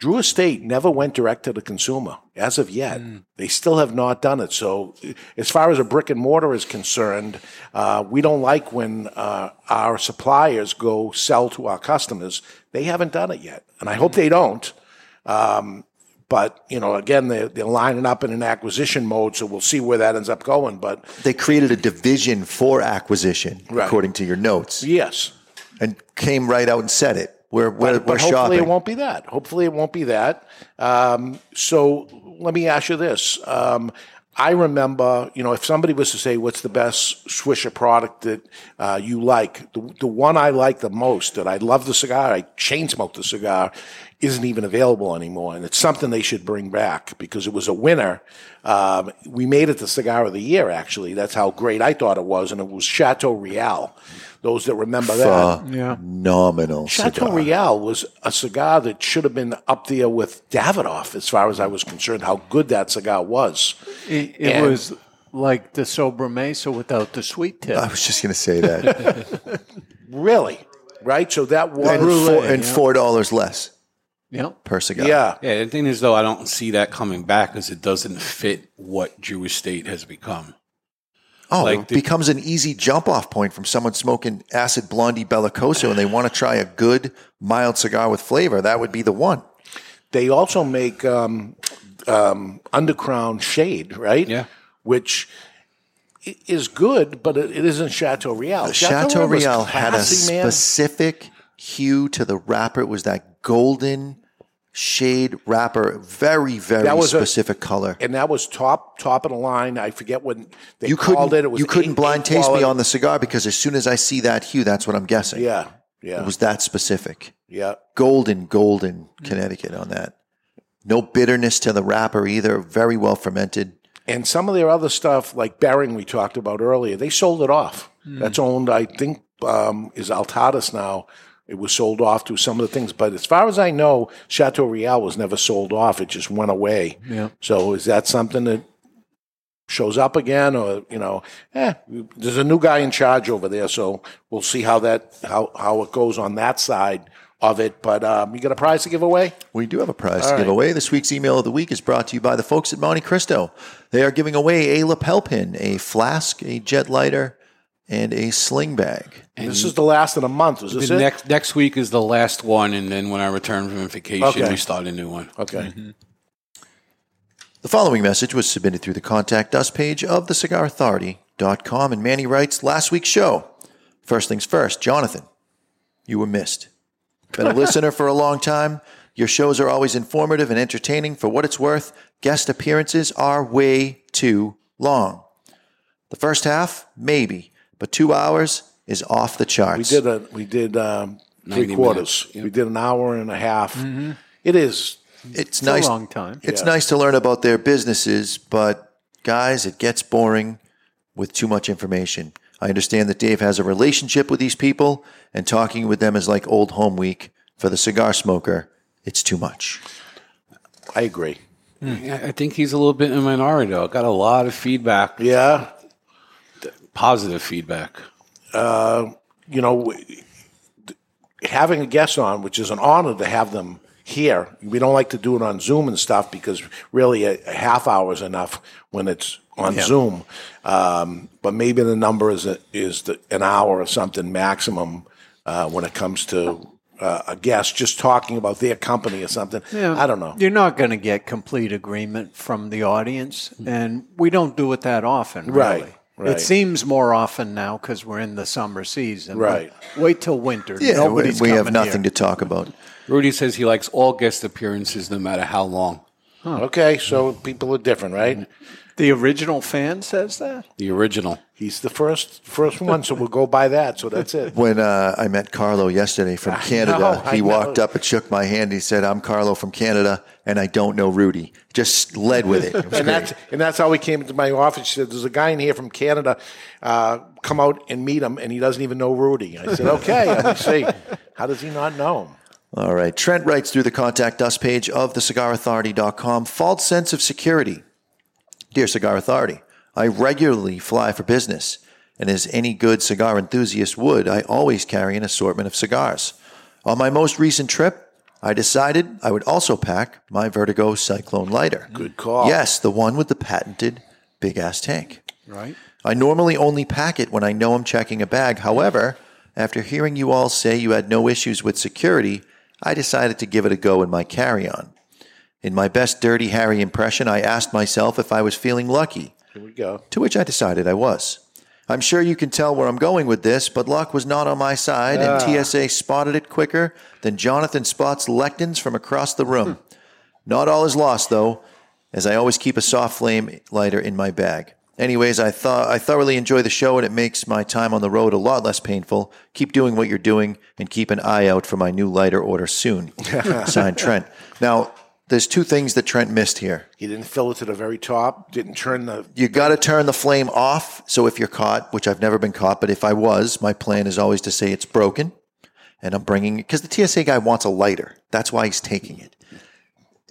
[SPEAKER 2] Drew Estate never went direct to the consumer as of yet. They still have not done it. So, as far as a brick and mortar is concerned, uh, we don't like when uh, our suppliers go sell to our customers. They haven't done it yet, and I hope they don't. Um, but you know, again, they're, they're lining up in an acquisition mode, so we'll see where that ends up going. But
[SPEAKER 3] They created a division for acquisition,
[SPEAKER 2] Right.
[SPEAKER 3] according to your notes.
[SPEAKER 2] Yes.
[SPEAKER 3] and came right out and said it. We're we're,
[SPEAKER 2] but
[SPEAKER 3] we're
[SPEAKER 2] hopefully it
[SPEAKER 3] shopping.
[SPEAKER 2] won't be that. Hopefully it won't be that. Um, so let me ask you this. Um, I remember, you know, if somebody was to say, "What's the best Swisher product that uh, you like?" The, the one I like the most, that I love the cigar, I chain smoked the cigar, isn't even available anymore, and it's something they should bring back because it was a winner. Um, we made it the cigar of the year. Actually, that's how great I thought it was, and it was Chateau Real. Those that remember that,
[SPEAKER 3] Phenomenal
[SPEAKER 2] Chateau
[SPEAKER 3] cigar.
[SPEAKER 2] Real was a cigar that should have been up there with Davidoff, as far as I was concerned, how good that cigar was.
[SPEAKER 4] It, it
[SPEAKER 2] And-
[SPEAKER 4] was like the Sober Mesa without the sweet tip.
[SPEAKER 3] I was just going to say that.
[SPEAKER 2] Really? Right? So that was.
[SPEAKER 3] and four, and four dollars less
[SPEAKER 4] Yeah.
[SPEAKER 3] per cigar.
[SPEAKER 6] Yeah. The thing is, though, I don't see that coming back because it doesn't fit what Jewish state has become.
[SPEAKER 3] Oh,
[SPEAKER 6] Like
[SPEAKER 3] it
[SPEAKER 6] the-
[SPEAKER 3] becomes an easy jump off point from someone smoking acid blondie bellicoso and they want to try a good mild cigar with flavor. That would be the one.
[SPEAKER 2] They also make um, um, Undercrown Shade, right? Yeah. Which i- is good, but it, it isn't Chateau Real.
[SPEAKER 3] Chateau
[SPEAKER 2] was
[SPEAKER 3] Real had a
[SPEAKER 2] classy, man.
[SPEAKER 3] specific hue to the wrapper. It was that golden shade wrapper, very, very
[SPEAKER 2] That was a-
[SPEAKER 3] specific color.
[SPEAKER 2] and that was top top of the line. I forget when they
[SPEAKER 3] you
[SPEAKER 2] called
[SPEAKER 3] couldn't,
[SPEAKER 2] it. It was
[SPEAKER 3] you couldn't
[SPEAKER 2] eight-
[SPEAKER 3] blind
[SPEAKER 2] eight
[SPEAKER 3] taste me
[SPEAKER 2] quality.
[SPEAKER 3] on the cigar because as soon as I see that hue, that's what I'm guessing.
[SPEAKER 2] Yeah, yeah.
[SPEAKER 3] It was that specific.
[SPEAKER 2] Yeah.
[SPEAKER 3] Golden, golden
[SPEAKER 2] Mm.
[SPEAKER 3] Connecticut on that. No bitterness to the wrapper either. Very well fermented.
[SPEAKER 2] And some of their other stuff, like Bering, we talked about earlier, they sold it off.
[SPEAKER 3] Hmm.
[SPEAKER 2] That's owned, I think, um, is Altadas now. It was sold off to some of the things, but as far as I know, Chateau Real was never sold off. It just went away.
[SPEAKER 4] Yeah.
[SPEAKER 2] So is that something that shows up again, or you know, eh, there's a new guy in charge over there, so we'll see how that how how it goes on that side of it. But um, you got a prize to give away?
[SPEAKER 3] We do have a prize
[SPEAKER 2] All
[SPEAKER 3] to
[SPEAKER 2] right.
[SPEAKER 3] give away. This week's email of the week is brought to you by the folks at Monte Cristo. They are giving away a lapel pin, a flask, a jet lighter, and a sling bag.
[SPEAKER 6] And
[SPEAKER 2] this is the last of the month. Is this
[SPEAKER 6] The
[SPEAKER 2] it?
[SPEAKER 6] next next week is the last one, and then when I return from vacation,
[SPEAKER 2] Okay.
[SPEAKER 6] we start a new one.
[SPEAKER 2] Okay.
[SPEAKER 3] The following message was submitted through the contact us page of thecigarauthority.com. And Manny writes last week's show. First things first, Jonathan, you were missed. Been a listener for a long time. Your shows are always informative and entertaining. For what it's worth, guest appearances are way too long. The first half, maybe, but two hours is off the
[SPEAKER 2] We
[SPEAKER 3] charts.
[SPEAKER 2] did a we did um,
[SPEAKER 3] 90
[SPEAKER 2] three quarters. We did an hour and a half. It is.
[SPEAKER 3] It's nice. It's
[SPEAKER 2] Yeah.
[SPEAKER 3] nice to learn about their businesses, but guys, it gets boring with too much information. I understand that Dave has a relationship with these people, and talking with them is like old home week for the cigar smoker. It's too much.
[SPEAKER 2] I agree.
[SPEAKER 6] Yeah, I think he's a little bit in the minority, though. I got a lot of feedback.
[SPEAKER 2] Yeah.
[SPEAKER 6] Positive feedback.
[SPEAKER 2] Uh, you know, w- having a guest on, which is an honor to have them here. We don't like to do it on Zoom and stuff because really a, a half hour is enough when it's on
[SPEAKER 14] Yeah.
[SPEAKER 2] Zoom. Um, but maybe the number is a, is the, an hour or something maximum uh, when it comes to uh, a guest just talking about their company or something.
[SPEAKER 4] Yeah.
[SPEAKER 2] I don't know.
[SPEAKER 4] You're not going to get complete agreement from the audience, and we don't do it that often.
[SPEAKER 2] Right,
[SPEAKER 4] really.
[SPEAKER 2] right.
[SPEAKER 4] It seems more often now because we're in the summer season. but
[SPEAKER 6] Right.
[SPEAKER 4] Wait till winter.
[SPEAKER 3] Yeah,
[SPEAKER 4] Nobody's
[SPEAKER 3] we, we have
[SPEAKER 4] coming
[SPEAKER 3] nothing
[SPEAKER 4] here.
[SPEAKER 3] to talk about.
[SPEAKER 6] Rudy says he likes all guest appearances, no matter how long.
[SPEAKER 2] Okay, so people are different, right?
[SPEAKER 4] The original fan says that.
[SPEAKER 6] The original.
[SPEAKER 2] He's the first first one, so we'll go by that. So that's it.
[SPEAKER 3] When uh, I met Carlo yesterday from Canada,
[SPEAKER 2] know, I
[SPEAKER 3] he walked
[SPEAKER 2] know.
[SPEAKER 3] up and shook my hand. And he said, "I'm Carlo from Canada, and I don't know Rudy." Just led with it. It was
[SPEAKER 2] and
[SPEAKER 3] great.
[SPEAKER 2] that's and that's how he came into my office. She said, "There's a guy in here from Canada. Uh, come out and meet him, and he doesn't even know Rudy." I said, "Okay, let me see. How does he not know him?"
[SPEAKER 3] All right. Trent writes through the contact us page of thecigarauthority.com false sense of security. Dear Cigar Authority, I regularly fly for business, and as any good cigar enthusiast would, I always carry an assortment of cigars. On my most recent trip, I decided I would also pack my Vertigo Cyclone lighter. Good
[SPEAKER 2] call.
[SPEAKER 3] Yes, the one with the patented big ass tank.
[SPEAKER 4] Right.
[SPEAKER 3] I normally only pack it when I know I'm checking a bag. However, after hearing you all say you had no issues with security, I decided to give it a go in my carry on. In my best Dirty Harry impression, I asked myself if I was feeling lucky,
[SPEAKER 2] Here we go.
[SPEAKER 3] to which I decided I was. I'm sure you can tell where I'm going with this, but luck was not on my side, Ah. and TSA spotted it quicker than Jonathan spots lectins from across the room. Not all is lost, though, as I always keep a soft flame lighter in my bag. Anyways, I thought I thoroughly enjoy the show, and it makes my time on the road a lot less painful. Keep doing what you're doing, and keep an eye out for my new lighter order soon. Signed, Trent. Now, there's two things that Trent missed here.
[SPEAKER 2] He didn't fill it to the very top. Didn't turn the.
[SPEAKER 3] You got to turn the flame off. So if you're caught, which I've never been caught, but if I was, my plan is always to say it's broken, and I'm bringing because the TSA guy wants a lighter. That's why he's taking it.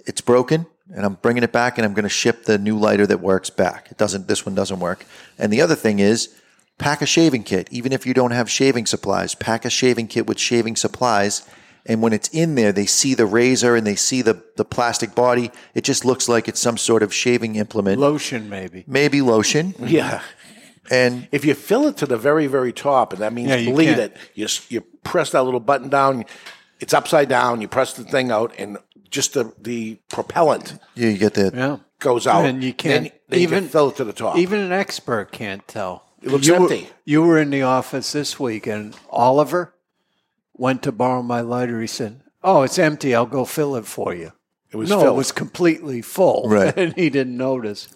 [SPEAKER 3] It's broken, and I'm bringing it back, and I'm going to ship the new lighter that works back. It doesn't. This one doesn't work. And the other thing is, pack a shaving kit. Even if you don't have shaving supplies, pack a shaving kit with shaving supplies. And when it's in there, they see the razor and they see the, the plastic body. It just looks like it's some sort of shaving implement.
[SPEAKER 4] Lotion, maybe.
[SPEAKER 3] Maybe lotion.
[SPEAKER 2] Yeah.
[SPEAKER 3] And
[SPEAKER 2] if you fill it to the very, very top, and that means
[SPEAKER 4] Yeah, you
[SPEAKER 2] bleed
[SPEAKER 4] can't-
[SPEAKER 2] it, you, s- you press that little button down, it's upside down, you press the thing out, and just the, the propellant
[SPEAKER 3] Yeah, you get the
[SPEAKER 2] goes out.
[SPEAKER 4] And you
[SPEAKER 2] Then-
[SPEAKER 4] can't
[SPEAKER 2] then you can
[SPEAKER 4] even- e
[SPEAKER 2] fill it to the top.
[SPEAKER 4] Even an expert can't tell.
[SPEAKER 2] It looks
[SPEAKER 4] you
[SPEAKER 2] empty.
[SPEAKER 4] Were, you were in the office this week, and Oliver went to borrow my lighter. He said, "Oh, it's empty. I'll go fill it for you." It
[SPEAKER 3] was
[SPEAKER 4] no,
[SPEAKER 3] filled.
[SPEAKER 4] it was completely full,
[SPEAKER 3] Right.
[SPEAKER 4] and he didn't notice.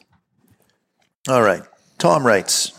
[SPEAKER 3] All right. Tom writes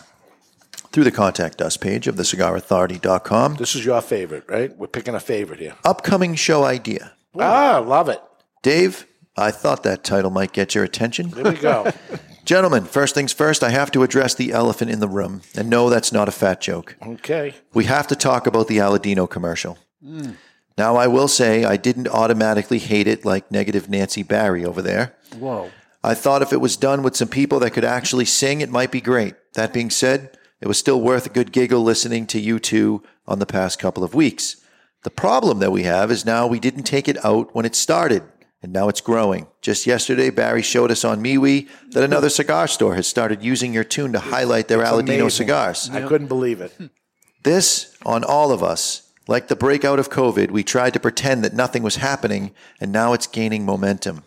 [SPEAKER 3] through the contact us page of thecigarauthority.com.
[SPEAKER 2] This is your favorite, right? We're picking a favorite here.
[SPEAKER 3] Upcoming show idea.
[SPEAKER 2] Ah, love it.
[SPEAKER 3] Dave, I thought that title might get your attention.
[SPEAKER 2] There we go.
[SPEAKER 3] Gentlemen, first things first, I have to address the elephant in the room. And no, that's not a fat joke.
[SPEAKER 2] okay.
[SPEAKER 3] We have to talk about the Aladino commercial.
[SPEAKER 4] Hmm.
[SPEAKER 3] Now, I will say I didn't automatically hate it like negative Nancy Barry over there.
[SPEAKER 4] Whoa.
[SPEAKER 3] I thought if it was done with some people that could actually sing, it might be great. That being said, it was still worth a good giggle listening to you two on the past couple of weeks. The problem that we have is now we didn't take it out when it started, and now it's growing. Just yesterday, Barry showed us on MeWe that another cigar store has started using your tune to highlight their
[SPEAKER 2] It's
[SPEAKER 3] Aladino
[SPEAKER 2] amazing.
[SPEAKER 3] cigars.
[SPEAKER 2] I couldn't believe it.
[SPEAKER 4] Hmm.
[SPEAKER 3] This on all of us. Like the breakout of COVID, we tried to pretend that nothing was happening, and now it's gaining momentum.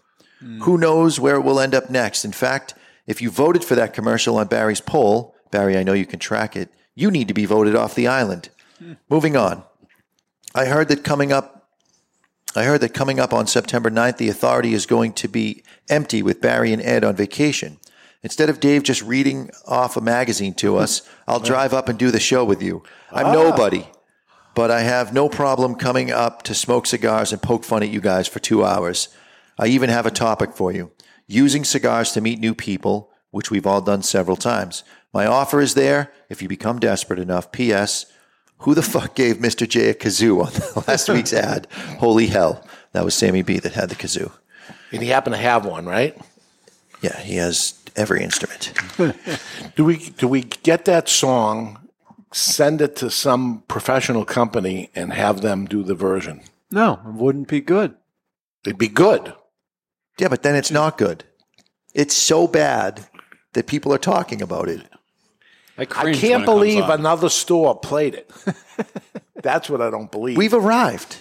[SPEAKER 3] Who knows where it will end up next? In fact, if you voted for that commercial on Barry's poll, Barry, I know you can track it, you need to be voted off the island. Moving on. I heard that coming up I heard that coming up on September 9th, the authority is going to be empty with Barry and Ed on vacation. Instead of Dave just reading off a magazine to us, I'll drive up and do the show with you. I'm
[SPEAKER 1] Ah.
[SPEAKER 3] nobody, but I have no problem coming up to smoke cigars and poke fun at you guys for two hours. I even have a topic for you using cigars to meet new people, which we've all done several times. My offer is there if you become desperate enough. P.S. Who the fuck gave Mr. J a kazoo on the last week's ad? Holy hell. That was Sammy B that had the kazoo.
[SPEAKER 2] And he happened to have one, right?
[SPEAKER 3] Yeah, he has every instrument.
[SPEAKER 2] do we do we get that song, send it to some professional company, and have them do the version?
[SPEAKER 4] No, it wouldn't be good.
[SPEAKER 2] It'd be good.
[SPEAKER 3] Yeah, but then it's not good. It's so bad that people are talking about it.
[SPEAKER 6] I,
[SPEAKER 3] cringe when
[SPEAKER 2] can't
[SPEAKER 3] it comes
[SPEAKER 2] believe
[SPEAKER 3] on.
[SPEAKER 2] another store played it. That's what I don't believe.
[SPEAKER 3] We've arrived.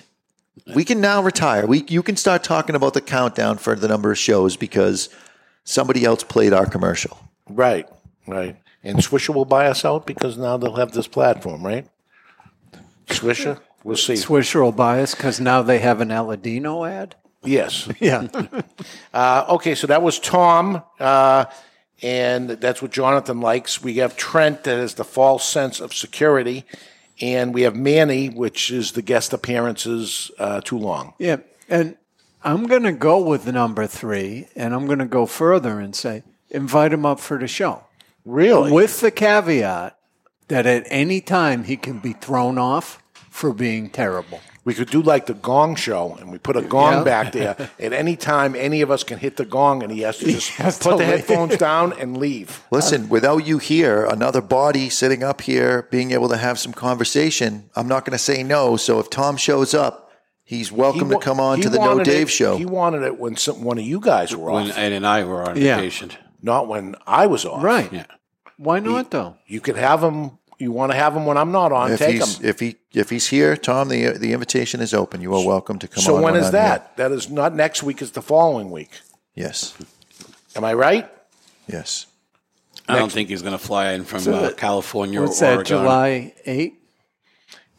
[SPEAKER 3] We can now retire. We you can start talking about the countdown for the number of shows because somebody else played our commercial.
[SPEAKER 2] right, right. And Swisher will buy us out because now they'll have this platform, right? Swisher, we'll see.
[SPEAKER 4] Swisher will buy us because now they have an Aladino ad.
[SPEAKER 2] Yes.
[SPEAKER 4] Yeah.
[SPEAKER 2] uh, okay, so that was Tom, uh, and that's what Jonathan likes. We have Trent, that is the false sense of security, and we have Manny, which is the guest appearances uh, too long.
[SPEAKER 4] Yeah, and I'm going to go with number three, and I'm going to go further and say invite him up for the show.
[SPEAKER 2] Really?
[SPEAKER 4] With the caveat that at any time he can be thrown off for being terrible.
[SPEAKER 2] We could do like the Gong Show, and we put a gong
[SPEAKER 4] Yeah.
[SPEAKER 2] back there. At any time, any of us can hit the gong, and he has to just put
[SPEAKER 4] to
[SPEAKER 2] the
[SPEAKER 4] leave.
[SPEAKER 2] headphones down and leave.
[SPEAKER 3] Listen, without you here, another body sitting up here, being able to have some conversation, I'm not going to say no. So if Tom shows up, he's welcome
[SPEAKER 2] He wa-
[SPEAKER 3] to come on
[SPEAKER 2] he
[SPEAKER 3] to the No
[SPEAKER 2] wanted
[SPEAKER 3] Dave
[SPEAKER 2] it-
[SPEAKER 3] show.
[SPEAKER 2] He wanted it when some, one of you guys were
[SPEAKER 6] When
[SPEAKER 2] off,
[SPEAKER 6] Ed and I were on
[SPEAKER 2] Yeah.
[SPEAKER 6] vacation.
[SPEAKER 2] not when I was off.
[SPEAKER 4] Right.
[SPEAKER 6] Yeah.
[SPEAKER 4] Why not, though?
[SPEAKER 2] You could have him. You want to have him when I'm not on.
[SPEAKER 3] if
[SPEAKER 2] take him.
[SPEAKER 3] he's if he if he's here, Tom, the the invitation is open. You are welcome to come
[SPEAKER 2] so
[SPEAKER 3] on.
[SPEAKER 2] when
[SPEAKER 3] I'm
[SPEAKER 2] is
[SPEAKER 3] here.
[SPEAKER 2] that? That is not next week. It's the following week.
[SPEAKER 3] Yes,
[SPEAKER 2] Am I right?
[SPEAKER 3] yes.
[SPEAKER 6] I don't think he's going to fly in from
[SPEAKER 4] So
[SPEAKER 6] uh,
[SPEAKER 4] that-
[SPEAKER 6] California
[SPEAKER 4] What's
[SPEAKER 6] or
[SPEAKER 4] that,
[SPEAKER 6] Oregon.
[SPEAKER 4] July 8th?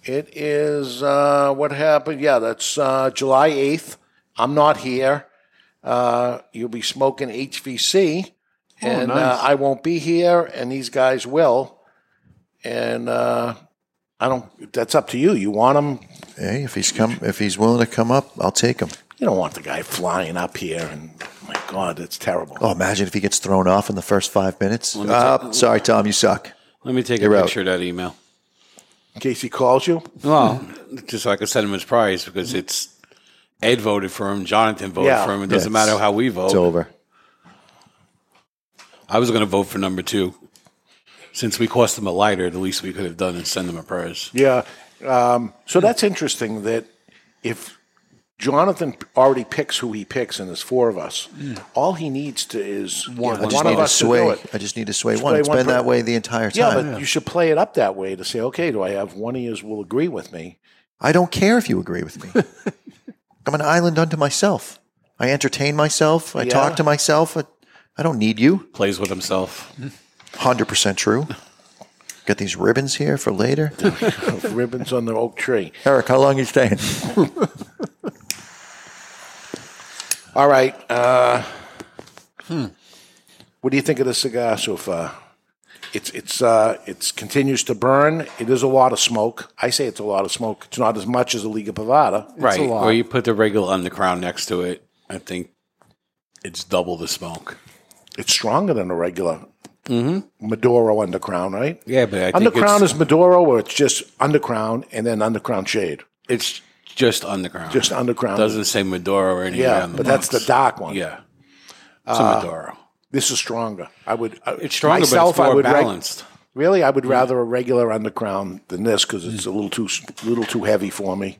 [SPEAKER 2] It is uh, what happened. Yeah, that's uh, July eighth. I'm not here. Uh, you'll be smoking HVC,
[SPEAKER 4] Oh,
[SPEAKER 2] and
[SPEAKER 4] nice.
[SPEAKER 2] uh, I won't be here, and these guys will. And uh, I don't. That's up to you. You want them?
[SPEAKER 3] Hey, if he's come, if he's willing to come up, I'll take him.
[SPEAKER 2] You don't want the guy flying up here. And my God, it's terrible.
[SPEAKER 3] Oh, imagine if he gets thrown off in the first five minutes.
[SPEAKER 6] Let me
[SPEAKER 3] Uh,
[SPEAKER 6] take-
[SPEAKER 3] sorry, Tom, you suck.
[SPEAKER 6] Let me take
[SPEAKER 3] You're
[SPEAKER 6] a
[SPEAKER 3] out.
[SPEAKER 6] picture of that email.
[SPEAKER 2] In case he calls you.
[SPEAKER 6] Well, just so I could send him his prize because it's Ed voted for him, Jonathan voted
[SPEAKER 2] Yeah.
[SPEAKER 6] for him. It doesn't
[SPEAKER 3] Yeah, it's-
[SPEAKER 6] matter how we vote.
[SPEAKER 3] It's over.
[SPEAKER 6] I was going to vote for number two. Since we cost him a lighter, the least we could have done is send him a prize.
[SPEAKER 2] Yeah. Um, so that's interesting that if Jonathan already picks who he picks, and there's four of us, all he needs to is one,
[SPEAKER 3] I just
[SPEAKER 2] one
[SPEAKER 3] need
[SPEAKER 2] of
[SPEAKER 3] to
[SPEAKER 2] us to do
[SPEAKER 3] sway.
[SPEAKER 2] it.
[SPEAKER 3] I just need to sway
[SPEAKER 2] Just
[SPEAKER 3] one.
[SPEAKER 2] play
[SPEAKER 3] It's
[SPEAKER 2] one
[SPEAKER 3] been
[SPEAKER 2] per-
[SPEAKER 3] that way the entire
[SPEAKER 2] Yeah, but
[SPEAKER 3] time.
[SPEAKER 2] you should play it up that way to say, okay, do I have one of yous will agree with me?
[SPEAKER 3] I don't care if you agree with me. I'm an island unto myself. I entertain myself. I
[SPEAKER 2] Yeah.
[SPEAKER 3] talk to myself. I, I don't need you.
[SPEAKER 6] Plays with himself.
[SPEAKER 3] 100% true. Got these ribbons here for later.
[SPEAKER 2] Ribbons on the oak tree.
[SPEAKER 3] Eric, how long are you staying?
[SPEAKER 2] All right. Uh, hmm. What do you think of the cigar so far? It's it's uh, it's continues to burn. It is a lot of smoke. I say it's a lot of smoke. It's not as much as a Liga Pavada.
[SPEAKER 6] right. Or you put the regular on the crown next to it. I think it's double the smoke.
[SPEAKER 2] It's stronger than a regular
[SPEAKER 6] Mm-hmm.
[SPEAKER 2] Maduro undercrown, right?
[SPEAKER 6] Yeah, but I think
[SPEAKER 2] undercrown
[SPEAKER 6] it's-
[SPEAKER 2] is Maduro, or it's just undercrown and then undercrown shade.
[SPEAKER 6] It's just underground.
[SPEAKER 2] Just underground.
[SPEAKER 6] Doesn't say Maduro or anything.
[SPEAKER 2] yeah,
[SPEAKER 6] on the
[SPEAKER 2] but that's the
[SPEAKER 6] box.
[SPEAKER 2] dark one.
[SPEAKER 6] Yeah. It's a Maduro.
[SPEAKER 2] This is stronger. I would. I-
[SPEAKER 6] It's Uh, stronger,
[SPEAKER 2] myself,
[SPEAKER 6] but it's
[SPEAKER 2] I
[SPEAKER 6] more
[SPEAKER 2] would reg-
[SPEAKER 6] balanced.
[SPEAKER 2] really, I would rather a regular underground than this because it's a little too s- little too heavy for me.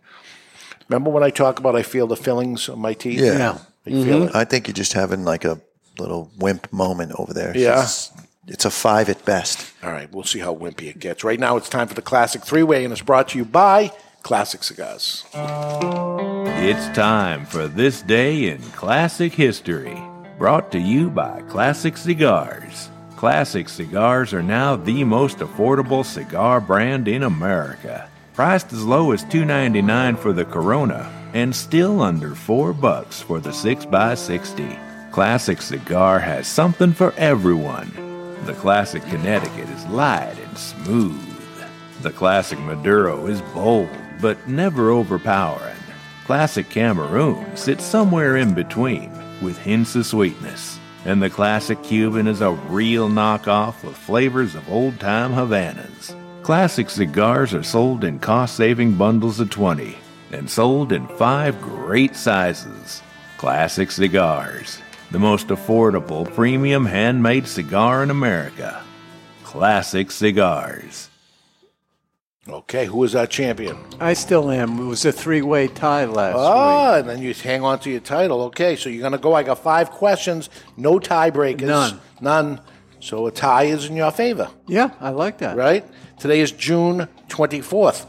[SPEAKER 2] Remember when I talk about I feel the fillings on my teeth? I
[SPEAKER 6] Mm-hmm.
[SPEAKER 2] feel it.
[SPEAKER 3] I think you're just having like a little wimp moment over there.
[SPEAKER 2] Yeah.
[SPEAKER 3] It's, it's a five at best.
[SPEAKER 2] All right, we'll see how wimpy it gets. Right now, it's time for the classic three way, and it's brought to you by Classic Cigars.
[SPEAKER 1] It's time for This Day in Classic History, brought to you by Classic Cigars. Classic Cigars are now the most affordable cigar brand in America, priced as low as $2.99 for the Corona and still under 4 bucks for the 6x60. Classic Cigar has something for everyone. The Classic Connecticut is light and smooth. The classic Maduro is bold, but never overpowering. Classic Cameroon sits somewhere in between, with hints of sweetness. And the classic Cuban is a real knockoff with flavors of old time Havanas. Classic cigars are sold in cost saving bundles of 20 and sold in five great sizes. Classic Cigars, the most affordable premium handmade cigar in America. Classic Cigars.
[SPEAKER 2] Okay, who is our champion?
[SPEAKER 4] I still am. It was a three way tie last week.
[SPEAKER 2] Ah, and then you hang on to your title. Okay, so you're going to go. I got five questions, no tiebreakers.
[SPEAKER 4] None.
[SPEAKER 2] None. So a tie is in your favor.
[SPEAKER 4] Yeah, I like that.
[SPEAKER 2] Right? Today is June 24th.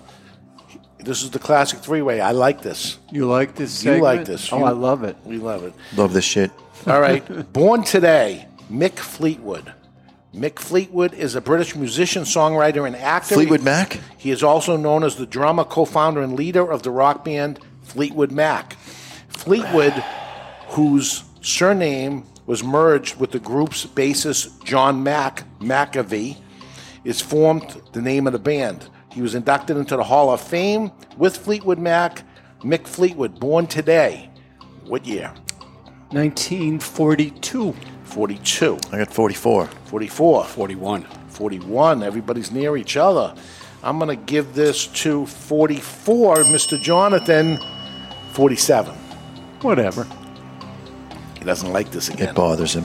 [SPEAKER 2] This is the classic three way. I like this.
[SPEAKER 4] You like this?
[SPEAKER 2] You like
[SPEAKER 4] segment?
[SPEAKER 2] this.
[SPEAKER 4] Oh,
[SPEAKER 2] You-
[SPEAKER 4] I love it.
[SPEAKER 2] We love it.
[SPEAKER 3] Love this shit.
[SPEAKER 2] All right. Born today, Mick Fleetwood. Mick Fleetwood is a British musician, songwriter, and actor.
[SPEAKER 3] Fleetwood Mac?
[SPEAKER 2] He is also known as the drummer, co founder, and leader of the rock band Fleetwood Mac. Fleetwood, whose surname was merged with the group's bassist John Mac McAvee, is formed the name of the band. He was inducted into the Hall of Fame with Fleetwood Mac. Mick Fleetwood, born today. What year?
[SPEAKER 4] 1942.
[SPEAKER 2] 42.
[SPEAKER 3] I got 44.
[SPEAKER 2] 44.
[SPEAKER 6] 41.
[SPEAKER 2] 41. Everybody's near each other. I'm going to give this to 44, Mr. Jonathan. 47.
[SPEAKER 4] Whatever.
[SPEAKER 2] He doesn't like this again.
[SPEAKER 3] It bothers him.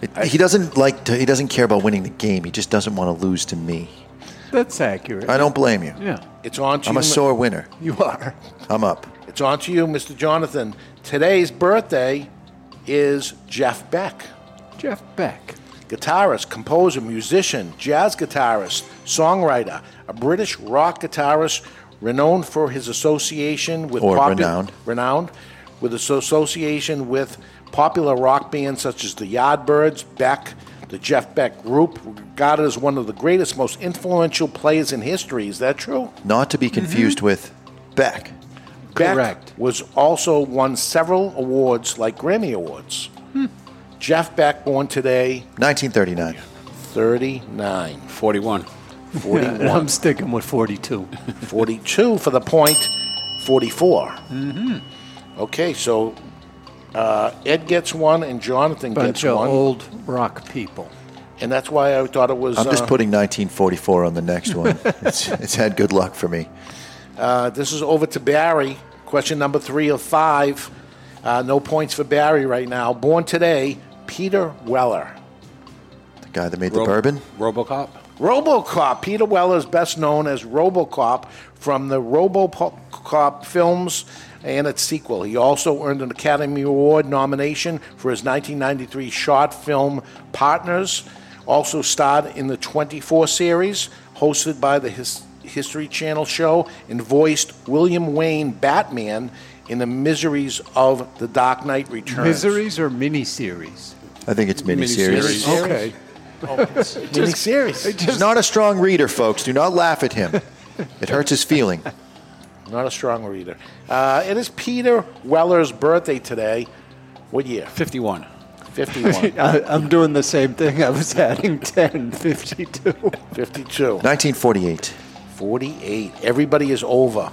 [SPEAKER 3] It- he doesn't like to, he doesn't care about winning the game. He just doesn't want to lose to me.
[SPEAKER 4] That's accurate.
[SPEAKER 3] I don't blame you.
[SPEAKER 4] Yeah.
[SPEAKER 2] It's on to
[SPEAKER 3] I'm
[SPEAKER 2] you.
[SPEAKER 3] a sore winner.
[SPEAKER 4] You are.
[SPEAKER 3] I'm up.
[SPEAKER 2] It's on to you, Mr. Jonathan. Today's birthday is Jeff Beck.
[SPEAKER 4] Jeff Beck.
[SPEAKER 2] Guitarist, composer, musician, jazz guitarist, songwriter, a British rock guitarist renowned for his association with
[SPEAKER 3] Or
[SPEAKER 2] popu-
[SPEAKER 3] renowned.
[SPEAKER 2] renowned with his association with popular rock bands such as the Yardbirds, Beck, the Jeff Beck Group, regarded as one of the greatest, most influential players in history. Is that true?
[SPEAKER 3] Not to be
[SPEAKER 2] Mm-hmm.
[SPEAKER 3] confused with Beck.
[SPEAKER 2] Beck was also won several awards like Grammy Awards.
[SPEAKER 4] Hmm.
[SPEAKER 2] Jeff Beck, born today,
[SPEAKER 3] 1939.
[SPEAKER 2] 39.
[SPEAKER 6] 41.
[SPEAKER 2] 41.
[SPEAKER 4] I'm sticking with 42.
[SPEAKER 2] 42 for the point, 44.
[SPEAKER 4] Mm-hmm.
[SPEAKER 2] Okay, so uh, Ed gets one and Jonathan
[SPEAKER 4] Bunch
[SPEAKER 2] gets
[SPEAKER 4] of
[SPEAKER 2] one.
[SPEAKER 4] old rock people.
[SPEAKER 2] And that's why I thought it was.
[SPEAKER 3] I'm just
[SPEAKER 2] uh,
[SPEAKER 3] putting 1944 on the next one. it's, it's had good luck for me.
[SPEAKER 2] Uh, this is over to Barry. Question number three of five. Uh, no points for Barry right now. Born today, Peter Weller.
[SPEAKER 3] The guy that made
[SPEAKER 2] Rob-
[SPEAKER 3] the bourbon.
[SPEAKER 6] Robocop.
[SPEAKER 2] Robocop. Peter Weller is best known as Robocop from the Robocop films and its sequel. He also earned an Academy Award nomination for his 1993 short film Partners. Also starred in the 24 series, hosted by the His- History Channel show, and voiced William Wayne Batman in the Miseries of the Dark Knight Returns.
[SPEAKER 4] Miseries or miniseries?
[SPEAKER 3] I think it's miniseries.
[SPEAKER 4] Okay.
[SPEAKER 2] Oh, Mini series.
[SPEAKER 3] He's not a strong reader, folks. Do not laugh at him. It hurts his feeling.
[SPEAKER 2] Not a strong reader. Uh, it is Peter Weller's birthday today. What year?
[SPEAKER 6] 51.
[SPEAKER 2] 51.
[SPEAKER 4] I, I'm doing the same thing. I was adding 10, 52.
[SPEAKER 2] 52.
[SPEAKER 3] 1948.
[SPEAKER 2] 48. Everybody is over.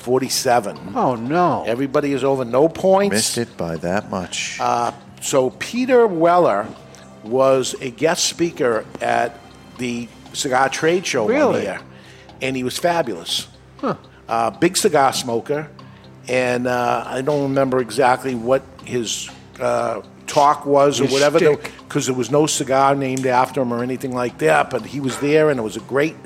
[SPEAKER 2] 47.
[SPEAKER 4] Oh, no.
[SPEAKER 2] Everybody is over. No points.
[SPEAKER 3] Missed it by that much.
[SPEAKER 2] Uh, so Peter Weller was a guest speaker at the cigar trade show one
[SPEAKER 4] Really?
[SPEAKER 2] year, and he was fabulous. Uh, big cigar smoker, and uh, I don't remember exactly what his uh, talk was
[SPEAKER 4] His
[SPEAKER 2] or whatever,
[SPEAKER 4] shtick.
[SPEAKER 2] because there was no cigar named after him or anything like that. But he was there, and it was a great,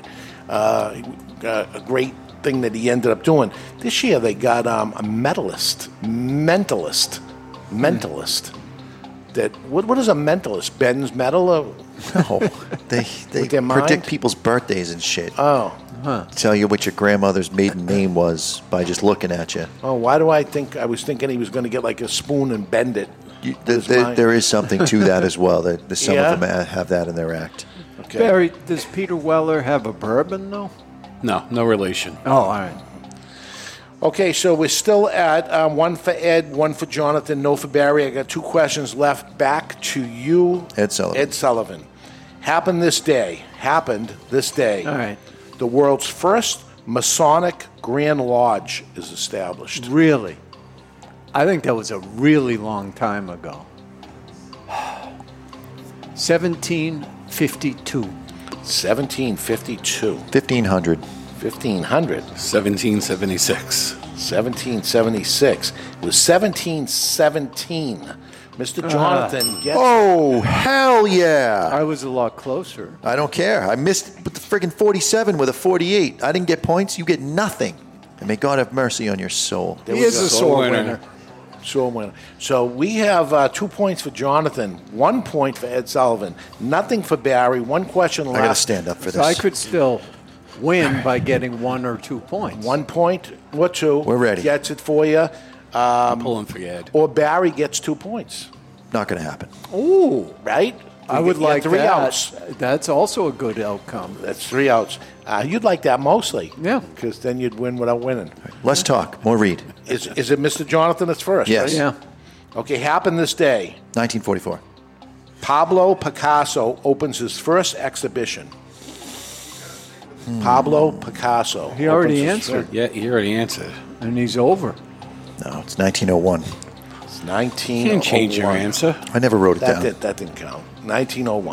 [SPEAKER 2] uh, uh, a great thing that he ended up doing. This year they got um, a medalist, mentalist, mentalist. That what, what is a mentalist? Ben's medal? Of,
[SPEAKER 3] No, they they
[SPEAKER 2] With their mind?
[SPEAKER 3] predict people's birthdays and shit.
[SPEAKER 2] Oh,
[SPEAKER 3] Tell you what your grandmother's maiden name was by just looking at you.
[SPEAKER 2] oh, why do I think I was thinking he was going to get like a spoon and bend it?
[SPEAKER 3] you there, there- there is something to that as well. That that some
[SPEAKER 2] Yeah?
[SPEAKER 3] of them ha- have that in their act.
[SPEAKER 2] Okay.
[SPEAKER 4] Barry, does Peter Weller have a bourbon, though?
[SPEAKER 6] No, no relation.
[SPEAKER 4] Oh, all right.
[SPEAKER 2] Okay, so we're still at um, one for Ed, one for Jonathan, no for Barry. I got two questions left. Back to you,
[SPEAKER 3] Ed Sullivan.
[SPEAKER 2] Ed Sullivan. Happened this day. Happened this day. All right. The world's first Masonic Grand Lodge is established.
[SPEAKER 4] Really? I think that was a really long time ago. 1752.
[SPEAKER 2] 1752.
[SPEAKER 3] 1500.
[SPEAKER 2] 1500.
[SPEAKER 6] 1776.
[SPEAKER 2] 1776. It was 1717. Mr. Jonathan
[SPEAKER 3] Ah.
[SPEAKER 2] gets
[SPEAKER 3] oh hell yeah! I
[SPEAKER 4] was a lot closer.
[SPEAKER 3] I don't care. I missed with the friggin' forty-seven with a forty-eight. I didn't get points. You get nothing. And may God have mercy on your soul.
[SPEAKER 2] There we go. Sore winner. So we have uh, two points for Jonathan, one point for Ed Sullivan, nothing for Barry, one question left.
[SPEAKER 3] gotta stand up for
[SPEAKER 4] So I could still win by getting one or two points.
[SPEAKER 2] One point or two. We're
[SPEAKER 3] ready.
[SPEAKER 2] Gets it for you. Um, I'm
[SPEAKER 6] pulling for you, Ed.
[SPEAKER 2] Or Barry gets two points.
[SPEAKER 3] Not going to happen.
[SPEAKER 4] Ooh,
[SPEAKER 2] right?
[SPEAKER 4] I
[SPEAKER 2] You
[SPEAKER 4] would
[SPEAKER 2] get- you get
[SPEAKER 4] like
[SPEAKER 2] three
[SPEAKER 4] that.
[SPEAKER 2] outs.
[SPEAKER 4] That's also a good outcome.
[SPEAKER 2] That's three outs. Uh, you'd like that mostly.
[SPEAKER 4] Yeah.
[SPEAKER 2] Because then you'd win without winning.
[SPEAKER 3] Let's talk. More read.
[SPEAKER 2] Is, is it Mr. Jonathan that's first?
[SPEAKER 3] Yes.
[SPEAKER 2] right?
[SPEAKER 3] Yeah.
[SPEAKER 2] Okay, happened this day.
[SPEAKER 3] 1944.
[SPEAKER 2] Pablo Picasso opens his first exhibition. Pablo Picasso.
[SPEAKER 4] He already
[SPEAKER 2] opens his
[SPEAKER 4] answered.
[SPEAKER 6] Yeah, he already answered.
[SPEAKER 4] And he's over.
[SPEAKER 3] No, it's 1901.
[SPEAKER 2] It's 1901.
[SPEAKER 6] Can't change your answer.
[SPEAKER 3] I never wrote it
[SPEAKER 2] that,
[SPEAKER 3] down.
[SPEAKER 2] Did, that didn't count. 1901.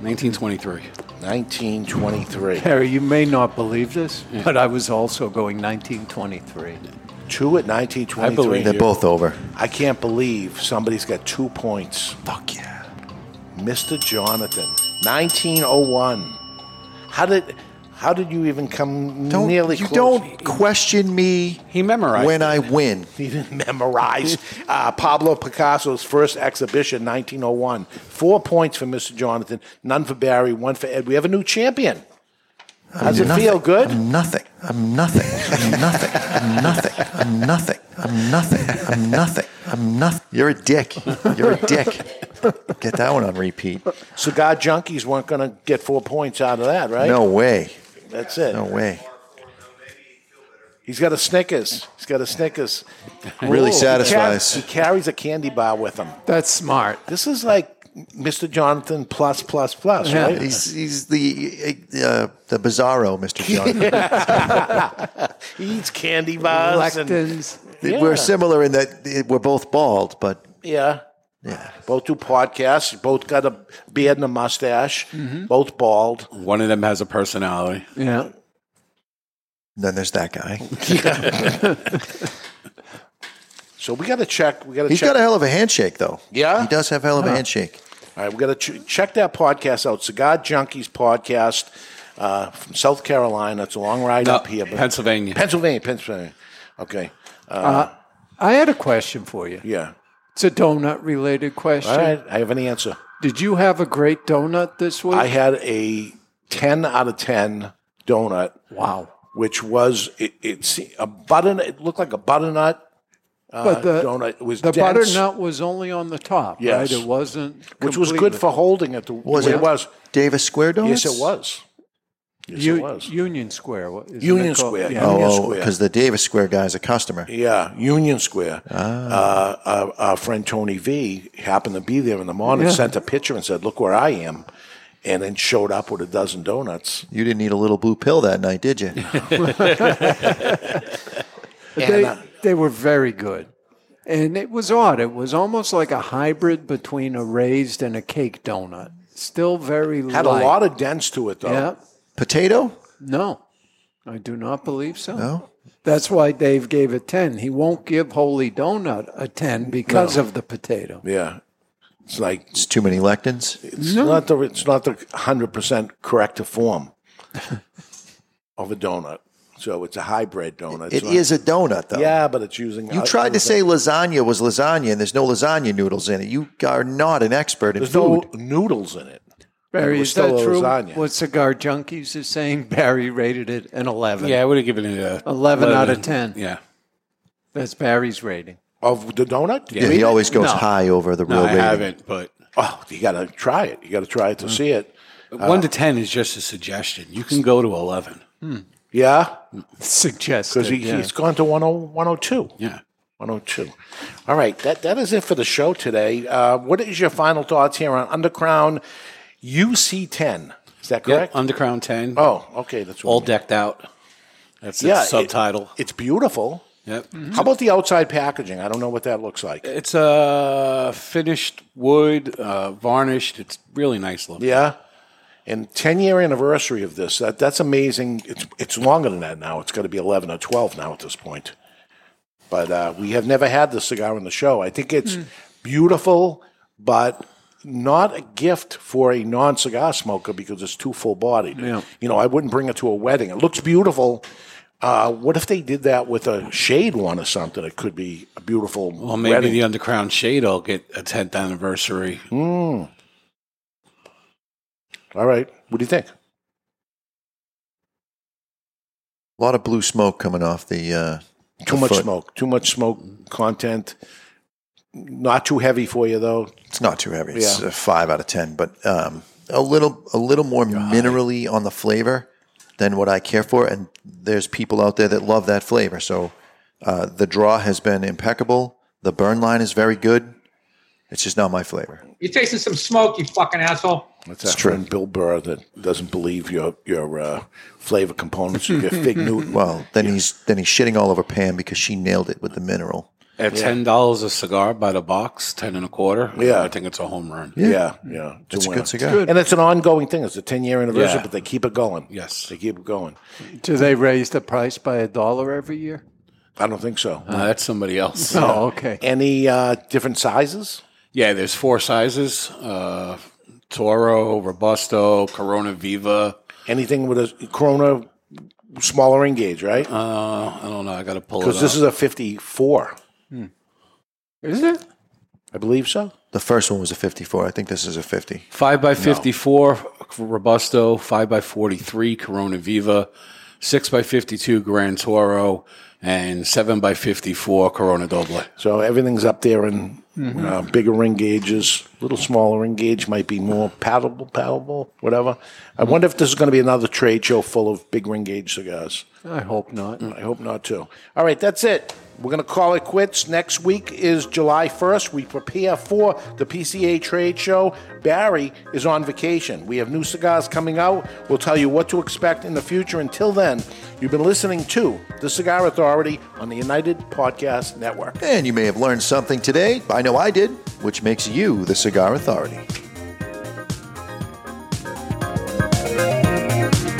[SPEAKER 6] 1923.
[SPEAKER 2] 1923.
[SPEAKER 4] Harry, you may not believe this, but I was also going 1923.
[SPEAKER 2] Two at 1923.
[SPEAKER 4] I believe
[SPEAKER 3] They're
[SPEAKER 4] you.
[SPEAKER 3] both over.
[SPEAKER 2] I can't believe somebody's got two points.
[SPEAKER 3] Fuck yeah.
[SPEAKER 2] Mr. Jonathan. 1901. How did how did you even come
[SPEAKER 3] Don't-
[SPEAKER 2] nearly
[SPEAKER 3] you
[SPEAKER 2] close?
[SPEAKER 3] don't question me
[SPEAKER 6] he memorized
[SPEAKER 3] when I win.
[SPEAKER 2] He didn't memorize uh, Pablo Picasso's first exhibition, 1901. Four points for Mr. Jonathan, none for Barry, one for Ed. We have a new champion. Does it feel good?
[SPEAKER 3] I'm nothing. I'm nothing. I'm nothing. I'm nothing. I'm nothing. I'm nothing. I'm nothing. I'm nothing. You're a dick. You're a dick. Get that one on repeat.
[SPEAKER 2] Cigar junkies weren't going to get four points out of that, right?
[SPEAKER 3] No way.
[SPEAKER 2] That's it.
[SPEAKER 3] No way.
[SPEAKER 2] He's got a Snickers. He's got a Snickers.
[SPEAKER 3] Really
[SPEAKER 2] Ooh, he
[SPEAKER 3] satisfies.
[SPEAKER 2] car- He, carries a candy bar with him.
[SPEAKER 4] That's smart.
[SPEAKER 2] This is like Mr. Jonathan plus plus plus, right?
[SPEAKER 3] He's, he's the uh, the bizarro Mr. John.
[SPEAKER 2] he eats candy bars. and- Yeah.
[SPEAKER 3] We're similar in that we're both bald, but
[SPEAKER 2] Yeah. Yeah. Both do podcasts. Both got a beard and a mustache. Both bald.
[SPEAKER 6] One of them has a personality.
[SPEAKER 4] Yeah.
[SPEAKER 3] Then there's that guy.
[SPEAKER 2] so we got to check. We got to.
[SPEAKER 3] he's
[SPEAKER 2] check. Ah.
[SPEAKER 3] got a hell of a handshake, though.
[SPEAKER 2] Yeah, he
[SPEAKER 3] does have hell of a handshake.
[SPEAKER 2] All right, we got to ch- check that podcast out. Cigar Junkies podcast uh, from South Carolina. It's a long ride
[SPEAKER 6] No,
[SPEAKER 2] up here, but
[SPEAKER 6] Pennsylvania.
[SPEAKER 2] Pennsylvania, Pennsylvania. Okay. Uh,
[SPEAKER 4] Uh, I had a question for you.
[SPEAKER 2] Yeah.
[SPEAKER 4] It's a donut related question.
[SPEAKER 2] all right, I have an answer.
[SPEAKER 4] Did you have a great donut this week?
[SPEAKER 2] I had a ten out of ten donut.
[SPEAKER 4] Wow.
[SPEAKER 2] Which was it, it's a butternut. It looked like a butternut uh,
[SPEAKER 4] but the
[SPEAKER 2] donut. It was
[SPEAKER 4] the
[SPEAKER 2] dense.
[SPEAKER 4] butternut was only on the top,
[SPEAKER 2] Yes.
[SPEAKER 4] right? It wasn't,
[SPEAKER 2] which was
[SPEAKER 4] complete.
[SPEAKER 2] good for holding it. The,
[SPEAKER 4] Was
[SPEAKER 2] it,
[SPEAKER 4] it
[SPEAKER 2] was
[SPEAKER 3] Davis Square donuts?
[SPEAKER 2] Yes, it was. Yes,
[SPEAKER 4] U-
[SPEAKER 2] it was.
[SPEAKER 4] Union Square. what- isn't
[SPEAKER 2] Union
[SPEAKER 4] it called?
[SPEAKER 2] Square,
[SPEAKER 4] Yeah.
[SPEAKER 2] Union
[SPEAKER 3] Oh,
[SPEAKER 2] Square.
[SPEAKER 3] because the Davis Square guy's a customer.
[SPEAKER 2] Yeah, Union Square.
[SPEAKER 3] Ah.
[SPEAKER 2] Uh, our, our friend Tony V happened to be there in the morning,
[SPEAKER 3] Yeah.
[SPEAKER 2] sent a picture and said, "Look where I am," and then showed up with a dozen donuts.
[SPEAKER 3] You didn't need a little blue pill that night, did you?
[SPEAKER 4] But they,
[SPEAKER 2] And, uh,
[SPEAKER 4] they were very good. And it was odd. It was almost like a hybrid between a raised and a cake donut. Still very
[SPEAKER 2] Had a
[SPEAKER 4] light.
[SPEAKER 2] lot of dents to it, though.
[SPEAKER 4] Yeah.
[SPEAKER 3] Potato?
[SPEAKER 4] No, I do not believe so.
[SPEAKER 3] No?
[SPEAKER 4] That's why Dave gave a 10. He won't give Holy Donut a 10 because
[SPEAKER 2] No.
[SPEAKER 4] of the potato.
[SPEAKER 2] Yeah, it's like
[SPEAKER 3] it's too many lectins.
[SPEAKER 2] It's not the it's not the hundred percent correct form of a donut. So it's a hybrid donut.
[SPEAKER 3] It
[SPEAKER 2] So-
[SPEAKER 3] is a donut, though.
[SPEAKER 2] Yeah, but it's using.
[SPEAKER 3] You tried to say lasagna was lasagna, and there's no lasagna noodles in it. You are not an expert in
[SPEAKER 2] There's no
[SPEAKER 3] food.
[SPEAKER 2] noodles in it.
[SPEAKER 4] Barry,
[SPEAKER 2] It was
[SPEAKER 4] is that
[SPEAKER 2] still a
[SPEAKER 4] true?
[SPEAKER 2] lasagna.
[SPEAKER 4] What Cigar Junkies is saying? Barry rated it an 11.
[SPEAKER 6] Yeah, I would have given it a
[SPEAKER 4] 11 out of 10.
[SPEAKER 6] Yeah.
[SPEAKER 4] That's Barry's rating.
[SPEAKER 2] Of the donut?
[SPEAKER 3] Yeah, he always goes high over the
[SPEAKER 6] No,
[SPEAKER 3] real
[SPEAKER 6] I
[SPEAKER 3] rating.
[SPEAKER 6] haven't, but
[SPEAKER 2] oh, you got to try it. You got to try it to see it. Uh,
[SPEAKER 6] One to ten is just a suggestion. You can go to eleven.
[SPEAKER 2] Hmm. Yeah,
[SPEAKER 4] suggested
[SPEAKER 2] because he,
[SPEAKER 6] yeah.
[SPEAKER 2] he's gone to oh, 10 102.
[SPEAKER 6] Yeah,
[SPEAKER 2] 102. All right, that that is it for the show today. Uh, what is your final thoughts here on Undercrown UC10? Is that
[SPEAKER 6] Yep,
[SPEAKER 2] correct?
[SPEAKER 6] Underground ten.
[SPEAKER 2] Oh, okay, that's what
[SPEAKER 6] all
[SPEAKER 2] we-
[SPEAKER 6] decked out. That's
[SPEAKER 2] Yeah,
[SPEAKER 6] its
[SPEAKER 2] it-
[SPEAKER 6] subtitle.
[SPEAKER 2] it's beautiful.
[SPEAKER 6] Yep.
[SPEAKER 2] How about the outside packaging? I don't know what that looks like.
[SPEAKER 6] It's uh, finished wood, uh, varnished. It's really nice looking.
[SPEAKER 2] Yeah. And 10 year anniversary of this. That that's amazing. It's it's longer than that now. It's going to be 11 or 12 now at this point. But uh, we have never had the cigar on the show. I think it's beautiful, but not a gift for a non cigar smoker because it's too full bodied.
[SPEAKER 4] Yeah.
[SPEAKER 2] You know, I wouldn't bring it to a wedding. It looks beautiful. Uh, what if they did that with a shade one or something? It could be a beautiful
[SPEAKER 6] Well, maybe
[SPEAKER 2] wedding.
[SPEAKER 6] the Underground Shade will get a 10th anniversary.
[SPEAKER 2] Mm. All right. What do you think?
[SPEAKER 3] A lot of blue smoke coming off the. Uh,
[SPEAKER 2] Too
[SPEAKER 3] the
[SPEAKER 2] much
[SPEAKER 3] foot.
[SPEAKER 2] smoke. Too much smoke content. Not too heavy for you though.
[SPEAKER 3] It's not too heavy. It's a five out of ten, but um, a little a little more minerally on the flavor than what I care for. And there's people out there that love that flavor. So uh, the draw has been impeccable. The burn line is very good. It's just not my flavor.
[SPEAKER 5] You're tasting some smoke, you fucking asshole.
[SPEAKER 2] That's our friend Bill Burr that doesn't believe your your uh, flavor components of your fig Newton.
[SPEAKER 3] Well, then he's then he's shitting all over Pam because she nailed it with the mineral.
[SPEAKER 6] At
[SPEAKER 3] Yeah.
[SPEAKER 6] $10 a cigar by the box, 10 and a quarter.
[SPEAKER 3] Yeah.
[SPEAKER 6] I think it's a home run.
[SPEAKER 2] Yeah, yeah. to
[SPEAKER 3] It's a
[SPEAKER 2] win.
[SPEAKER 3] good cigar. It's good.
[SPEAKER 2] and it's an ongoing thing. It's a ten year anniversary,
[SPEAKER 6] Yeah.
[SPEAKER 2] but they keep it going.
[SPEAKER 6] Yes,
[SPEAKER 2] they keep it going.
[SPEAKER 4] Do they raise the price by a dollar every year?
[SPEAKER 2] I don't think so.
[SPEAKER 6] Uh, that's somebody else.
[SPEAKER 4] Oh, okay.
[SPEAKER 2] Any uh, different sizes?
[SPEAKER 6] Yeah, there's four sizes uh, Toro, Robusto, Corona Viva.
[SPEAKER 2] Anything with a Corona smaller engage, right?
[SPEAKER 6] Uh, I don't know. I got to pull it
[SPEAKER 2] Because this
[SPEAKER 6] up.
[SPEAKER 2] is a fifty four.
[SPEAKER 4] Is it?
[SPEAKER 2] I believe so.
[SPEAKER 3] The first one was a 54. I think this is a 50.
[SPEAKER 6] 5 by 54 Robusto, 5 by 43 Corona Viva, 6 by 52 Grand Toro, and 7 by 54 Corona Doble.
[SPEAKER 2] So everything's up there in
[SPEAKER 21] Mm-hmm.
[SPEAKER 6] Mhm.
[SPEAKER 2] uh, bigger ring gauges. little smaller ring gauge might be more palatable, palatable, whatever. I
[SPEAKER 21] Mm-hmm.
[SPEAKER 2] wonder if this is going to be another trade show full of big ring gauge cigars.
[SPEAKER 21] I hope not.
[SPEAKER 2] I hope not too. All right, that's it. We're going to call it quits. Next week is July 1st. We prepare for the PCA trade show. Barry is on vacation. We have new cigars coming out. We'll tell you what to expect in the future. Until then, you've been listening to The Cigar Authority on the United Podcast Network.
[SPEAKER 3] And you may have learned something today. I know I did, which makes you the Cigar Authority.